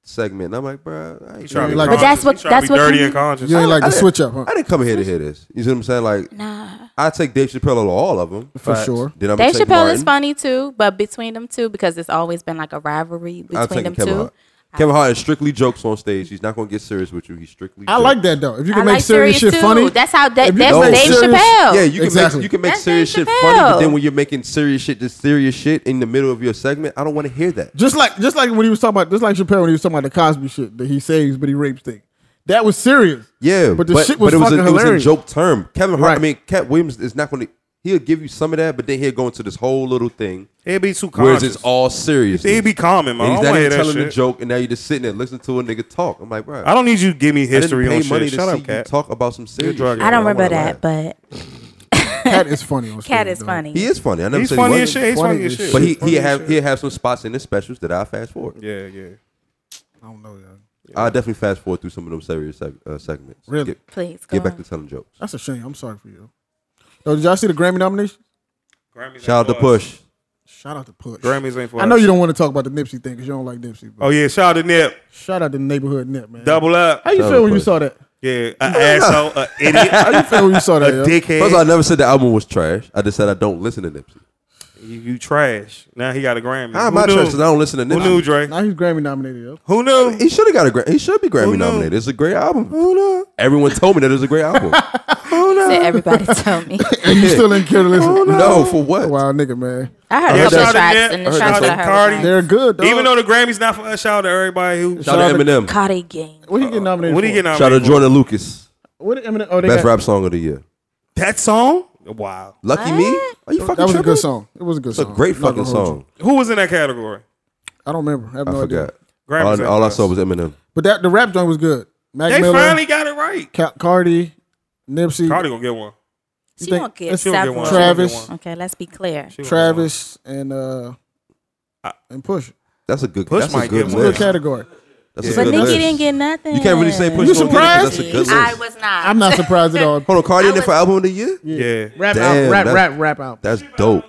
S3: segment. And I'm like, bro, I
S2: trying
S3: ain't
S2: to
S3: really
S2: be
S3: like
S2: But
S4: that's what- that's what
S1: dirty
S4: he-
S1: and conscious.
S2: You ain't like
S3: I
S2: the
S3: didn't-
S2: switch up, huh?
S3: I didn't come here to hear this. You see what I'm saying? Like,
S4: nah.
S3: I take Dave Chappelle to all of them
S2: For sure.
S3: Then I'm
S4: Dave
S3: take
S4: Chappelle is
S3: Martin.
S4: funny too, but between them two, because it's always been like a rivalry
S3: I'll
S4: between
S3: take
S4: them
S3: Kevin
S4: two.
S3: Hart. Kevin Hart is strictly jokes on stage. He's not gonna get serious with you. He's strictly.
S2: I
S3: jokes.
S2: like that though. If you
S4: I
S2: can make
S4: like
S2: serious shit
S4: too.
S2: funny,
S4: That's how
S2: If
S4: that,
S2: you
S4: that's
S2: can make
S4: Dave
S2: serious-
S4: Chappelle.
S3: Yeah, you can
S2: Exactly.
S3: make you can make
S4: That's
S3: serious
S4: Dave
S3: shit funny, but
S4: Chappelle.
S3: then when you're making serious shit, just serious shit in the middle of your segment, I don't want to hear that.
S2: just like just like when he was talking about just like Chappelle when he was talking about the Cosby shit that he saves but he rapes thing. That was serious.
S3: Yeah,
S2: but the shit was
S3: it was,
S2: fucking
S3: a, it was
S2: hilarious.
S3: a joke term. Kevin Hart,
S2: Right.
S3: I mean, Cat Williams is not going to. He'll give you some of that, but then he'll go into this whole little thing,
S1: He'd be too
S3: whereas
S1: conscious.
S3: it's all serious.
S1: He'd be calming, man.
S3: and
S1: I
S3: he's
S1: don't
S3: not
S1: want to hear
S3: even
S1: that
S3: telling the
S1: shit.
S3: joke, and now you're just sitting there listening to a nigga talk. I'm like, bro,
S1: I don't need you to give me
S3: I didn't
S1: history
S3: pay
S1: on
S3: money
S1: shit.
S3: to
S1: Shut
S3: see
S1: up, Cat.
S3: you talk about some serious.
S1: drug
S3: shit.
S1: addict.
S4: I don't remember
S3: wanna
S4: that,
S3: laugh.
S4: but
S2: Cat is funny. On
S4: Cat
S2: stage,
S4: is
S2: though.
S4: funny.
S3: he is funny. I never
S1: He's
S3: said
S1: funny
S3: he
S1: as
S3: wasn't.
S1: shit. He's
S2: Funny
S1: funny as
S2: as
S1: shit.
S2: shit.
S3: But he
S1: Funny
S3: he
S1: as
S3: have
S1: shit.
S3: he have some spots in his specials that I fast forward.
S1: Yeah, yeah.
S2: I don't know. Y'all.
S3: I definitely fast forward through some of those serious seg- uh, segments.
S2: Really?
S3: Get,
S4: please go.
S3: get back
S4: on.
S3: to telling jokes.
S2: That's a shame. I'm sorry for you. Yo, did y'all see the Grammy nomination?
S5: Grammys
S3: Shout out to
S5: ain't for us.
S3: Push.
S2: Shout out to Push.
S1: Grammys ain't for
S2: I know
S1: us.
S2: you don't want to talk about the Nipsey thing because you don't like Nipsey. But
S1: Oh yeah, shout out to Nip.
S2: Shout out to neighborhood Nip, man.
S1: Double up.
S2: How you
S3: Double
S2: feel when you
S3: Push.
S2: saw that?
S1: Yeah, an asshole, an idiot,
S2: How you feel when you saw
S1: a
S2: that? yo?
S3: First of all, I
S1: dickhead.
S3: never said the album was trash. I just said I don't listen to Nipsey.
S1: You, you trash. Now he got a Grammy.
S3: How am
S1: Who
S3: I
S1: knew?
S3: trash? 'Cause I don't listen to
S1: Who knew,
S3: Nipsey.
S1: Dre?
S2: Now he's Grammy nominated. Yo.
S1: Who knew?
S3: He should have got a Gra- he should be Grammy
S1: knew?
S3: nominated. It's a great album. Everyone told me that it's a great album.
S4: Said everybody tell me.
S2: And you still didn't care to listen.
S3: no, for what?
S2: Wow, nigga, man.
S4: I heard
S1: Yeah,
S4: a couple of
S1: shout out to
S4: tracks
S1: Nip.
S4: and the
S1: Shout
S4: tracks
S1: out
S4: that I
S1: to
S4: heard. was
S1: Cardi.
S4: nice.
S2: They're good. Dog.
S1: Even though the Grammys not for us, shout out to everybody who.
S3: Shout out to Eminem.
S4: Cardi gang.
S2: what he get nominated?
S1: uh, What do you
S2: for?
S1: get out?
S3: Shout out to Jordan Lucas.
S2: What did Eminem? Oh, they
S3: Best
S2: got,
S3: rap song of the year.
S1: That song? Wow.
S3: Lucky Me? Are
S2: That
S3: you fucking
S2: was a
S3: tripping?
S2: good song. It was a good
S3: It's a
S2: song.
S3: great
S2: I'm not
S3: fucking
S2: gonna hold you.
S3: song.
S1: Who was in that category?
S2: I don't remember. I have
S3: I
S2: no idea.
S3: forgot.
S1: Grammys
S3: All,
S1: ain't
S3: all
S1: for
S3: I
S1: us.
S3: saw was Eminem.
S2: But that the rap joint was good. Mac
S1: They
S2: Miller,
S1: finally got it right.
S2: Ca- Cardi, Nipsey,
S1: Cardi gonna get one.
S4: She
S2: think-
S4: don't get
S2: let's
S1: She gonna get one.
S4: several.
S1: She gonna get
S2: Travis.
S1: one.
S4: Okay, let's be clear.
S1: She gonna get
S2: Travis, and uh,
S1: I-
S2: and Push.
S3: That's a good.
S1: Push
S3: that's
S1: might
S3: a good
S1: get
S2: It's a good
S3: list.
S2: category.
S3: That's a
S4: But
S3: good
S4: Nicki
S3: list.
S4: didn't get nothing.
S3: You can't really say Push.
S2: You
S3: gonna get it 'cause
S2: surprised?
S3: That's a good list.
S4: I was not.
S2: I'm not surprised at all.
S3: Hold on, Cardi in there for album of the year?
S1: one. Yeah.
S2: Rap
S3: Damn,
S2: out, rap,
S3: that-
S2: rap, rap out.
S3: That's dope.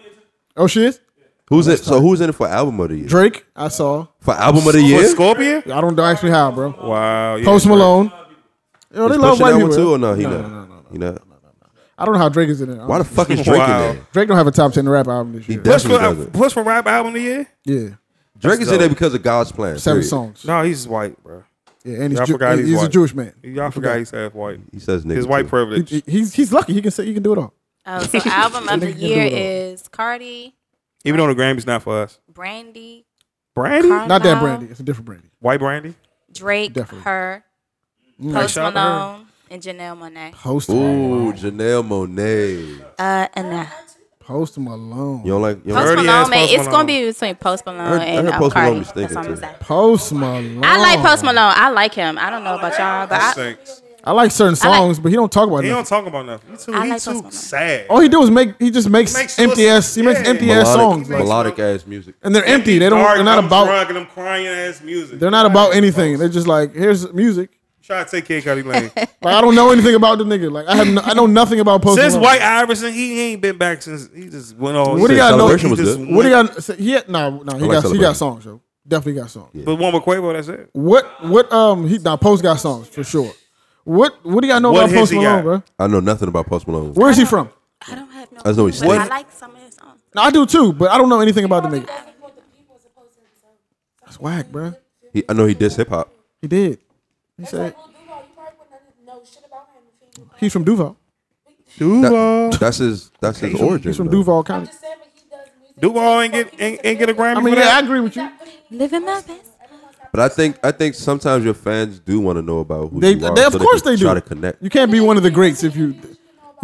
S2: Oh, she is
S3: Who's it? So who's in it for album of the year?
S2: Drake. I saw.
S3: For album of the
S1: For
S3: year?
S1: Scorpion?
S2: I don't know actually how, bro.
S1: Wow. Yeah.
S2: Post Malone. Yo, Oh, they
S3: Is
S2: love
S3: Pusha
S2: white
S3: that
S2: people.
S3: one too or no? He
S2: No,
S3: not.
S2: no, no,
S3: You know.
S2: I don't know how Drake is in it.
S3: Why the fuck is Drake
S1: Wow.
S3: in there?
S2: Drake don't have a top ten rap album this
S3: He
S2: year.
S1: Push
S3: definitely
S1: for,
S3: doesn't.
S1: Push for rap album of the year?
S2: Yeah,
S3: Drake is in there because of God's plan.
S2: seven
S3: period.
S2: songs.
S1: No, he's white, bro.
S2: Yeah, and he's,
S1: Y'all
S2: Ju-
S1: forgot he's
S2: he's a
S1: white.
S2: Jewish man.
S1: Y'all forgot he's half white.
S3: He says nigga.
S1: His white
S3: too.
S2: He-
S1: privilege.
S2: he- he's he's lucky. He can say he can do it all.
S4: Oh, so album of the
S2: Nigga can
S4: year
S2: do it
S4: is Cardi,
S1: Even though the Grammys not for us.
S4: Brandy,
S1: Brandy?
S4: Cardi-
S2: Not that
S4: Now-
S2: Brandy. It's a different Brandy.
S1: White Brandy?
S4: Drake,
S2: Definitely.
S4: her,
S1: Hey,
S4: Post
S1: shout out to her.
S4: Malone, and Janelle Monae.
S2: Post
S3: Ooh,
S2: Malone.
S3: Janelle Monet.
S4: Uh, and uh,
S2: Post Malone.
S3: You don't like? You don't
S4: Post
S1: Dirty ass
S3: like
S4: Malone, man,
S1: Post
S4: it's
S1: Malone.
S4: gonna be between Post Malone
S3: heard- I
S4: and
S3: heard
S4: um,
S3: Post
S4: Cardi.
S3: Malone was
S4: That's
S3: thinking
S4: all I'm
S3: too.
S4: saying.
S2: Post Malone.
S4: I
S1: Oh.
S4: like Post Malone. I like him. I don't know about y'all, but I,
S1: Stinks.
S2: I like certain songs, but he don't talk about
S1: He
S2: it.
S1: don't talk about nothing. He too,
S4: I
S1: he
S4: like Post
S1: too
S4: Malone.
S1: sad.
S2: All he do is make. He just makes,
S1: makes
S2: empty
S1: little-
S2: ass. He makes
S1: yeah.
S2: empty
S3: melodic,
S2: ass songs, like,
S3: melodic ass music.
S2: and they're empty. They don't.
S1: Dark,
S2: They're not
S1: I'm
S2: about.
S1: drunk and I'm crying ass music.
S2: They're not about anything. They're just like here's music.
S1: Try to take Kid Cudi Lane.
S2: Like I don't know anything about the nigga. Like I have. No, I know nothing about Post
S1: since
S2: Malone.
S1: White Iverson, he ain't been back since he just went all.
S2: What do
S1: he
S2: y'all know-
S3: Celebration was
S1: just
S3: good.
S2: What do y'all? so He had, no no. He
S3: like
S2: got he
S3: Celebration.
S2: got songs yo. Definitely got songs.
S1: But one with Quavo, that's it.
S2: What what um he now Post got songs for sure. What what do y'all know
S1: What
S2: about
S1: hits
S2: Post
S1: he
S2: Malone,
S1: got?
S2: bro?
S3: I know nothing about Post Malone.
S2: Where is he from?
S4: I don't have no.
S3: I know he's
S4: clue, but I
S3: sick.
S4: like some of his songs.
S2: No, I do too, but I don't know anything about the nigga.
S6: What the people as opposed to themselves.
S2: That's whack, bro.
S3: He, I know he did hip hop.
S2: He did. He
S6: It's like,
S2: said
S6: well, Duval, you probably wouldn't know shit about him if he knew.
S2: he's from Duval.
S3: That, that's his. That's his origin.
S2: uh, He's from
S3: though.
S2: Duval
S6: I'm
S2: County.
S6: just saying, but he does music.
S1: Duval ain't get ain't, ain't get a Grammy
S2: I mean,
S1: for
S2: yeah, I
S1: that.
S2: agree with you.
S4: Living my best.
S3: But I think I think sometimes your fans do want to know about who
S2: They,
S3: you are.
S2: they of
S3: so
S2: course
S3: can
S2: they do.
S3: Try to connect.
S2: You can't be one of the greats if you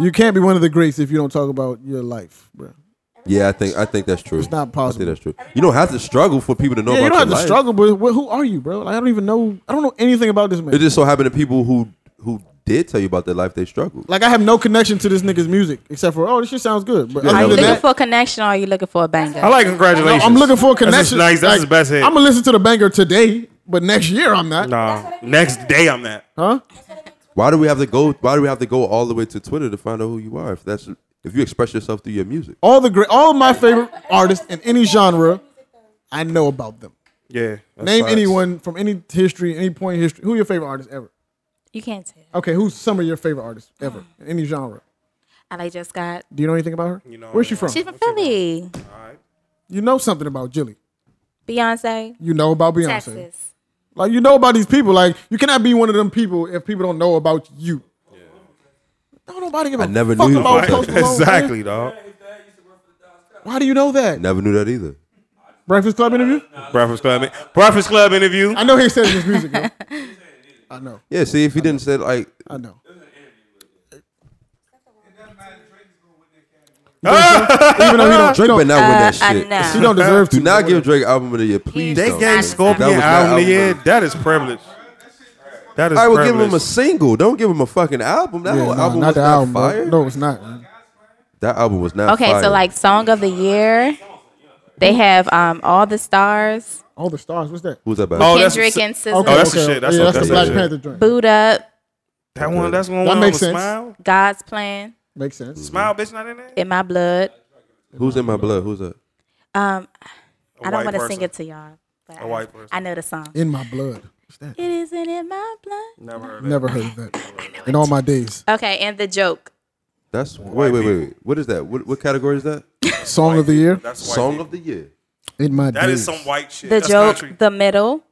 S2: you can't be one of the greats if you don't talk about your life, bro.
S3: Yeah, I think I think that's true. It's
S2: not possible.
S3: I think that's true. You don't have to struggle for people to know
S2: Yeah, you don't have
S3: about your
S2: to
S3: life.
S2: struggle, but wh- who are you, bro? Like, I don't even know. I don't know anything about this
S3: It
S2: man.
S3: just so happened that people who who did tell you about their life they struggled.
S2: Like I have no connection to this nigga's music except for oh, this shit sounds good. But
S4: Are you
S2: other
S4: looking
S2: than that,
S4: for a connection or are you looking for a banger?
S1: Oh. I like congratulations.
S2: I'm looking for a connection.
S1: That's his nice. That's his best hit.
S2: I'm gonna listen to the banger today. but next year I'm not.
S1: Nah. Next day I'm not.
S2: Huh?
S3: Why do we have to go? Why do we have to go all the way to Twitter to find out who you are? If that's if you express yourself through your music,
S2: All the great, all of my favorite artists in any genre, I know about them.
S1: Yeah. that's
S2: Name
S1: facts.
S2: anyone from any history, any point in history. Who your favorite artist ever?
S4: You can't say that.
S2: Okay, who's some of your favorite artists ever in any genre?
S4: I like just got.
S2: Do you know anything about her?
S1: You know-
S2: Where's she from?
S4: She's from Philly.
S2: you know something about Jilly.
S4: Beyonce.
S2: You know about Beyonce.
S4: Texas.
S2: Like you know about these people. Like you cannot be one of them people if people don't know about you. Don't nobody give a
S3: I never
S2: fuck
S3: knew you
S2: about
S3: was like
S2: Post
S3: that.
S2: Malone, man.
S1: Exactly, dog.
S2: Why do you know that?
S3: never knew that either.
S2: Breakfast Club interview?
S1: Breakfast Club. Breakfast Club interview.
S2: I know he said it in his music. yo. I know.
S3: Yeah, see, if he didn't say like,
S2: I know. Even though he don't,
S3: Drake
S2: he don't,
S3: better not win that
S4: I
S3: shit.
S4: know.
S2: he don't deserve to.
S3: Do not give Drake album of the year, please.
S1: They
S3: don't.
S1: gave Scorpion
S3: That was not
S1: album of the
S3: album
S1: year.
S3: of
S1: That is privilege. That is
S3: I would
S1: privilege.
S3: give him a single. Don't give him a fucking album. That
S2: Yeah,
S3: whole
S2: nah,
S3: album
S2: not
S3: was
S2: the
S3: not
S2: album. bro.
S3: fire.
S2: No, it's not. man.
S3: That album was not
S4: Okay,
S3: fire.
S4: so like song of the year, they have um all the stars,
S2: All the stars. What's that?
S3: who's that about?
S1: Oh, that's-
S4: Kendrick and SZA,
S1: Oh, that's the shit. That's
S2: yeah, that's
S1: what- that's
S2: the
S1: the
S2: Black
S1: shit.
S2: Panther joint.
S4: Boot Up,
S1: That one. That's one.
S2: That
S1: with
S2: makes
S1: a
S2: sense.
S1: Smile.
S4: God's Plan,
S2: Makes sense.
S1: Smile, bitch, not in there.
S4: In My Blood.
S3: Who's in my blood? Who's that?
S4: Um,
S1: A
S4: I don't
S1: white
S4: want to sing
S1: person.
S4: it to y'all, but I,
S1: white person.
S4: I know the song.
S2: In my blood. What's that?
S4: It isn't in my blood.
S1: Never heard of
S2: Never heard of that. In all my days.
S4: Okay, and the joke.
S3: That's wait, wait, wait, wait. What is that? What, what category is that?
S2: Song of the year.
S1: it. That's white.
S3: Song
S1: people.
S3: of the year.
S2: In my
S1: that
S2: days.
S1: is some white shit.
S4: The
S1: that's
S4: joke,
S1: Country,
S4: the middle.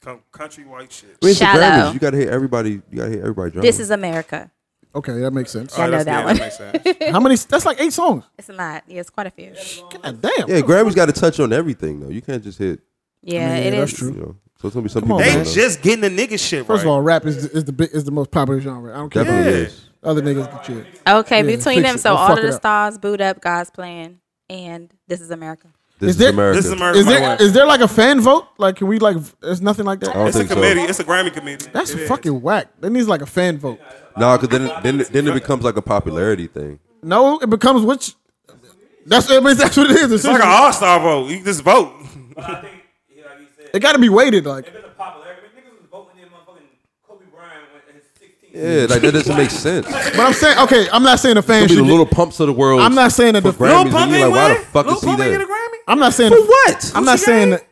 S1: com- country white shit.
S3: We ain't the
S4: Shallow.
S3: Grammys. You gotta hear everybody. You gotta hear everybody. Drumming.
S4: This is America.
S2: Okay, that makes sense.
S4: I know
S1: that's-
S4: that
S1: yeah,
S4: one.
S1: makes sense.
S2: How many? That's like eight songs.
S4: It's a lot. Yeah, it's quite a few.
S2: God damn.
S3: yeah. Grammys got to touch on everything though. You can't just hit.
S4: Yeah,
S2: yeah,
S4: it
S2: that's
S4: is.
S2: true.
S3: You know. So it's gonna be some
S2: on,
S3: people.
S1: they
S3: don't know.
S1: just getting the nigga shit
S2: First
S1: right.
S2: of all, rap is is the big, is the most popular genre. I don't care.
S3: definitely
S1: Yeah.
S3: is.
S2: Other niggas can shit.
S4: Okay,
S2: Yeah,
S4: between
S2: fix
S4: them,
S2: it.
S4: so
S2: Don't
S4: all
S2: fuck
S4: of
S2: it
S4: the
S2: up.
S4: stars, boot up, God's plan, and this is America.
S3: This
S2: Is
S3: is,
S2: there-
S3: America.
S1: this is America.
S2: Is
S1: by
S2: there
S1: the way.
S2: is there like a fan vote? Like can we like? There's nothing like
S3: I don't
S2: that.
S1: It's a
S3: think so.
S1: committee. It's a Grammy committee.
S2: That's
S1: It is.
S2: fucking whack. There needs like a fan vote.
S3: Nah, because then, it- then it- then it becomes like a popularity thing.
S2: No, it becomes which. That's I mean, that's what it is.
S1: It's like an all star vote. You just vote.
S5: But I think, yeah, like you said,
S2: it got to be weighted. Like
S5: it's a popularity. I mean, niggas was voting in motherfucking Kobe Bryant when in his 16.
S3: Yeah, like that doesn't make sense. It'll
S2: But I'm saying, okay, I'm not saying the fans
S3: be the
S2: should.
S3: little pumps of the world.
S2: I'm not saying that
S3: for
S2: the-
S3: Grammys,
S1: Lil
S3: and
S1: Pump
S3: you're
S1: ain't
S3: like, why
S1: win.
S3: the fuck
S1: Lil
S3: is he
S1: Pump ain't get a
S3: there?
S1: Grammy.
S2: I'm not saying
S3: For what?
S2: I'm not saying that-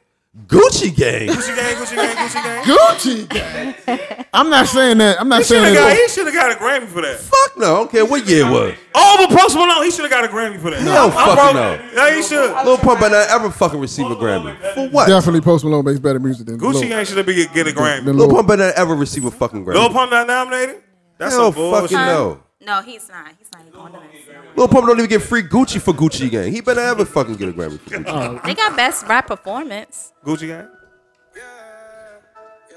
S3: Gucci Gang.
S1: Gucci gang, Gucci gang, Gucci gang.
S2: Gucci. gang. I'm not saying that. I'm not
S1: He should
S2: saying
S1: have got.
S2: that.
S1: He should have got a Grammy for that.
S3: Fuck no. I don't care what year it was.
S1: Oh, but Post Malone, he should have got a Grammy for that.
S3: Hell fucking no.
S1: Yeah, he should.
S3: Lil Pump ain't not ever fucking receive a Grammy. For what?
S2: Definitely, Post Malone makes better music than
S1: Gucci
S2: Lil-
S1: gang should have been get a Grammy.
S2: than
S3: Lil
S2: Lil-
S3: Pump ain't not ever receive a fucking
S1: Lil
S3: Grammy.
S1: Pump not nominated. That's
S3: Hell
S1: some bullshit.
S3: fucking no.
S4: No, he's not. He's not even on the list.
S3: Lil Pump don't even get free Gucci for Gucci Gang. He better ever fucking get a Grammy for Gucci.
S2: Uh-huh.
S4: They got best rap performance.
S1: Gucci gang.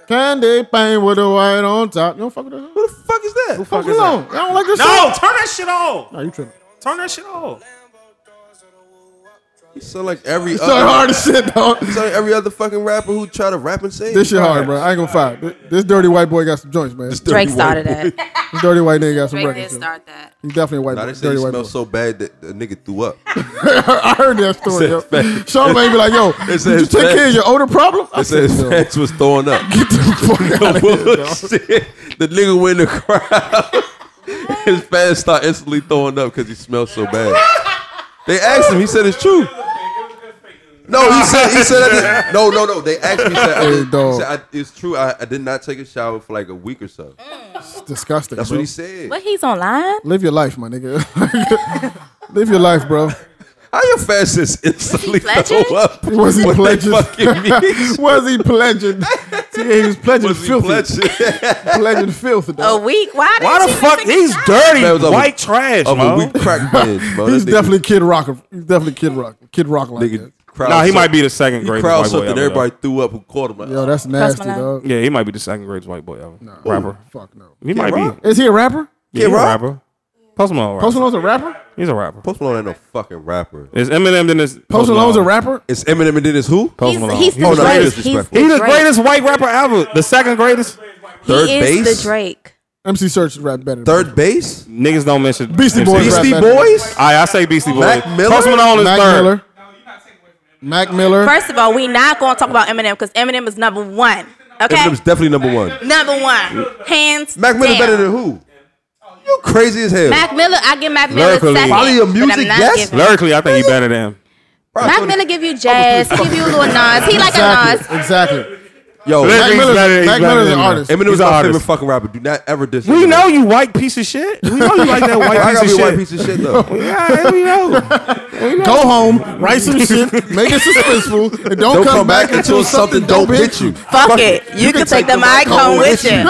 S2: Candy paint with the white on top. You don't fuck with that.
S3: Who the fuck is that?
S2: Fuck Malone. I don't like this.
S1: No,
S2: song.
S1: turn that shit off.
S2: Nah, you tripping.
S1: Turn that shit off.
S3: You sound like every
S2: So
S3: other,
S2: hard as shit, dog.
S3: you sound like every other fucking rapper who try to rap and sing.
S2: This shit hard, bro. I ain't gonna fight. This, this dirty white boy got some joints, man. This
S4: Drake
S3: Dirty
S4: started
S3: white
S4: that.
S2: dirty white nigga got some
S4: Drake did
S2: records. yo.
S4: start that.
S2: He's definitely a white
S3: Nah,
S2: boy.
S3: they say he
S2: Dirty white boy.
S3: smells so bad that the nigga threw up.
S2: I heard that story. yo.
S3: bad.
S2: Sean may be like, yo,
S3: It
S2: did
S3: says
S2: you take
S3: bad.
S2: care of your older problem? I
S3: They said his
S2: yo,
S3: pants was throwing up.
S2: Get the fuck out of here, dog.
S3: Bullshit. The nigga went in the crowd. His fans start instantly throwing up because he smells so bad. They asked him. He said it's true. No, he said he said I did, no, no, no. They asked me. He said, I
S2: Hey,
S3: did, he
S2: dog.
S3: said I, it's true. I, I did not take a shower for like a week or so.
S2: disgusting.
S3: That's
S2: bro.
S3: what he said.
S4: What he's online?
S2: Live your life, my nigga. Live your life, bro.
S3: How your fans just instantly
S4: pledging?
S3: throw up?
S2: Was he
S3: What they
S2: pledging?
S3: fucking mean?
S2: Was he pledging? See, he was pledging
S3: Was he
S2: filthy.
S3: pledging?
S2: Pledging filth, dog.
S4: A week? Oh, Why? did
S1: Why
S4: she
S1: the
S4: make
S1: fuck?
S4: six
S1: He's
S4: songs?
S1: dirty,
S3: Man, it was a-
S1: white trash,
S3: of a
S1: bro.
S3: week crack binge, bro.
S2: He's
S3: That nigga-
S2: definitely Kid Rock. He's definitely Kid Rock. Kid Rock like
S3: nigga.
S2: that.
S3: crowd
S1: Nah, he
S3: surfed.
S1: might be the second
S3: He
S1: greatest
S3: crowd
S1: white boy
S3: something
S1: ever.
S3: everybody threw up who caught him. Like,
S2: Yo, that's nasty,
S4: Malone.
S2: dog.
S1: though. Yeah, he might be the second greatest white boy ever. Rapper.
S2: Fuck no.
S1: He might
S3: Rock?
S1: be.
S2: Is he a rapper?
S1: Yeah, he's a
S3: Rock?
S1: rapper. Post Malone. a
S2: Post
S1: rapper.
S2: Malone's a rapper.
S1: He's a rapper.
S3: Post Malone ain't no fucking rapper.
S1: Is Eminem then this
S2: Post Malone's a rapper.
S3: It's Eminem and then it's who?
S1: Post
S4: He's,
S1: Malone.
S4: he's the
S3: Oh, no, he
S4: Drake.
S3: is
S4: He's
S3: disrespectful.
S1: He's the
S4: Drake.
S1: greatest white rapper ever. The second greatest.
S3: Third
S4: he
S3: base?
S4: is the Drake.
S2: MC Search rap better. than
S3: Third base?
S1: Niggas don't mention
S2: Beastie Boys
S1: MC.
S2: rap
S3: Beastie
S2: better.
S3: Boys?
S1: I, I say Beastie Boys.
S3: Mac Miller?
S1: Post Malone is
S2: Mac
S1: third.
S2: Miller. Mac Miller.
S4: First of all, we not gonna talk about Eminem because Eminem is number one. Okay.
S3: Eminem's definitely number one.
S4: Number one, hands.
S3: Mac Miller
S4: down.
S3: better than who? You crazy as hell.
S4: Mac Miller. I give Mac Miller
S1: Lyrically.
S4: second.
S3: Quality of
S4: but
S3: music,
S4: I'm not
S3: yes?
S4: giving-
S1: Lyrically, I think he better than him.
S3: Bro,
S4: Mac Miller give you jazz. He give you a little Nas. He like a Nas.
S2: Exactly. exactly.
S3: Yo,
S1: Lyrically,
S3: Mac
S1: he's
S2: Miller's-
S1: better than- he's
S2: Mac
S1: better
S2: Miller's an
S1: than him.
S2: artist.
S3: Eminem is
S1: an
S3: my favorite
S1: artist.
S3: fucking rapper. Do not ever diss.
S1: We
S3: Eminem.
S1: know you white piece of shit. We know you like that
S3: Why I
S1: white
S3: gotta
S1: piece
S3: be
S1: of
S3: a white
S1: shit.
S3: piece of shit though.
S1: Yeah, we know.
S2: Go home, write some shit, make it suspenseful, and don't,
S3: Don't
S2: come, back until something dope hit you.
S4: Fuck it. You, can take the mic home with you.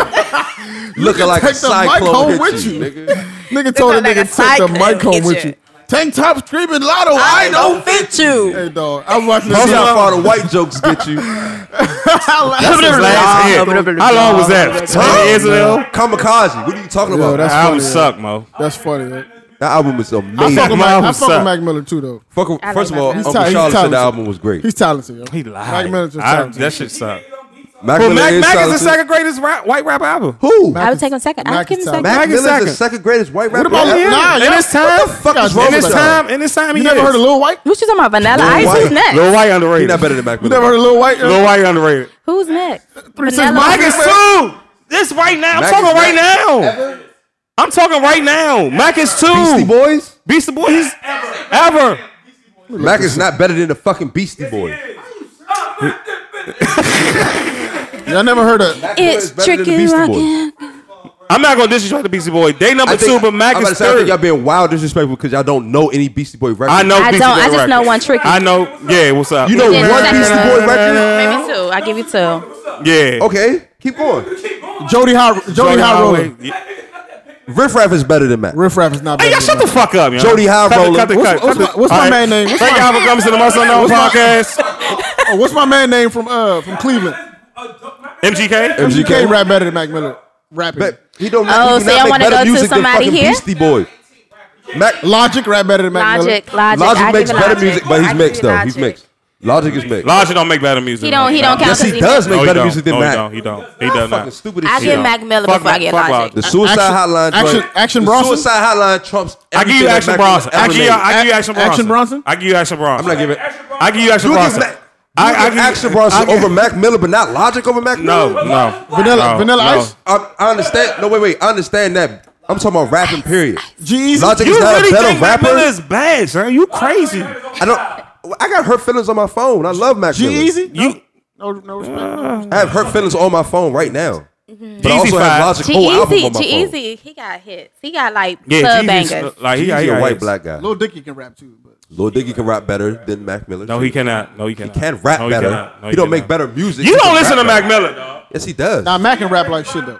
S3: Looking like a
S2: take the mic home
S3: cyclone
S2: with
S3: hit you,
S2: you.
S3: nigga.
S2: Nigga told a
S4: like
S2: nigga
S4: a
S2: take the
S4: cyclone
S2: mic home
S4: hit
S2: with
S4: you.
S2: you. Tank top screaming lotto. I,
S4: I
S2: don't.
S4: don't fit you.
S2: Hey dog, I was watching
S3: That's
S2: this.
S3: how far the white jokes get you.
S1: That's his last hit. How long was that? Ten years ago.
S3: Kamikaze. What are you talking
S2: Yo,
S3: about?
S1: That
S2: that's-
S3: That
S1: album
S2: funny,
S1: suck, Mo.
S2: That's funny. Right?
S3: album is
S2: I
S3: amazing.
S2: fuck with Mac, I
S1: Mama's
S2: fuck with
S1: son.
S2: Mac Miller too though.
S3: Fuck with-
S4: I like
S3: first of
S4: Mac
S3: all,
S4: Miller.
S3: Uncle
S2: He's
S3: Charlotte said
S2: talented.
S3: the album was great.
S2: He's talented, yo.
S1: He
S2: Mac
S1: lied.
S2: Miller's just
S1: I-
S2: talented.
S1: That shit suck.
S3: Mac
S1: Well,
S3: Miller
S1: Mac Mac is the
S3: talented.
S1: second greatest rap, white rapper album.
S3: Who?
S4: I would take him second. I
S2: Mac
S4: would give him
S2: is
S4: second.
S2: talented.
S1: Mac is
S3: Mac Miller's the
S1: second.
S3: second greatest white rapper.
S2: about
S3: ever.
S2: Lil-
S1: Yeah.
S2: Nah,
S1: in
S2: y'all-
S1: his time,
S3: what the fuck is wrong
S1: in
S3: with
S1: his
S3: y'all?
S1: time, in his time,
S2: You
S1: he
S2: never
S1: is.
S2: heard of Lil White?
S4: What you talking about? Vanilla Ice?
S3: White.
S4: Who's next?
S1: Lil White
S3: He
S1: underrated.
S3: not better than Mac
S2: You never
S3: Miller.
S2: heard of Lil White?
S1: Lil White underrated.
S4: Who's next?
S2: six
S4: Vanilla
S2: Mike
S1: Mac
S4: Ice.
S1: is two. This right now. I'm
S3: Mac
S1: talking
S3: is
S1: right
S3: Mac.
S1: now. I'm talking right now. Mac is two.
S3: Beastie Boys?
S1: Beastie Boys. Ever.
S3: Mac is not better than the fucking Beastie Boys.
S2: Y'all never heard of?
S3: Mac Miller
S4: It's
S3: is better than the
S4: tricky
S3: Beastie Boys.
S4: rockin'.
S1: I'm not gonna disrespect the Beastie Boy. They number
S3: I think-
S1: two, but Mac
S3: I'm about
S1: is
S3: to say, I think
S1: third.
S3: y'all being wild disrespectful because y'all don't know any Beastie Boy record.
S1: I know.
S4: I
S1: Beastie
S4: don't.
S1: Boy
S4: I just know
S1: records.
S4: one tricky.
S1: I know. Yeah, what's up?
S3: You know
S4: Yeah,
S3: one
S4: second.
S3: Beastie Boy record?
S4: Maybe two. I give you two.
S1: Yeah.
S3: Okay, keep going.
S2: Jody High Jody High Roller.
S1: Yeah.
S3: Riff Raff is better than Mac.
S2: Riff Raff is not
S1: Hey,
S2: bad.
S1: y'all shut the fuck up, yo.
S3: Jody High
S1: Cut the-
S3: Roller.
S1: cut the-
S2: What's-
S1: cut-
S2: what's
S1: cut the-
S2: my- what's my
S1: All right.
S2: man name? What's
S1: Thank
S2: my-
S1: y'all for coming to the Most Unknown
S2: What's my-
S1: Podcast.
S2: Oh, what's my man name from uh from Cleveland?
S1: MGK.
S2: You can't rap better than Mac Miller. Rapping.
S3: But he don't.
S4: Oh,
S3: he do
S4: so y'all
S3: not make
S4: wanna
S3: better
S4: go to
S3: music than
S4: somebody
S3: fucking
S4: here?
S3: Beastie Boy. Mac
S2: Logic rap better than Mac Miller.
S4: Logic, logic. I
S3: Logic
S4: give
S3: makes
S4: it
S3: better
S4: Logic.
S3: music, but
S4: I
S3: he's
S4: give
S3: mixed
S4: it
S3: though.
S4: Logic.
S3: He's mixed. Logic is mixed.
S1: Logic don't make better music.
S4: He don't. He don't count.
S3: Yes,
S4: 'cause
S3: he
S4: he
S3: does
S1: No,
S3: make
S1: he
S3: better
S1: don't.
S3: music than
S1: No, he
S3: Mac.
S1: don't. He don't. He does
S3: Fucking
S1: not.
S3: stupid
S4: I
S3: as
S4: give
S3: shit.
S4: Mac Miller
S1: Fuck
S4: before I
S1: Mac-
S4: get
S1: fuck
S4: Logic.
S1: Logic.
S3: The Suicide
S2: Action-
S3: Hotline.
S2: Action-
S3: joint-
S2: Action
S3: the
S2: Bronson?
S3: Suicide Hotline trumps.
S1: I give you
S3: everything that
S1: Action
S3: Mac Miller
S1: Bronson.
S3: ever
S1: I give you.
S3: made.
S1: I give you Action
S2: Action
S1: Bronson.
S2: Bronson?
S1: I give you Action Bronson.
S3: I'm not giving-
S1: I give you Action
S3: You give
S1: Bronson.
S3: Mac-
S1: I, I
S3: you give Action Bronson over Mac Miller, but not Logic over Mac
S1: No,
S3: Miller.
S1: no.
S2: Vanilla-
S1: no,
S2: Vanilla
S1: no.
S2: Ice?
S3: I, I understand. No, wait, wait. I understand that. I'm talking about rapping. Period.
S2: Jeezy.
S3: Logic
S1: You
S3: is not
S1: really
S3: a better
S1: think Mac
S3: rapper.
S1: Miller is bad, son? You crazy?
S3: I don't. I got hurt feelings on my phone. I love Mac Miller.
S2: G-Eazy?
S1: You
S2: No, no respect.
S3: I have hurt feelings on my phone right now. But I
S1: Jeezy
S3: also
S1: five.
S3: have Logic whole album
S4: G
S3: on my
S4: Easy, G
S3: phone.
S4: Easy, he got hits. He got like
S1: yeah, uh,
S4: sub
S1: Jeezy's
S4: bangers.
S1: like he,
S3: He's
S1: he
S3: a white
S1: is.
S3: black guy.
S2: Lil Dicky can rap too, but
S3: Lil Dicky can rap better than Mac Miller.
S1: No,
S3: too.
S1: he cannot. No, he cannot.
S3: Can rap
S1: no, he
S3: better.
S1: cannot. No,
S3: he don't
S1: cannot.
S3: make better music.
S1: You
S3: He
S1: don't
S3: can
S1: listen to
S3: rap
S1: Mac
S3: better.
S1: Miller, dog.
S3: Yes, he does.
S2: now Mac can rap like shit though.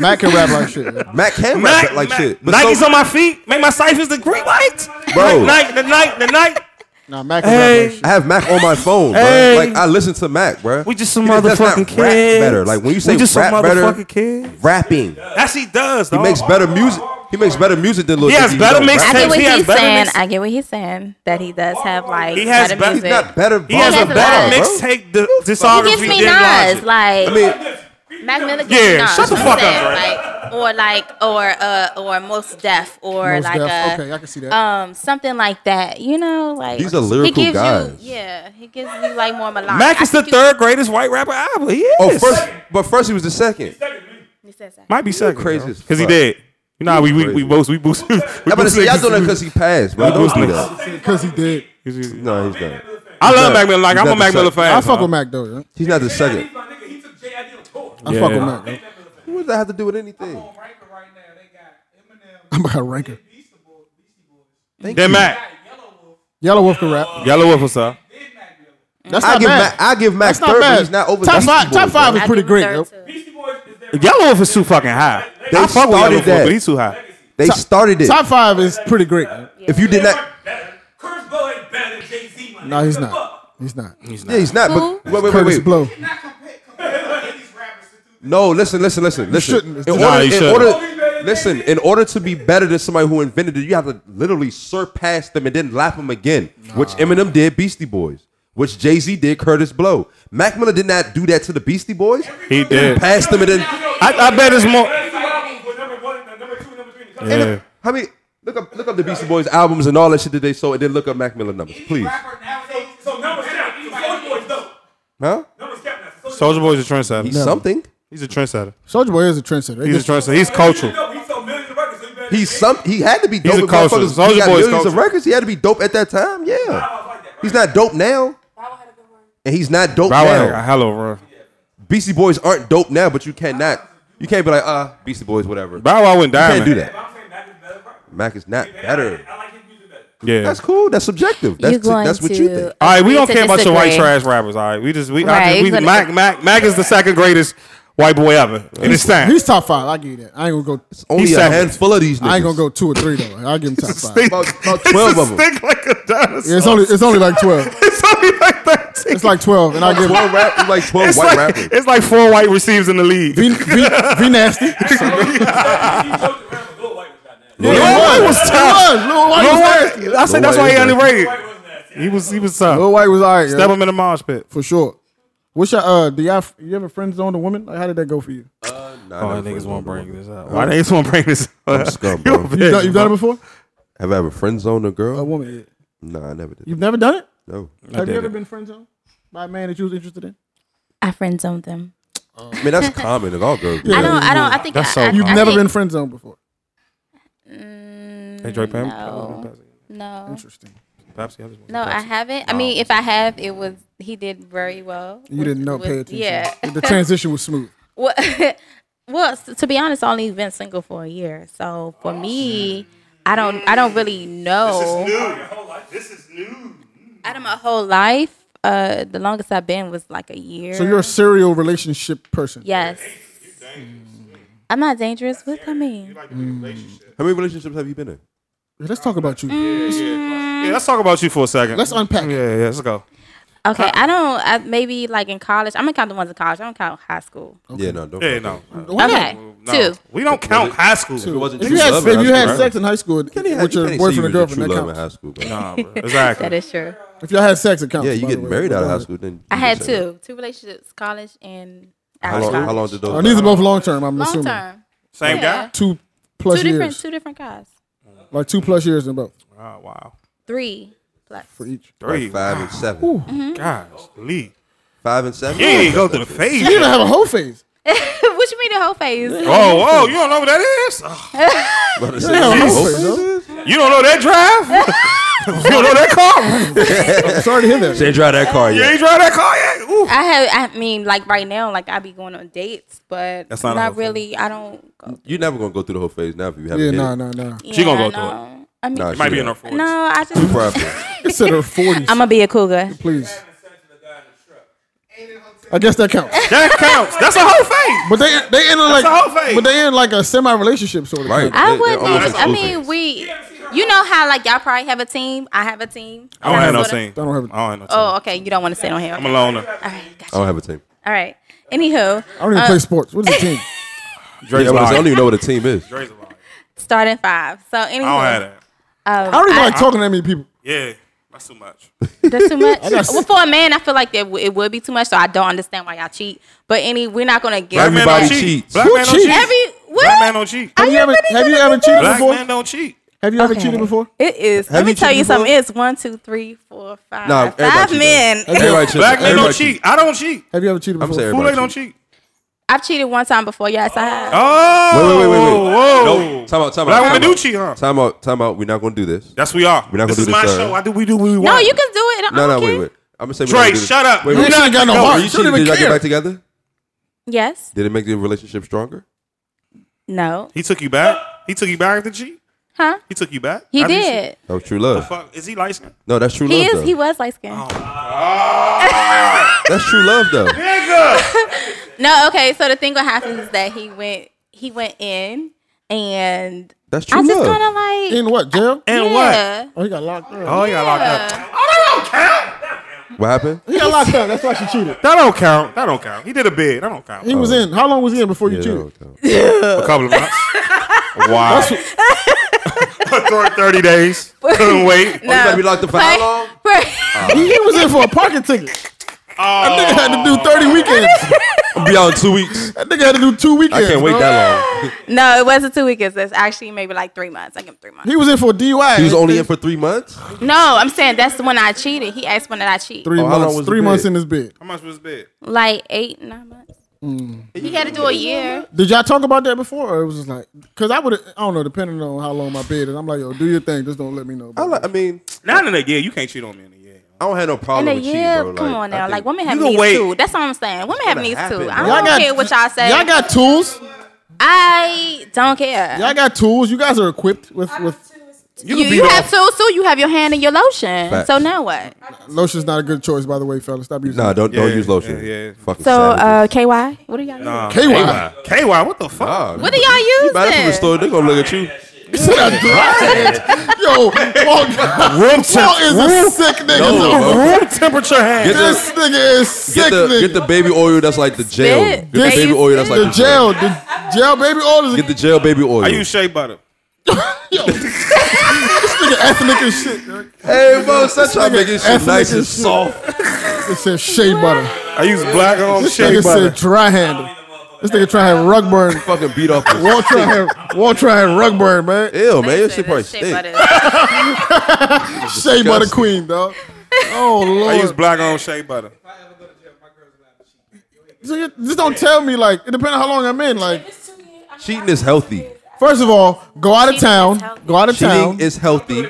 S2: Mac can rap like shit. yeah.
S3: Mac can
S1: Mac,
S3: rap like
S1: Mac-
S3: shit. But
S1: Nike's
S3: so,
S1: on my feet. Make my ciphers the green lights.
S3: Bro.
S1: Like, the night, the night.
S2: Nah, Mac can
S1: Hey.
S2: rap like
S3: I
S2: shit.
S3: have Mac on my phone, bro.
S1: Hey.
S3: Like I listen to Mac, bro.
S1: We just some
S3: He does not
S1: motherfucking
S3: rap
S1: kids.
S3: Better, like when you say
S1: we just
S3: rap
S1: some
S3: better,
S1: motherfucking kids.
S3: rapping.
S1: That's he does.
S3: He
S1: dog.
S3: makes better music. He makes better music than Lil
S1: He has
S3: Dicky.
S1: better
S3: don't rap.
S1: mixtapes.
S4: I get what
S1: He has
S4: he's
S1: better
S4: saying.
S1: mix-
S4: I get what he's saying. That he does have like
S1: He has
S4: better
S1: better-
S4: music.
S3: He's not better.
S1: He has
S4: He
S1: a
S4: has a
S1: better
S4: lot.
S1: mixtape di-
S4: he
S1: discography.
S4: gives me
S1: than
S4: Nas
S1: Logic.
S4: like
S3: I mean,
S4: Mac Miller. Gives
S1: Yeah,
S4: me Nas,
S1: shut the
S4: you
S1: fuck
S4: know what
S1: up,
S4: I'm saying? Like, or like or uh or most deaf or
S2: Most
S4: like
S2: Def.
S4: a
S2: Okay, I can see that.
S4: um something like that. You know, like
S3: These are
S4: he
S3: lyrical
S4: gives
S3: guys.
S4: You, yeah, he gives you like more melodic.
S1: Mac is
S4: I
S1: the
S4: think you-
S1: third greatest white rapper ever. He is.
S3: oh, first, but first he was the second.
S4: you said that.
S1: might be second.
S3: crazy as
S1: because he
S3: fuck.
S1: dead. You know, how we we
S3: crazy.
S1: we both we boost.
S3: I'm about to say y'all doing that because he passed, bro.
S1: Those
S3: Don't do
S1: niggas.
S3: that.
S2: Because he did.
S3: No, he's not.
S1: I love
S3: He's
S1: Mac Miller. Like
S3: not
S1: I'm a
S3: the
S1: Mac Miller
S3: second.
S1: fan.
S2: I fuck
S1: huh?
S2: with Mac though. yeah.
S3: He's not the second.
S2: I fuck with
S1: Yeah.
S2: Mac. yeah.
S3: What does that have to do with anything?
S2: I'm about to rank him.
S1: Then Mac.
S2: Yellow Wolf can rap.
S1: Yellow Wolf, what's up?
S2: That's
S3: I
S2: not
S3: give Mac,
S2: bad.
S3: I give Mac
S2: That's
S3: third,
S2: not
S3: but
S2: bad.
S3: he's not over.
S2: top
S3: Beastie
S2: five, top
S3: Boys,
S2: five
S3: bro.
S2: is pretty great. yo.
S1: Yellow Wolf is too fucking high.
S3: They
S1: I fuck with Yellow
S3: started
S1: Wolf,
S3: that.
S1: but he's too high.
S3: They started it.
S2: Top five is pretty great. yo.
S3: If you did not,
S5: Curtis Blow ain't better than Jay Z, my
S2: No,
S5: nigga.
S2: he's
S5: The
S2: not.
S5: fuck?
S2: He's not.
S3: yeah, he's not. But wait, wait, wait,
S2: Curtis
S3: wait.
S2: Blow.
S3: No, listen, listen, listen, listen.
S2: shouldn't.
S3: In
S2: Nah,
S3: order,
S1: you
S3: in
S1: shouldn't.
S3: order, listen. In order to be better than somebody who invented it, you have to literally surpass them and then lap them again, which Eminem did, Beastie Boys, which Jay Z did, Curtis Blow. Mac Miller did not do that to the Beastie Boys.
S1: He did.
S3: Pass them and then
S1: I, I bet it's more.
S5: These two albums were number one, number two, number three in the country.
S1: Yeah.
S3: How many? Look up, look up the Beastie Boys albums and all that shit that they sold, and then look up Mac Miller numbers, please.
S5: So numbers count. Soulja Boy's dope.
S3: Huh?
S5: Numbers count now.
S1: Soldier Boy's a trendsetter.
S3: He's
S1: He's,
S3: something.
S1: a trendsetter.
S2: Soldier Boy is a trendsetter. They
S1: He's a
S2: just-
S1: trendsetter. He's cultural.
S6: No, he sold millions of records, so you better.
S3: He's some. He had to be dope.
S1: a
S3: with
S1: culture.
S3: motherfuckers.
S1: Soulja
S3: he got
S1: Boy is
S3: millions of
S1: culture.
S3: records. He had to be dope at that time. Yeah.
S6: I was like that.
S3: He's not dope now,
S7: Bow had a good run.
S3: and he's not dope
S1: Bow Wow had a
S3: now.
S1: hell of a run.
S3: Beastie Boys aren't dope now, but you cannot. You can't be like uh Beastie Boys, whatever.
S1: Bow Wow went
S3: You
S1: diamond.
S3: can't do that.
S6: I'm saying Mac is better. rapper.
S3: Mac is not better.
S6: I like his music better.
S1: Yeah.
S3: That's cool. That's subjective. That's
S4: You're going
S3: that's what
S4: to
S3: you think.
S1: all right, we
S4: agree
S1: don't
S4: to
S1: care about your white
S4: disagree.
S1: trash rappers. All right, we just we, I
S4: Right,
S1: think we
S4: but-
S1: Mac Mac Mac is the second greatest white boy ever. And it's time.
S2: He's top five. I give you that. I ain't gonna go.
S3: Only a
S1: seven.
S3: handful of these niggas.
S2: I ain't gonna go two or three though. I'll give him top five.
S1: Stink-
S3: About, about twelve of them.
S1: Stink like a dinosaur.
S2: Yeah, it's only it's only like twelve.
S1: It's only like thirteen.
S2: It's like twelve, and I give him
S3: Twelve rap, like twelve
S1: It's
S3: white
S1: like,
S3: rappers.
S1: it's like four white receivers in the league.
S2: V, V, v nasty.
S6: He chose the rapper. Lil White was goddamn.
S1: Lil Wayne was tough.
S2: Lil White was
S1: Lil Wayne-
S2: nasty.
S1: I said
S3: Lil
S1: that's why he
S3: Wayne was
S1: underrated.
S6: Lil White was nasty.
S1: He was he was tough.
S2: Lil White was alright.
S1: Step
S2: Yeah,
S1: him in the mosh pit.
S2: for sure. What's your uh? Do y'all you ever friend zone a woman? Like how did that go for you?
S1: Oh, niggas won't bring this up. Why niggas won't bring this up?
S3: scum, bro.
S1: You a
S2: You done,
S1: bitch.
S2: you've done it before?
S3: Have I ever friend zoned a
S2: A
S3: girl?
S2: woman. yeah.
S3: Nah, I never did.
S2: You've never done it?
S3: No.
S2: Have you
S1: did
S2: ever
S1: it.
S2: been friend zoned by a man that you was interested in?
S4: I friend zoned them.
S3: I mean that's common. If all girls. do
S4: I
S3: that.
S4: don't. I don't. I think
S1: That's
S4: I-
S1: so
S4: I,
S1: You've
S4: I
S2: You've never
S4: think-
S2: been friend zoned before.
S1: Hey, Drake, Pam.
S4: mm, No. No,
S2: Interesting.
S1: Pepsi, I just want-
S4: no, I haven't. I
S1: Oh,
S4: mean, if I have, it was he did very well.
S2: You
S4: with-
S2: didn't know. Pay
S4: with-
S2: attention.
S4: Yeah.
S2: The transition was smooth.
S4: Well, well, s- to be honest, I only been single for a year. So for me, I don't I don't really know. This is new. Out of my whole life, uh, the longest I've been was like a year.
S2: So you're a serial relationship person.
S4: yes. I'm not dangerous. What I mean?
S3: How many relationships have you been in?
S2: Let's talk about you.
S1: Yeah, let's talk about you for a second.
S2: Let's unpack.
S1: yeah, yeah, let's go.
S4: Okay, I don't. I, maybe like in college. I'm gonna count the ones in college. I don't count high school.
S3: Yeah, no, don't.
S1: Yeah, no.
S2: Why not?
S4: okay,
S1: no.
S4: two.
S1: We don't count high school.
S3: If it wasn't
S2: If
S3: true
S2: you had,
S3: love in
S2: if
S3: high
S2: you had
S3: school,
S2: sex in high school
S3: you can't-
S2: with
S3: you
S2: your
S3: can't say
S2: boyfriend or
S3: you was a
S2: girlfriend, that
S3: True love in
S2: counts.
S3: high school, bro.
S1: Nah, bro. Exactly.
S4: That is true.
S2: If y'all had sex, it counts.
S3: Yeah, you
S2: by
S3: get
S2: the way.
S3: married out of high school. Then
S4: I
S3: you
S4: had
S3: say-
S4: two, two relationships, college and out
S3: How
S4: of
S3: long, how
S4: college.
S3: long did those?
S2: Oh, these are both long term. I'm
S4: Long
S2: assuming
S4: term,
S1: Same
S4: Yeah.
S2: two plus
S4: two different,
S2: years,
S4: two different guys,
S2: like two plus years in both
S1: guy. Oh, wow.
S4: three plus.
S2: for each.
S1: Three.
S3: five and seven.
S1: Gosh, Lee.
S3: Five and seven.
S1: You ain't even go through the
S2: You
S1: phase.
S2: didn't have a whole phase.
S4: what you mean the whole phase?
S1: Oh, oh, you don't know what that is? Ugh,
S3: Brother
S2: You didn't have a whole
S3: said,
S2: phase. though.
S1: You don't know that drive? you don't know that car?
S2: I'm sorry to hear that.
S3: They drive that car
S1: You
S3: yet.
S1: ain't drive that car yet? Ooh.
S4: I have. I mean, like right now, like I be going on dates, but
S1: That's not
S4: not,
S1: a whole phase.
S4: really. I don't. Go,
S3: You're never gonna go through the whole phase now if you haven't.
S2: Yeah,
S3: hit
S2: nah,
S3: it.
S2: nah, nah.
S1: She gonna
S4: Yeah,
S1: go through
S4: no. I mean,
S3: Nah,
S1: Might be in
S3: yeah.
S1: her 40s.
S4: no, I just.
S3: Probably.
S2: It's in her forties.
S4: I'm gonna be a cougar.
S2: Please,
S6: Sent to the guy in the truck.
S2: I guess that counts.
S1: That counts. That's a whole phase.
S2: But they they in like
S1: a whole phase.
S2: but they in like a semi relationship sort of.
S3: Right.
S2: Right.
S4: I
S3: They're- they're
S4: wouldn't.
S3: almost
S4: I
S3: exclusive.
S4: mean, we. You know how like y'all probably have a team. I have a team.
S1: I don't have no
S4: Sorta-
S1: scene.
S2: I don't have. I
S1: I don't have no team.
S4: Oh, okay. You don't want to sit on here.
S1: I'm a loner.
S4: All right. Gotcha.
S3: I don't have a team.
S4: All right. Anywho,
S2: don't even
S4: Uh,
S2: play sports. What is a team?
S1: Drake's
S3: Yeah, but I don't
S1: lying.
S3: even know what a team is.
S1: Drake's lying.
S4: starting five. So
S1: I don't have
S4: anywho,
S1: that.
S2: I don't even like talking to that many people.
S1: Yeah, that's too much.
S4: that's too much. well, for a man, I feel like that w- it would be too much. So I don't understand why y'all cheat. But any, we're not gonna get
S1: Black man
S3: Everybody
S1: don't cheat.
S3: cheats.
S1: Black
S2: Who
S1: man don't
S2: cheats?
S1: cheat.
S4: every. What?
S1: Black man don't cheat.
S4: Are
S2: Have you ever
S4: really
S2: have you
S4: gonna
S2: ever
S4: do
S2: cheated
S4: that?
S1: Black
S2: before?
S1: man don't cheat.
S2: Have you ever
S4: Okay.
S2: cheated before?
S4: It is.
S3: Have
S4: Let me
S3: you
S4: tell you
S3: cheated
S4: something. It's one, two, three, four, five.
S3: Nah,
S4: five
S3: everybody cheat,
S4: men.
S3: though. Everybody cheats.
S1: Black men don't
S3: Everybody
S1: cheat.
S3: cheats.
S1: I don't cheat.
S2: Have you ever cheated
S3: I'm
S2: before?
S3: saying
S1: Kool Aid
S3: everybody
S1: don't
S3: cheats.
S1: cheat.
S4: I've cheated one time before. Yes, I have.
S1: Oh,
S3: Wait, wait, wait, wait, wait.
S1: Whoa,
S3: Time out. Time out.
S1: Black
S3: time
S1: women do
S3: out.
S1: cheat, huh?
S3: Time out. Time out. We're not gonna do this.
S1: That's we are.
S3: We're not gonna
S1: this
S3: do
S1: is
S3: this,
S1: my
S3: uh,
S1: show. I do. We do what we want.
S4: No, you can do it. I
S3: No, no,
S4: don't
S3: wait,
S4: care.
S3: wait. I'm gonna say. we're not
S1: Drake,
S3: gonna do
S1: shut
S3: this.
S1: up.
S3: Wait,
S2: You
S3: wait.
S2: ain't got no
S3: Yo,
S2: heart.
S3: You
S2: You don't
S3: cheated.
S2: even
S3: Did y'all get
S2: care.
S3: back together?
S4: Yes.
S3: Did it make the relationship stronger?
S4: No.
S1: He took you back. He took you back after cheat.
S4: Huh?
S1: He took you back.
S4: He
S1: After
S4: did.
S3: That was true love.
S1: cheat? Fuck, is he light skinned?
S3: No, that's true
S4: He is.
S3: love. though.
S4: He was light skinned.
S3: That's true love, though.
S4: No. Okay. So the thing what happens is that he went. He went in, and
S3: That's true
S4: I just
S3: love.
S4: kind of like.
S2: In what jail?
S1: And what?
S4: yeah.
S2: Oh, he got locked up.
S1: Oh, he got locked up.
S3: What happened?
S2: He got locked up. That's why she cheated.
S1: That don't count. That don't count. He did a bid. That don't count.
S2: He was in. How long was he in before you
S3: Yeah,
S2: cheated?
S3: that don't Oh, count.
S1: a couple of months. wow. Throw it Thirty days. Couldn't wait.
S4: No.
S3: gotta be locked up for how
S4: Play-
S3: long?
S4: play-
S3: Oh.
S2: He was in for a parking ticket. That nigga had to do 30 weekends.
S3: I'll be out in two weeks.
S2: That nigga had to do two
S3: I
S2: weekends.
S3: can't wait
S2: bro.
S3: that long.
S4: No, it wasn't two weekends. It's actually maybe like three months. I give him three months.
S2: He was in for a DUI.
S3: He was only in for three months.
S4: No, I'm saying that's when I cheated. He asked when did I cheat?
S2: three
S3: Oh, how long was
S2: months.
S3: the
S2: Three months
S3: bid?
S2: in his bed.
S8: How much was his bid?
S4: Like eight, nine months.
S3: Mm.
S4: He had to do a year.
S2: Did y'all talk about that before, or it was just like, cause I would, I don't know, depending on how long my bed is, I'm like, yo, do your thing, just don't let me know.
S3: I, like, I mean,
S8: Not in a year. You can't cheat on me in a year.
S3: I don't have no problem
S4: In a
S3: with
S4: year,
S3: cheating, bro.
S4: come on
S3: I
S4: now.
S3: think-
S4: Like women have
S8: You gonna
S4: needs
S8: wait.
S4: too. That's what I'm saying. Women have
S3: gonna
S4: needs
S3: happen,
S4: too.
S3: bro.
S4: I don't
S2: Y'all got-
S4: care what y'all say.
S2: y'all got tools.
S4: I don't care.
S2: Y'all got tools. You guys are equipped with with
S4: you
S8: can
S4: you,
S8: beat
S4: have
S8: off.
S4: tools too. You have your hand in your lotion.
S3: Facts.
S4: So now what?
S2: lotion's not a good choice, by the way, fellas. Stop using.
S3: Nah,
S2: it.
S3: don't
S8: Yeah,
S3: don't use lotion.
S8: yeah, yeah.
S3: Fucking
S4: So uh,
S3: savages.
S4: KY, what are y'all?
S8: Nah,
S4: using?
S2: KY.
S8: KY. What the fuck?
S3: Nah,
S4: What are y'all
S3: you buy that from the
S4: using?
S3: store, they gonna look at you.
S2: Yo, Paul,
S8: Room,
S2: Paul is a sick nigga.
S3: No,
S2: so-
S3: bro.
S8: room temperature hand.
S3: Get the,
S2: This nigga is sick.
S3: get the
S2: nigga.
S3: get the baby oil that's like the gel. Get
S4: Spit.
S3: the baby oil that's like
S2: The
S3: the gel.
S2: jail, the jail baby orders.
S3: Get the gel baby oil.
S8: I use shea butter.
S2: nigga ethnic and shit. Eric.
S3: Hey, bro, such trying to make this shit
S2: ethnic
S3: nice
S2: and
S3: and
S2: shit.
S3: soft.
S2: It said shea butter.
S8: I use black on
S2: This
S8: shea
S2: nigga
S8: butter.
S2: said dry handed. This nigga trying to have rug burn.
S3: Fucking beat off. this-
S2: Walt trying to have Walt trying to have rug burn, man.
S3: Ew, man, your
S4: They
S3: shit
S4: said
S3: probably
S4: it's shea
S3: stink.
S4: butter.
S2: Shea butter
S3: Disgusting.
S2: queen, dog. Oh
S8: I use
S2: lord.
S8: black on shea butter.
S2: So you- Just don't tell me like it depends on how long I'm in. Like
S6: It's two years. I mean,
S3: Cheating is healthy.
S2: first of all, go out of
S4: Cheating
S2: town.
S4: is healthy.
S2: Go out of
S3: Cheating
S2: town.
S3: is healthy.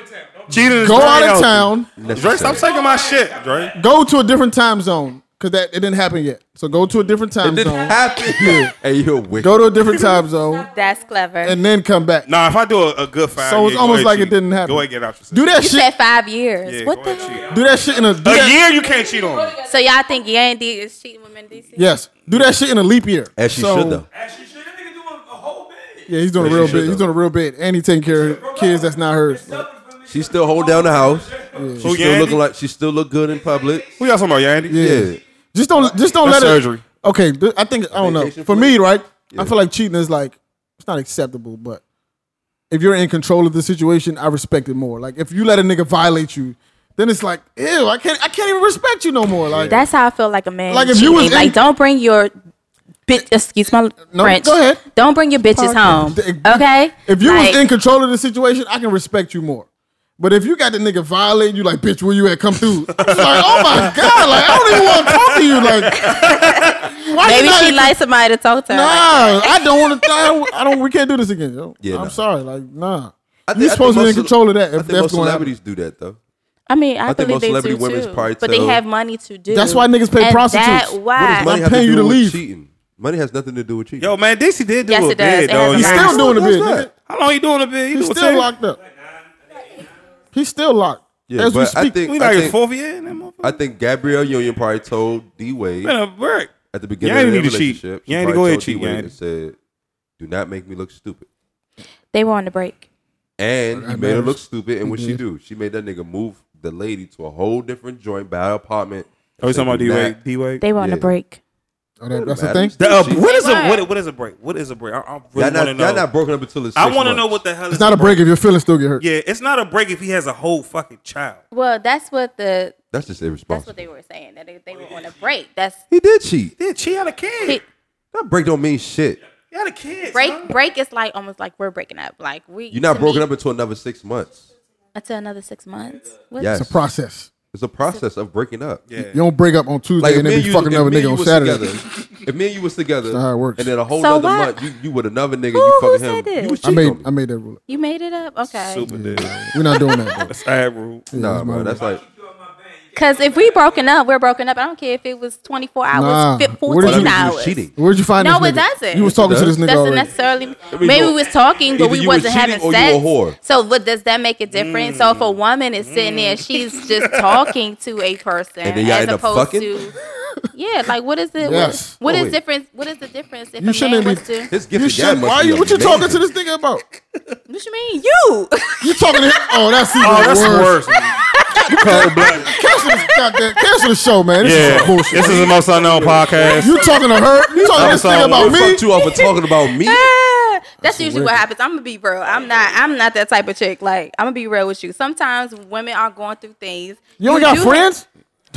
S8: Cheating. is
S2: Go
S8: very
S2: out of
S8: healthy.
S2: town.
S8: Dre, stop taking my shit, Dre.
S2: Go to a different time zone because that it didn't happen yet. So go to a different
S3: It
S2: time
S3: didn't
S2: zone.
S3: happen. Hey, you're wicked.
S2: Go to a different time zone
S4: That's clever.
S2: and then come back.
S8: Nah, if I do a, a good five,
S2: So it's
S8: yeah, go
S2: almost
S8: ahead,
S2: like it
S8: cheat.
S2: didn't happen.
S8: Go ahead, get out. your
S2: Do that
S4: you
S2: shit.
S4: said five years.
S8: Yeah,
S4: what
S8: go
S4: the
S8: ahead,
S4: hell?
S2: Do that shit in a. Do
S8: system.
S2: that,
S8: A year you can't cheat on me.
S4: So y'all think Yandy is cheating women in DC?
S2: Yes. Do that shit in a leap year.
S3: As she
S2: So-
S3: should though.
S5: Actually, shit, that nigga doing a whole bit.
S2: Yeah, he's doing a
S3: As she
S2: real
S3: should,
S2: bit. He's
S3: though.
S2: doing a real bit, and he taking care of kids that's not hers. Like,
S3: She still hold down the house. She
S8: Who,
S3: still
S8: Yandy?
S3: looking like she still look good in public.
S8: Who y'all talking about, Yandy?
S3: Yeah.
S2: just don't. Just don't
S8: That's
S2: let it.
S8: surgery.
S2: Okay. th- I think I don't know.
S3: Vacation
S2: For
S3: food?
S2: me, right? I feel like cheating is like it's not acceptable, but if you're in control of the situation, I respect it more. Like if you let a nigga violate you, then it's like ew. I can't. I can't even respect you no more. Like
S4: That's how I feel like a man.
S2: Like,
S4: Like
S2: if you was in-
S4: like don't bring your bitch. Excuse my
S2: No,
S4: French.
S2: go ahead.
S4: Don't bring your bitches home. Okay.
S2: If you
S4: Like,
S2: was in control of the situation, I can respect you more. But if you got the nigga violating you, like, bitch, where you at? Come through. It's like, oh my God, like, I don't even want to talk to you. Like, why you
S4: maybe
S2: not
S4: she
S2: in-
S4: likes somebody to talk to.
S2: Nah,
S4: Her. like
S2: I don't want to. I don't. We can't do this again, yo.
S3: Yeah,
S2: I'm
S3: nah.
S2: sorry. Like, nah.
S3: I
S2: You're
S3: I
S2: supposed to be in
S3: most of-
S2: control of that if
S3: I think
S2: that's
S3: most
S2: gonna happen.
S3: celebrities do that though.
S4: I mean, I,
S3: I think
S4: believe
S3: most
S4: they
S3: celebrity
S4: do
S3: women's
S4: too,
S3: probably
S4: but they
S3: tell-
S4: have money to do.
S2: That's why niggas pay
S4: and
S2: prostitutes.
S4: That why.
S2: money- I'm paying you to
S3: with
S2: leave.
S3: cheating? Money has nothing to do with cheating.
S8: Yo, man, DC did do
S4: Yes,
S8: a
S4: it does.
S8: bid,
S4: It
S8: though.
S4: has
S2: He's
S4: a
S8: man.
S2: still doing a
S3: That's
S2: bid.
S3: not-
S2: nigga.
S8: How long he doing a bid? He
S2: He's
S8: do a
S2: still
S8: ten?
S2: locked up. He's still locked.
S3: yeah,
S2: As we
S3: but I
S2: speak.
S3: think
S8: We
S3: I
S8: like his
S3: think,
S8: fourth year in that motherfucker.
S3: I think Gabrielle Union probably told D Wade
S8: Been a brick.
S3: at the
S8: Yandy
S3: beginning of their
S8: need to cheat.
S3: relationship. she
S8: Yandy,
S3: probably
S8: go ahead,
S3: told
S8: cheat,
S3: D-Wade
S8: Yandy.
S3: and said, "Do not make me look stupid."
S4: They were on the break.
S3: And he
S2: That
S3: made her
S2: matters.
S3: look stupid. And what she do? She made that nigga move the lady to a whole different joint by her apartment.
S8: Oh, you talking about D Wade? D Wade.
S4: They were on the
S3: Yeah.
S4: break.
S2: Oh, that- that's the thing.
S8: The, uh,
S3: She-
S8: what is a
S4: Why?
S8: what, what is a break? What is a break? I, I really
S3: Y'all
S8: want to
S3: not, y'all
S8: know.
S3: not broken up until it's.
S8: I
S3: six
S8: want to know
S3: months.
S8: what the hell.
S2: It's not a break if your feelings still get hurt.
S8: Yeah, it's not a break if he has a whole fucking child.
S4: Well, that's what the
S3: That's just
S4: that's
S3: irresponsible.
S4: what they were saying that they, they were on a break. That's
S3: he did cheat.
S8: Yeah, she had a kid.
S4: He-
S3: That break don't mean shit.
S8: He had a kid.
S4: break. Break is like almost like we're breaking up. Like we
S3: You're not
S4: to
S3: broken
S4: me,
S3: up until another six months.
S4: until another six months. What?
S3: Yes.
S2: It's a process.
S3: It's a process of breaking up.
S8: Yeah.
S2: You don't break up on Tuesday and
S3: me
S2: then
S3: and
S2: be
S3: you-
S2: fucking
S3: if
S2: another
S3: me and
S2: nigga
S3: you
S2: on
S3: was
S2: Saturday.
S3: together- if me and you was together,
S2: not how it works.
S3: and then a whole
S4: So
S3: other
S4: why-
S3: month, you, you with another nigga,
S4: Who-
S3: you
S4: who
S3: fucking him.
S4: said it?
S3: You was
S2: I
S3: cheating
S2: made
S3: on
S2: I
S3: me.
S2: made that rule.
S4: You made it up, okay?
S8: Super dude.
S2: We're not doing that. bro.
S8: That's ad rule.
S2: Yeah,
S3: Nah,
S2: that's my
S3: bro,
S2: rule.
S3: that's like
S4: Because if we broken up, we're broken up. I don't care if it was 24 hours,
S2: Nah.
S4: fif-
S2: What did
S4: 14
S2: you-
S3: you
S4: hours.
S3: was cheating.
S2: Where'd you find
S4: No,
S2: this
S4: it
S2: nigga?
S4: doesn't.
S2: You was talking to this nigga
S4: Doesn't
S2: already.
S4: necessily.
S3: mean,
S4: Maybe
S3: you-
S4: we was talking, but
S3: either
S4: we
S3: you was
S4: wasn't
S3: cheating
S4: having
S3: or you
S4: sex.
S3: a whore. Mm.
S4: So, what does that make a difference? So, if a woman is sitting there, she's just talking to a person
S3: And then y'all
S4: as
S3: end up
S4: opposed
S3: fucking?
S4: to, yeah, like what is it?
S2: Yes.
S4: What, what
S3: Oh,
S4: is
S3: wait.
S4: difference? What is the difference if
S2: You
S4: a man
S2: shouldn't be-
S4: was to?
S3: his gift
S2: You
S3: to God
S2: should.
S3: must
S2: Why are
S3: be
S2: you? What you
S3: amazing.
S2: talking to this nigga about?
S4: What you mean, you?
S2: You talking to him? Oh, that's even
S8: Oh, that's
S2: worse.
S8: worse.
S2: Cancel, this goddamn, cancel the show, man. This is
S8: yeah,
S2: some bullshit.
S8: this is the most unknown podcast.
S2: you talking to her? You talking to this
S8: sorry,
S2: nigga about
S3: What the
S2: me?
S3: fuck you off of talking about me?
S4: Ah, That's usually what happens. I'm gonna be real. I'm not. I'm not that type of chick. Like I'm gonna be real with you. Sometimes women are going through things.
S2: You ain't got
S4: do
S2: friends?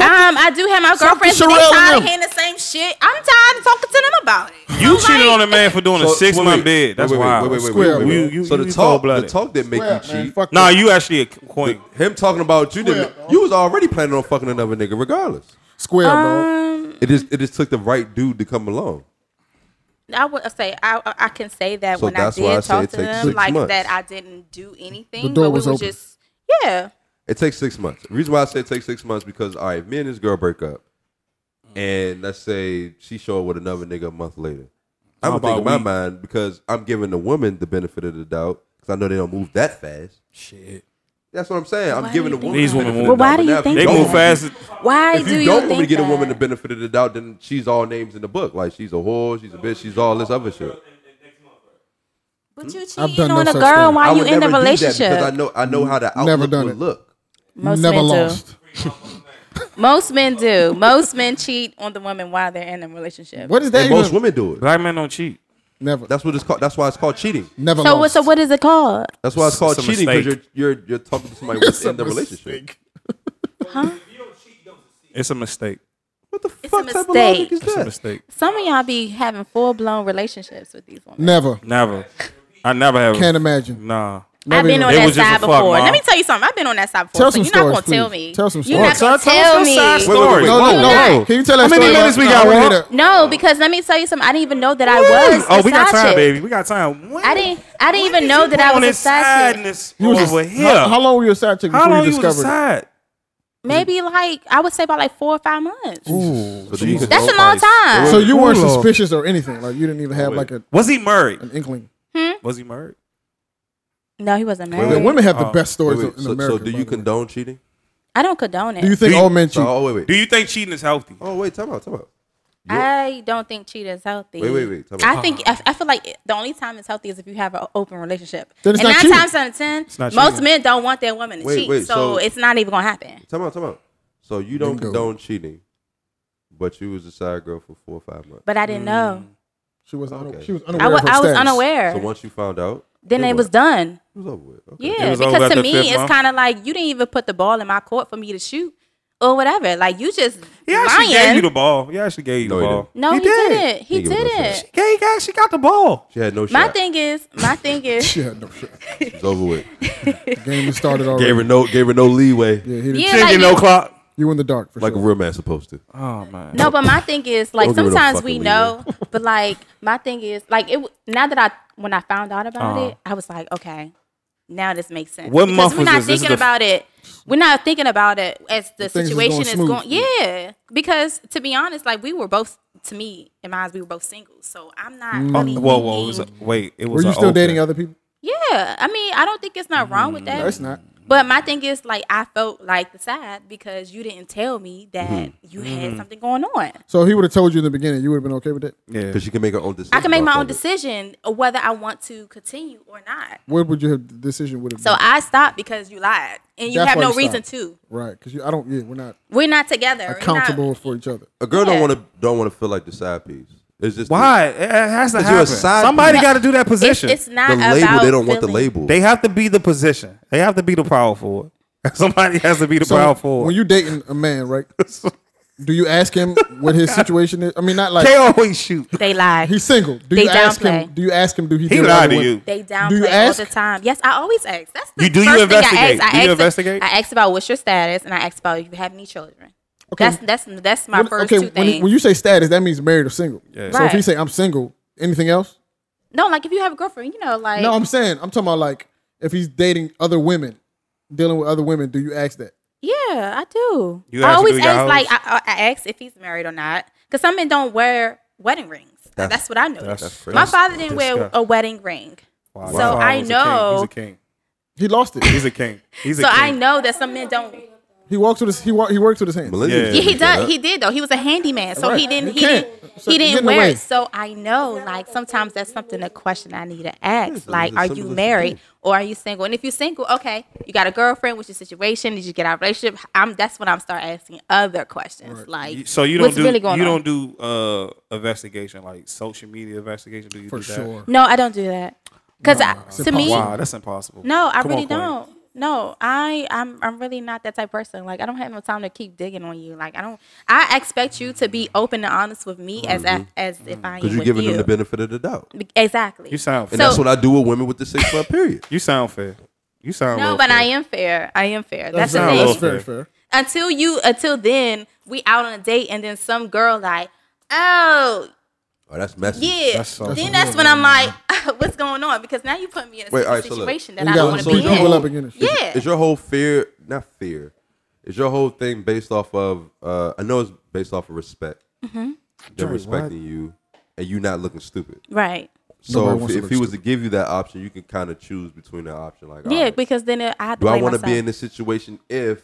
S4: Um, I do have my
S2: Talk to
S4: girlfriends. and They
S2: Sherelle and
S4: tired
S2: them.
S4: of hearing the same shit. I'm tired of talking to them about it.
S8: You cheated on a man for doing a
S3: So-
S8: six
S3: wait,
S8: month
S3: wait,
S8: bid. That's
S3: wait, wait,
S8: wild.
S3: Wait, wait, wait,
S2: Square.
S3: wait, wait,
S8: You-
S3: wait.
S8: you-
S3: so the
S8: you
S3: talk, the
S8: cold-blooded.
S3: talk that make
S2: Square,
S3: you
S2: man,
S3: cheat.
S2: fuck
S8: Nah,
S2: that.
S8: you actually a queen.
S3: Him talking about you didn't.
S2: Square, dog.
S3: You was already planning on fucking another nigga, regardless.
S2: square, bro.
S4: Um,
S3: It just it just took the right dude to come along.
S4: I would say I I- I can say that
S3: So
S4: when I
S3: that's why I
S4: did
S3: say
S4: talk
S3: it
S4: to
S3: takes
S4: them,
S3: six
S4: like
S3: months.
S4: that I didn't do anything.
S2: The door
S4: but we
S2: was
S4: were
S2: open.
S4: just yeah.
S3: It takes six months. The reason why I say it takes six months because all right, if me and this girl break up, and let's say she show up with another nigga a month later.
S8: How
S3: I'm gonna think in
S8: about
S3: my
S8: we-
S3: mind because I'm giving the woman the benefit of the doubt because I know they don't move that fast.
S8: Shit.
S3: That's what I'm saying. I'm
S4: Why do
S3: giving
S4: you
S3: the
S4: think
S3: woman.
S8: These
S3: the
S8: women
S3: benefit
S8: move-
S3: of the
S4: Well, why do you
S3: doubt, but now if
S4: think
S8: They
S4: that?
S3: don't
S8: move
S3: want me-
S8: fast. as-
S4: Why
S3: If
S4: do
S3: you
S4: you
S3: don't
S4: think
S3: want me to get
S4: that?
S3: a woman the benefit of the doubt, then she's all names in the book. Like she's a whore, she's a bitch, she's all this other shit.
S4: But you
S2: I've
S4: cheating
S2: done no
S4: on a
S2: such
S4: girl
S2: thing.
S4: while
S3: I
S4: you
S3: would
S4: in
S3: never
S4: a
S3: do that
S4: relationship.
S3: because I know I know how the outlook
S2: Never done
S3: would
S2: it.
S3: look.
S4: Most
S2: Never
S4: men
S2: lost.
S4: do. Most men do. Most men cheat on the woman while they're in a relationship.
S2: What is that?
S3: And most
S2: even?
S3: women do it.
S8: Black men don't cheat.
S2: Never,
S3: That's what it's called. That's why it's called cheating.
S2: never.
S4: So what?
S2: lost.
S4: So what is it called?
S3: That's why it's called
S8: It's a
S3: cheating because you're
S8: mistake.
S3: you're you're talking to somebody within the
S2: That's a
S3: relationship.
S2: mistake.
S8: It's a mistake.
S3: What the
S4: a
S3: fuck type of
S4: mistake.
S3: logic is
S8: It's a
S3: that?
S8: mistake.
S4: Some of y'all be having full blown relationships with these women.
S2: Never.
S8: Never. I never have.
S2: Can't imagine.
S8: Nah.
S4: I've
S2: Never
S4: been
S2: even-
S4: on
S8: It
S4: that
S8: was just
S4: side
S8: a fuck,
S4: before.
S8: Ma.
S4: Let me tell you something. I've been on that side before.
S2: Tell
S4: so
S2: some
S4: you're not gonna
S2: stories,
S4: tell
S2: please.
S4: me.
S2: Tell some
S4: You're not
S2: stories.
S4: gonna tell me.
S8: Side story.
S3: wait,
S2: No,
S3: wait,
S2: no,
S4: wait.
S2: no. Can you tell that
S8: How many
S2: story?
S8: minutes we
S2: about-
S8: got,
S2: I wanna
S8: Walt?
S2: hear that.
S4: No, because let me tell you something. I didn't even know that I was.
S8: Oh, we got
S4: a side
S8: time,
S4: chick.
S8: baby. We got time. When-
S4: I didn't. I didn't
S8: when
S4: even
S8: did
S4: know
S8: you
S4: that
S8: come
S4: I
S8: on
S4: was a
S8: this
S4: side chick.
S8: sadness
S2: You was a-
S8: over here.
S2: How, how long were you a side chick
S8: How
S2: before
S8: long
S2: you
S8: you was
S2: discovered? it?
S8: aside?
S4: Maybe like I would say about like four or five months.
S3: So then you could
S4: That's a
S3: go
S4: long
S3: find-
S4: time.
S2: So you weren't
S8: Ooh, Lord.
S2: suspicious or anything. Like you didn't even have like a,
S8: Was he married?
S4: Hmm?
S2: an inkling.
S8: Was he married?
S4: No, he wasn't
S3: wait.
S2: The
S4: married.
S2: women have the
S8: Oh,
S2: best
S3: Wait,
S2: stories
S3: wait,
S2: in
S3: so,
S2: America.
S3: so do
S2: by
S3: you
S2: the way.
S3: condone cheating?
S4: I don't condone it.
S2: Do you think
S8: Do you-
S2: all men cheat?
S3: So, oh wait,
S8: Do
S3: wait.
S8: you think cheating is healthy?
S3: Oh wait, time out, time out.
S4: I don't think cheating is healthy.
S3: Wait, wait, wait. Time out.
S4: I think I, I feel like the only time it's healthy is if you have an open relationship.
S2: Then it's
S4: and
S2: not
S4: nine
S2: cheating.
S4: times out of ten,
S8: not
S4: most
S8: cheating.
S4: men don't want their woman to
S3: Wait,
S4: cheat,
S3: wait,
S4: so,
S3: so-
S4: it's not even gonna happen.
S3: Time out, time out. So you don't
S2: Bingo.
S3: condone cheating, but you was a side girl for four or five months.
S4: But I didn't
S8: Mm.
S4: know.
S2: She was unaware.
S3: Okay.
S2: She was
S4: I
S2: unaware.
S4: wa-
S2: of her
S4: I was
S2: status.
S4: unaware.
S3: So once you found out,
S4: then
S3: then
S4: it
S3: what?
S4: was done.
S3: it was over with. Okay.
S4: Yeah,
S8: was over
S4: because
S8: after the
S4: to me,
S8: fifth
S4: it's
S8: month?
S4: kind of like you didn't even put the ball in my court for me to shoot or whatever. Like you just
S8: He
S4: lying.
S8: actually gave you the ball. He actually gave you
S3: No,
S8: the
S3: he
S8: ball.
S4: no, he, did. not He
S3: He gave us that
S4: didn't.
S3: shit.
S8: Yeah, he got, she got the ball.
S3: She had no
S4: My
S3: shot.
S4: thing is, my thing is,
S2: She had no shit.
S3: It was over with.
S2: The game has started already.
S3: Gave her no, gave her no leeway,
S2: yeah, he did.
S4: yeah,
S8: She didn't
S4: like
S8: get no
S4: you-
S8: clock.
S2: You in the dark for
S3: like a
S2: sure.
S3: real man supposed to.
S8: Oh man.
S4: No, but my thing is like
S3: Don't give it a
S4: sometimes
S3: fucking
S4: we
S3: leeway.
S4: know, but like my thing is like it. w- Now that I when I found out about
S8: Uh-huh.
S4: it, I was like, okay, now this makes sense.
S8: What month
S4: because we're
S8: was
S4: not
S8: this? This is
S4: thinking
S8: the-
S4: about it. We're not thinking about it as the
S2: Things is
S4: situation
S2: going
S4: is
S2: smooth.
S4: going. Yeah, because to be honest, like we were both to me in my eyes, we were both single. So I'm not. Really
S8: Oh, whoa, whoa. It was
S4: thinking-
S8: a, wait, it
S2: Were
S8: was.
S2: you
S8: a
S2: still dating
S8: open.
S2: other people?
S4: yeah, I mean, I don't think it's not wrong with that.
S8: Mm.
S2: No, it's not.
S4: But my thing is like I felt like the sad because you didn't tell me that
S8: Mm-hmm.
S4: you had something going on.
S2: So he would have told you in the beginning. You would have been okay with that.
S8: Yeah.
S3: Because she can make her own decision.
S4: I can make my own
S3: decision.
S4: decision of whether I want to continue or not.
S2: What would you have? The decision would have.
S4: So
S2: been?
S4: I stopped because you lied, and you
S2: That's
S4: have
S2: why
S4: no
S2: you
S4: reason
S2: stopped.
S4: to.
S2: right, because I don't. Yeah, we're not
S4: We're not together. We're not-
S2: accountable for each other.
S3: A girl don't
S4: Yeah.
S3: want to don't want to feel like the side piece. It's just
S8: Why? It it has to
S3: Because you're a
S8: happen.
S3: side
S8: Somebody
S3: piece.
S8: got to do that
S4: it's,
S8: position.
S4: it's
S3: the,
S4: not
S3: the label.
S4: About
S3: They don't want the
S4: feeling-
S3: label.
S8: they have to be the position. They have to be the power forward. Somebody has to be the
S2: So
S8: power forward.
S2: when you dating a man, right? do you ask him what his situation is? I mean, not like
S8: they always E shoot.
S4: They lie.
S2: he's single. Do
S4: They
S2: you ask him?
S4: downplay.
S2: Do you ask him? Do he?
S8: He
S2: date
S8: lied
S2: other
S8: to
S2: women?
S8: you.
S4: They
S2: Do you
S4: downplay all
S2: ask?
S4: the time. Yes, I always ask. That's the
S8: You- do you
S4: first
S8: investigate?
S4: thing I ask.
S8: Do
S4: I
S8: you
S4: ask,
S8: investigate?
S4: I ask about what's your status, and I ask about if you have any children.
S2: Okay.
S4: That's that's that's my
S2: What-
S4: first
S2: okay,
S4: two
S2: when,
S4: things.
S2: he- when you say status, that means married or single. So if
S4: Right.
S2: he say I'm single, anything else?
S4: no, like if you have a girlfriend, you know, like
S2: No, I'm saying I'm talking about like if he's dating other women, dealing with other women. Do you ask that?
S4: Yeah, I do.
S8: You
S4: I
S8: ask,
S4: always
S8: do your
S4: ask,
S8: house?
S4: like, I, I I ask if he's married or not, because some men don't wear wedding rings. That's, what I know.
S8: that's
S4: My
S8: crazy.
S4: father didn't wear
S8: disgusting.
S4: a wedding ring, so
S8: Wow,
S4: I
S8: he's a king.
S4: know.
S2: He lost it.
S8: He's a king. He's a king. He's a
S4: So
S8: king.
S4: I know that some men don't.
S2: He walks with his he walk, he works with his hands.
S3: Millennials
S8: Yeah.
S4: Yeah,
S3: didn't
S4: he
S3: do
S4: does.
S3: that.
S4: He did though. He was a handyman, so he
S2: Right.
S4: didn't.
S2: You
S4: He
S2: can't.
S4: didn't.
S2: So
S4: he
S2: you get in
S4: didn't
S2: the
S4: wear
S2: way.
S4: it. So I know, like, sometimes that's something a question I need to
S3: it's
S4: ask. Like,
S3: simple
S4: are
S3: as
S4: you
S3: it
S4: married
S3: is.
S4: or are you single? And if you're single, okay, you got a girlfriend. What's your situation? Did you get out of a relationship? I'm. That's when I'm start asking other questions. Like,
S8: So you don't
S4: what's
S8: do
S4: really
S8: you
S4: going on?
S8: don't do uh investigation like social media investigation. Do you
S2: For
S8: do that?
S2: sure.
S4: No, I don't do that. Because to me,
S8: Wow, that's impossible.
S4: no, I
S8: Come on,
S4: really
S8: Queen.
S4: don't. No, I I'm I'm really not that type of person. Like I don't have no time to keep digging on you. Like I don't I expect you to be open and honest with me as as, as if I am
S3: Mm-hmm. Because you're
S4: with
S3: giving
S4: you.
S3: them the benefit of the doubt.
S4: Be- exactly.
S8: You sound fair.
S3: And that's
S4: So-
S3: what I do with women with the six month period.
S8: You sound fair. You sound
S4: no,
S8: real
S4: but
S8: fair.
S4: I am fair. I am fair. That's,
S8: not
S4: the
S8: a
S4: thing.
S8: little
S2: That's very fair.
S4: until you until then we out on a date and then some girl like oh
S3: Oh, that's messy.
S4: yeah
S8: That's so-
S4: then that's when i'm like what's going on because now you put me in a
S3: Wait, all right, so look.
S4: situation
S2: And
S4: that
S2: you
S4: i don't
S2: got
S4: want to
S2: so
S4: be
S2: you people
S4: in
S2: up against it.
S4: yeah
S3: Is your whole fear not fear? Is your whole thing based off of? Uh, I know it's based off of respect.
S4: Mm-hmm.
S3: They're
S8: Dre,
S3: respecting you, and you not looking stupid.
S4: right
S2: Nobody
S3: So if,
S2: wants to
S3: if
S2: look
S3: he was to give you that option, you could kind of choose between that option. Like,
S4: yeah
S3: alright,
S4: because then it, i have to
S3: Oh. do I
S4: blame
S3: want to be
S4: myself.
S3: in this situation if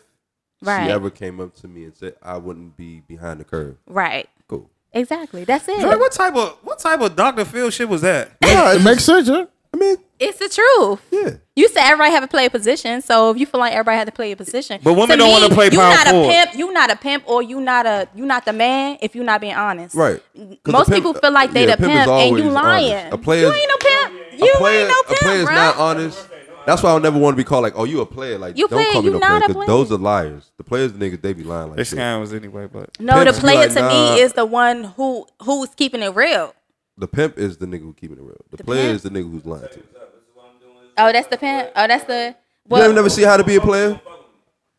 S4: Right.
S3: she ever came up to me and said I wouldn't be behind the curve?
S4: right
S3: Cool.
S4: exactly that's it
S8: Dre, what type of what type of Dr. Phil shit was that?
S3: Yeah,
S2: It makes sense, yeah.
S3: I mean,
S4: it's the truth
S3: yeah.
S4: you said everybody have to play a position, so if you feel like everybody had to play a position,
S8: But women
S4: to
S8: don't
S4: me,
S8: wanna play
S4: You
S8: power
S4: not
S8: forward.
S4: a pimp, you not a pimp, or you not a you not the man if you're not being honest.
S3: Right. 'Cause the
S4: Most
S3: pimp-
S4: people feel like they
S3: yeah,
S4: the pimp,
S3: is
S4: and you
S3: always
S4: lying.
S3: honest. A player,
S4: you ain't no pimp. You
S3: a player,
S4: ain't no
S3: a
S4: pimp,
S3: player's
S4: bro.
S3: not honest. That's why I'll never want to be called like, oh, you a player. Like,
S4: You
S3: don't
S4: player,
S3: call me
S4: you
S3: no
S4: not
S3: player
S4: a
S3: because
S4: player.
S3: those are liars. The players, niggas, they be lying like
S8: This
S3: shit.
S8: guy was anyway, but
S4: No, the
S3: Pimps be
S4: player
S3: like,
S4: to
S3: nah.
S4: me is the one who who's keeping it real.
S3: The pimp is the nigga who keeping it real. The,
S4: The
S3: player
S4: pimp?
S3: is the nigga who's lying to. You.
S4: Oh, that's the pimp. Oh, that's the.
S3: you
S4: Well,
S3: ever never see how to be a player?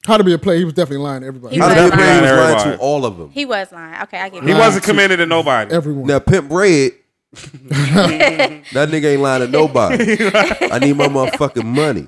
S2: How to be a player? He was definitely lying to everybody.
S4: He
S3: How to be a
S4: was
S3: player? He was
S8: lying to
S3: lying to
S8: everybody.
S3: all of them.
S4: he was lying. Okay, I get
S8: he
S4: it.
S2: Nah,
S8: wasn't
S2: she-
S8: committed to nobody.
S2: Everyone.
S3: Now Pimp Red, that nigga ain't lying to nobody. I need my motherfucking money,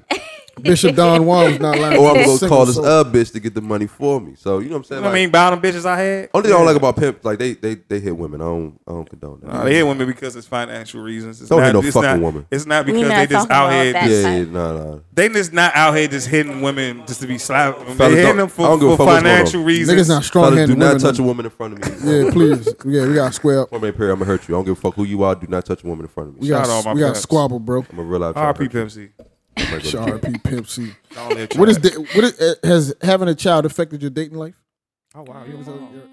S2: Bishop Don Juan was not lying.
S3: or I'm
S2: to
S3: gonna
S2: a
S3: go
S2: single
S3: call this
S2: soul.
S3: other bitch to get the money for me. So you know what I'm
S8: You
S3: saying?
S8: know what I
S3: Like,
S8: mean, bottom bitches I had.
S3: only thing I don't like about pimp, like they they they hit women. I don't I don't condone that.
S8: Nah, they hit women because it's financial reasons. It's
S3: Don't
S8: not,
S3: hit no
S8: it's
S3: fucking
S8: not,
S3: woman.
S8: It's not
S4: We
S8: because
S4: not
S8: they just
S4: talking
S8: out
S4: about
S8: here.
S4: that.
S3: yeah,
S8: Just,
S4: That's
S3: yeah,
S4: right.
S3: nah, nah.
S8: they just not out here just hitting women just to be slapping.
S3: Fellas,
S8: They hitting
S3: don't-
S8: them
S3: I
S8: for,
S3: don't give
S8: for
S3: a fuck what's going on.
S8: financial reasons.
S2: Niggas not strong
S3: Fellas, do
S2: handed.
S3: not touch a woman in front of me.
S2: Yeah, please. Yeah, we got square up.
S3: Form a period, I'm gonna hurt you. I don't give a fuck who you are. Do not touch a woman in front of me.
S2: We
S8: Shout out
S2: got
S8: my
S2: we got
S8: pimps.
S2: squabble, bro.
S3: I'm a real life.
S8: RP Pimp C.
S2: R.P. Pimp C.
S8: Don't let you-
S2: uh, What is da- what is, has having a child affected your dating life?
S8: Oh wow, you was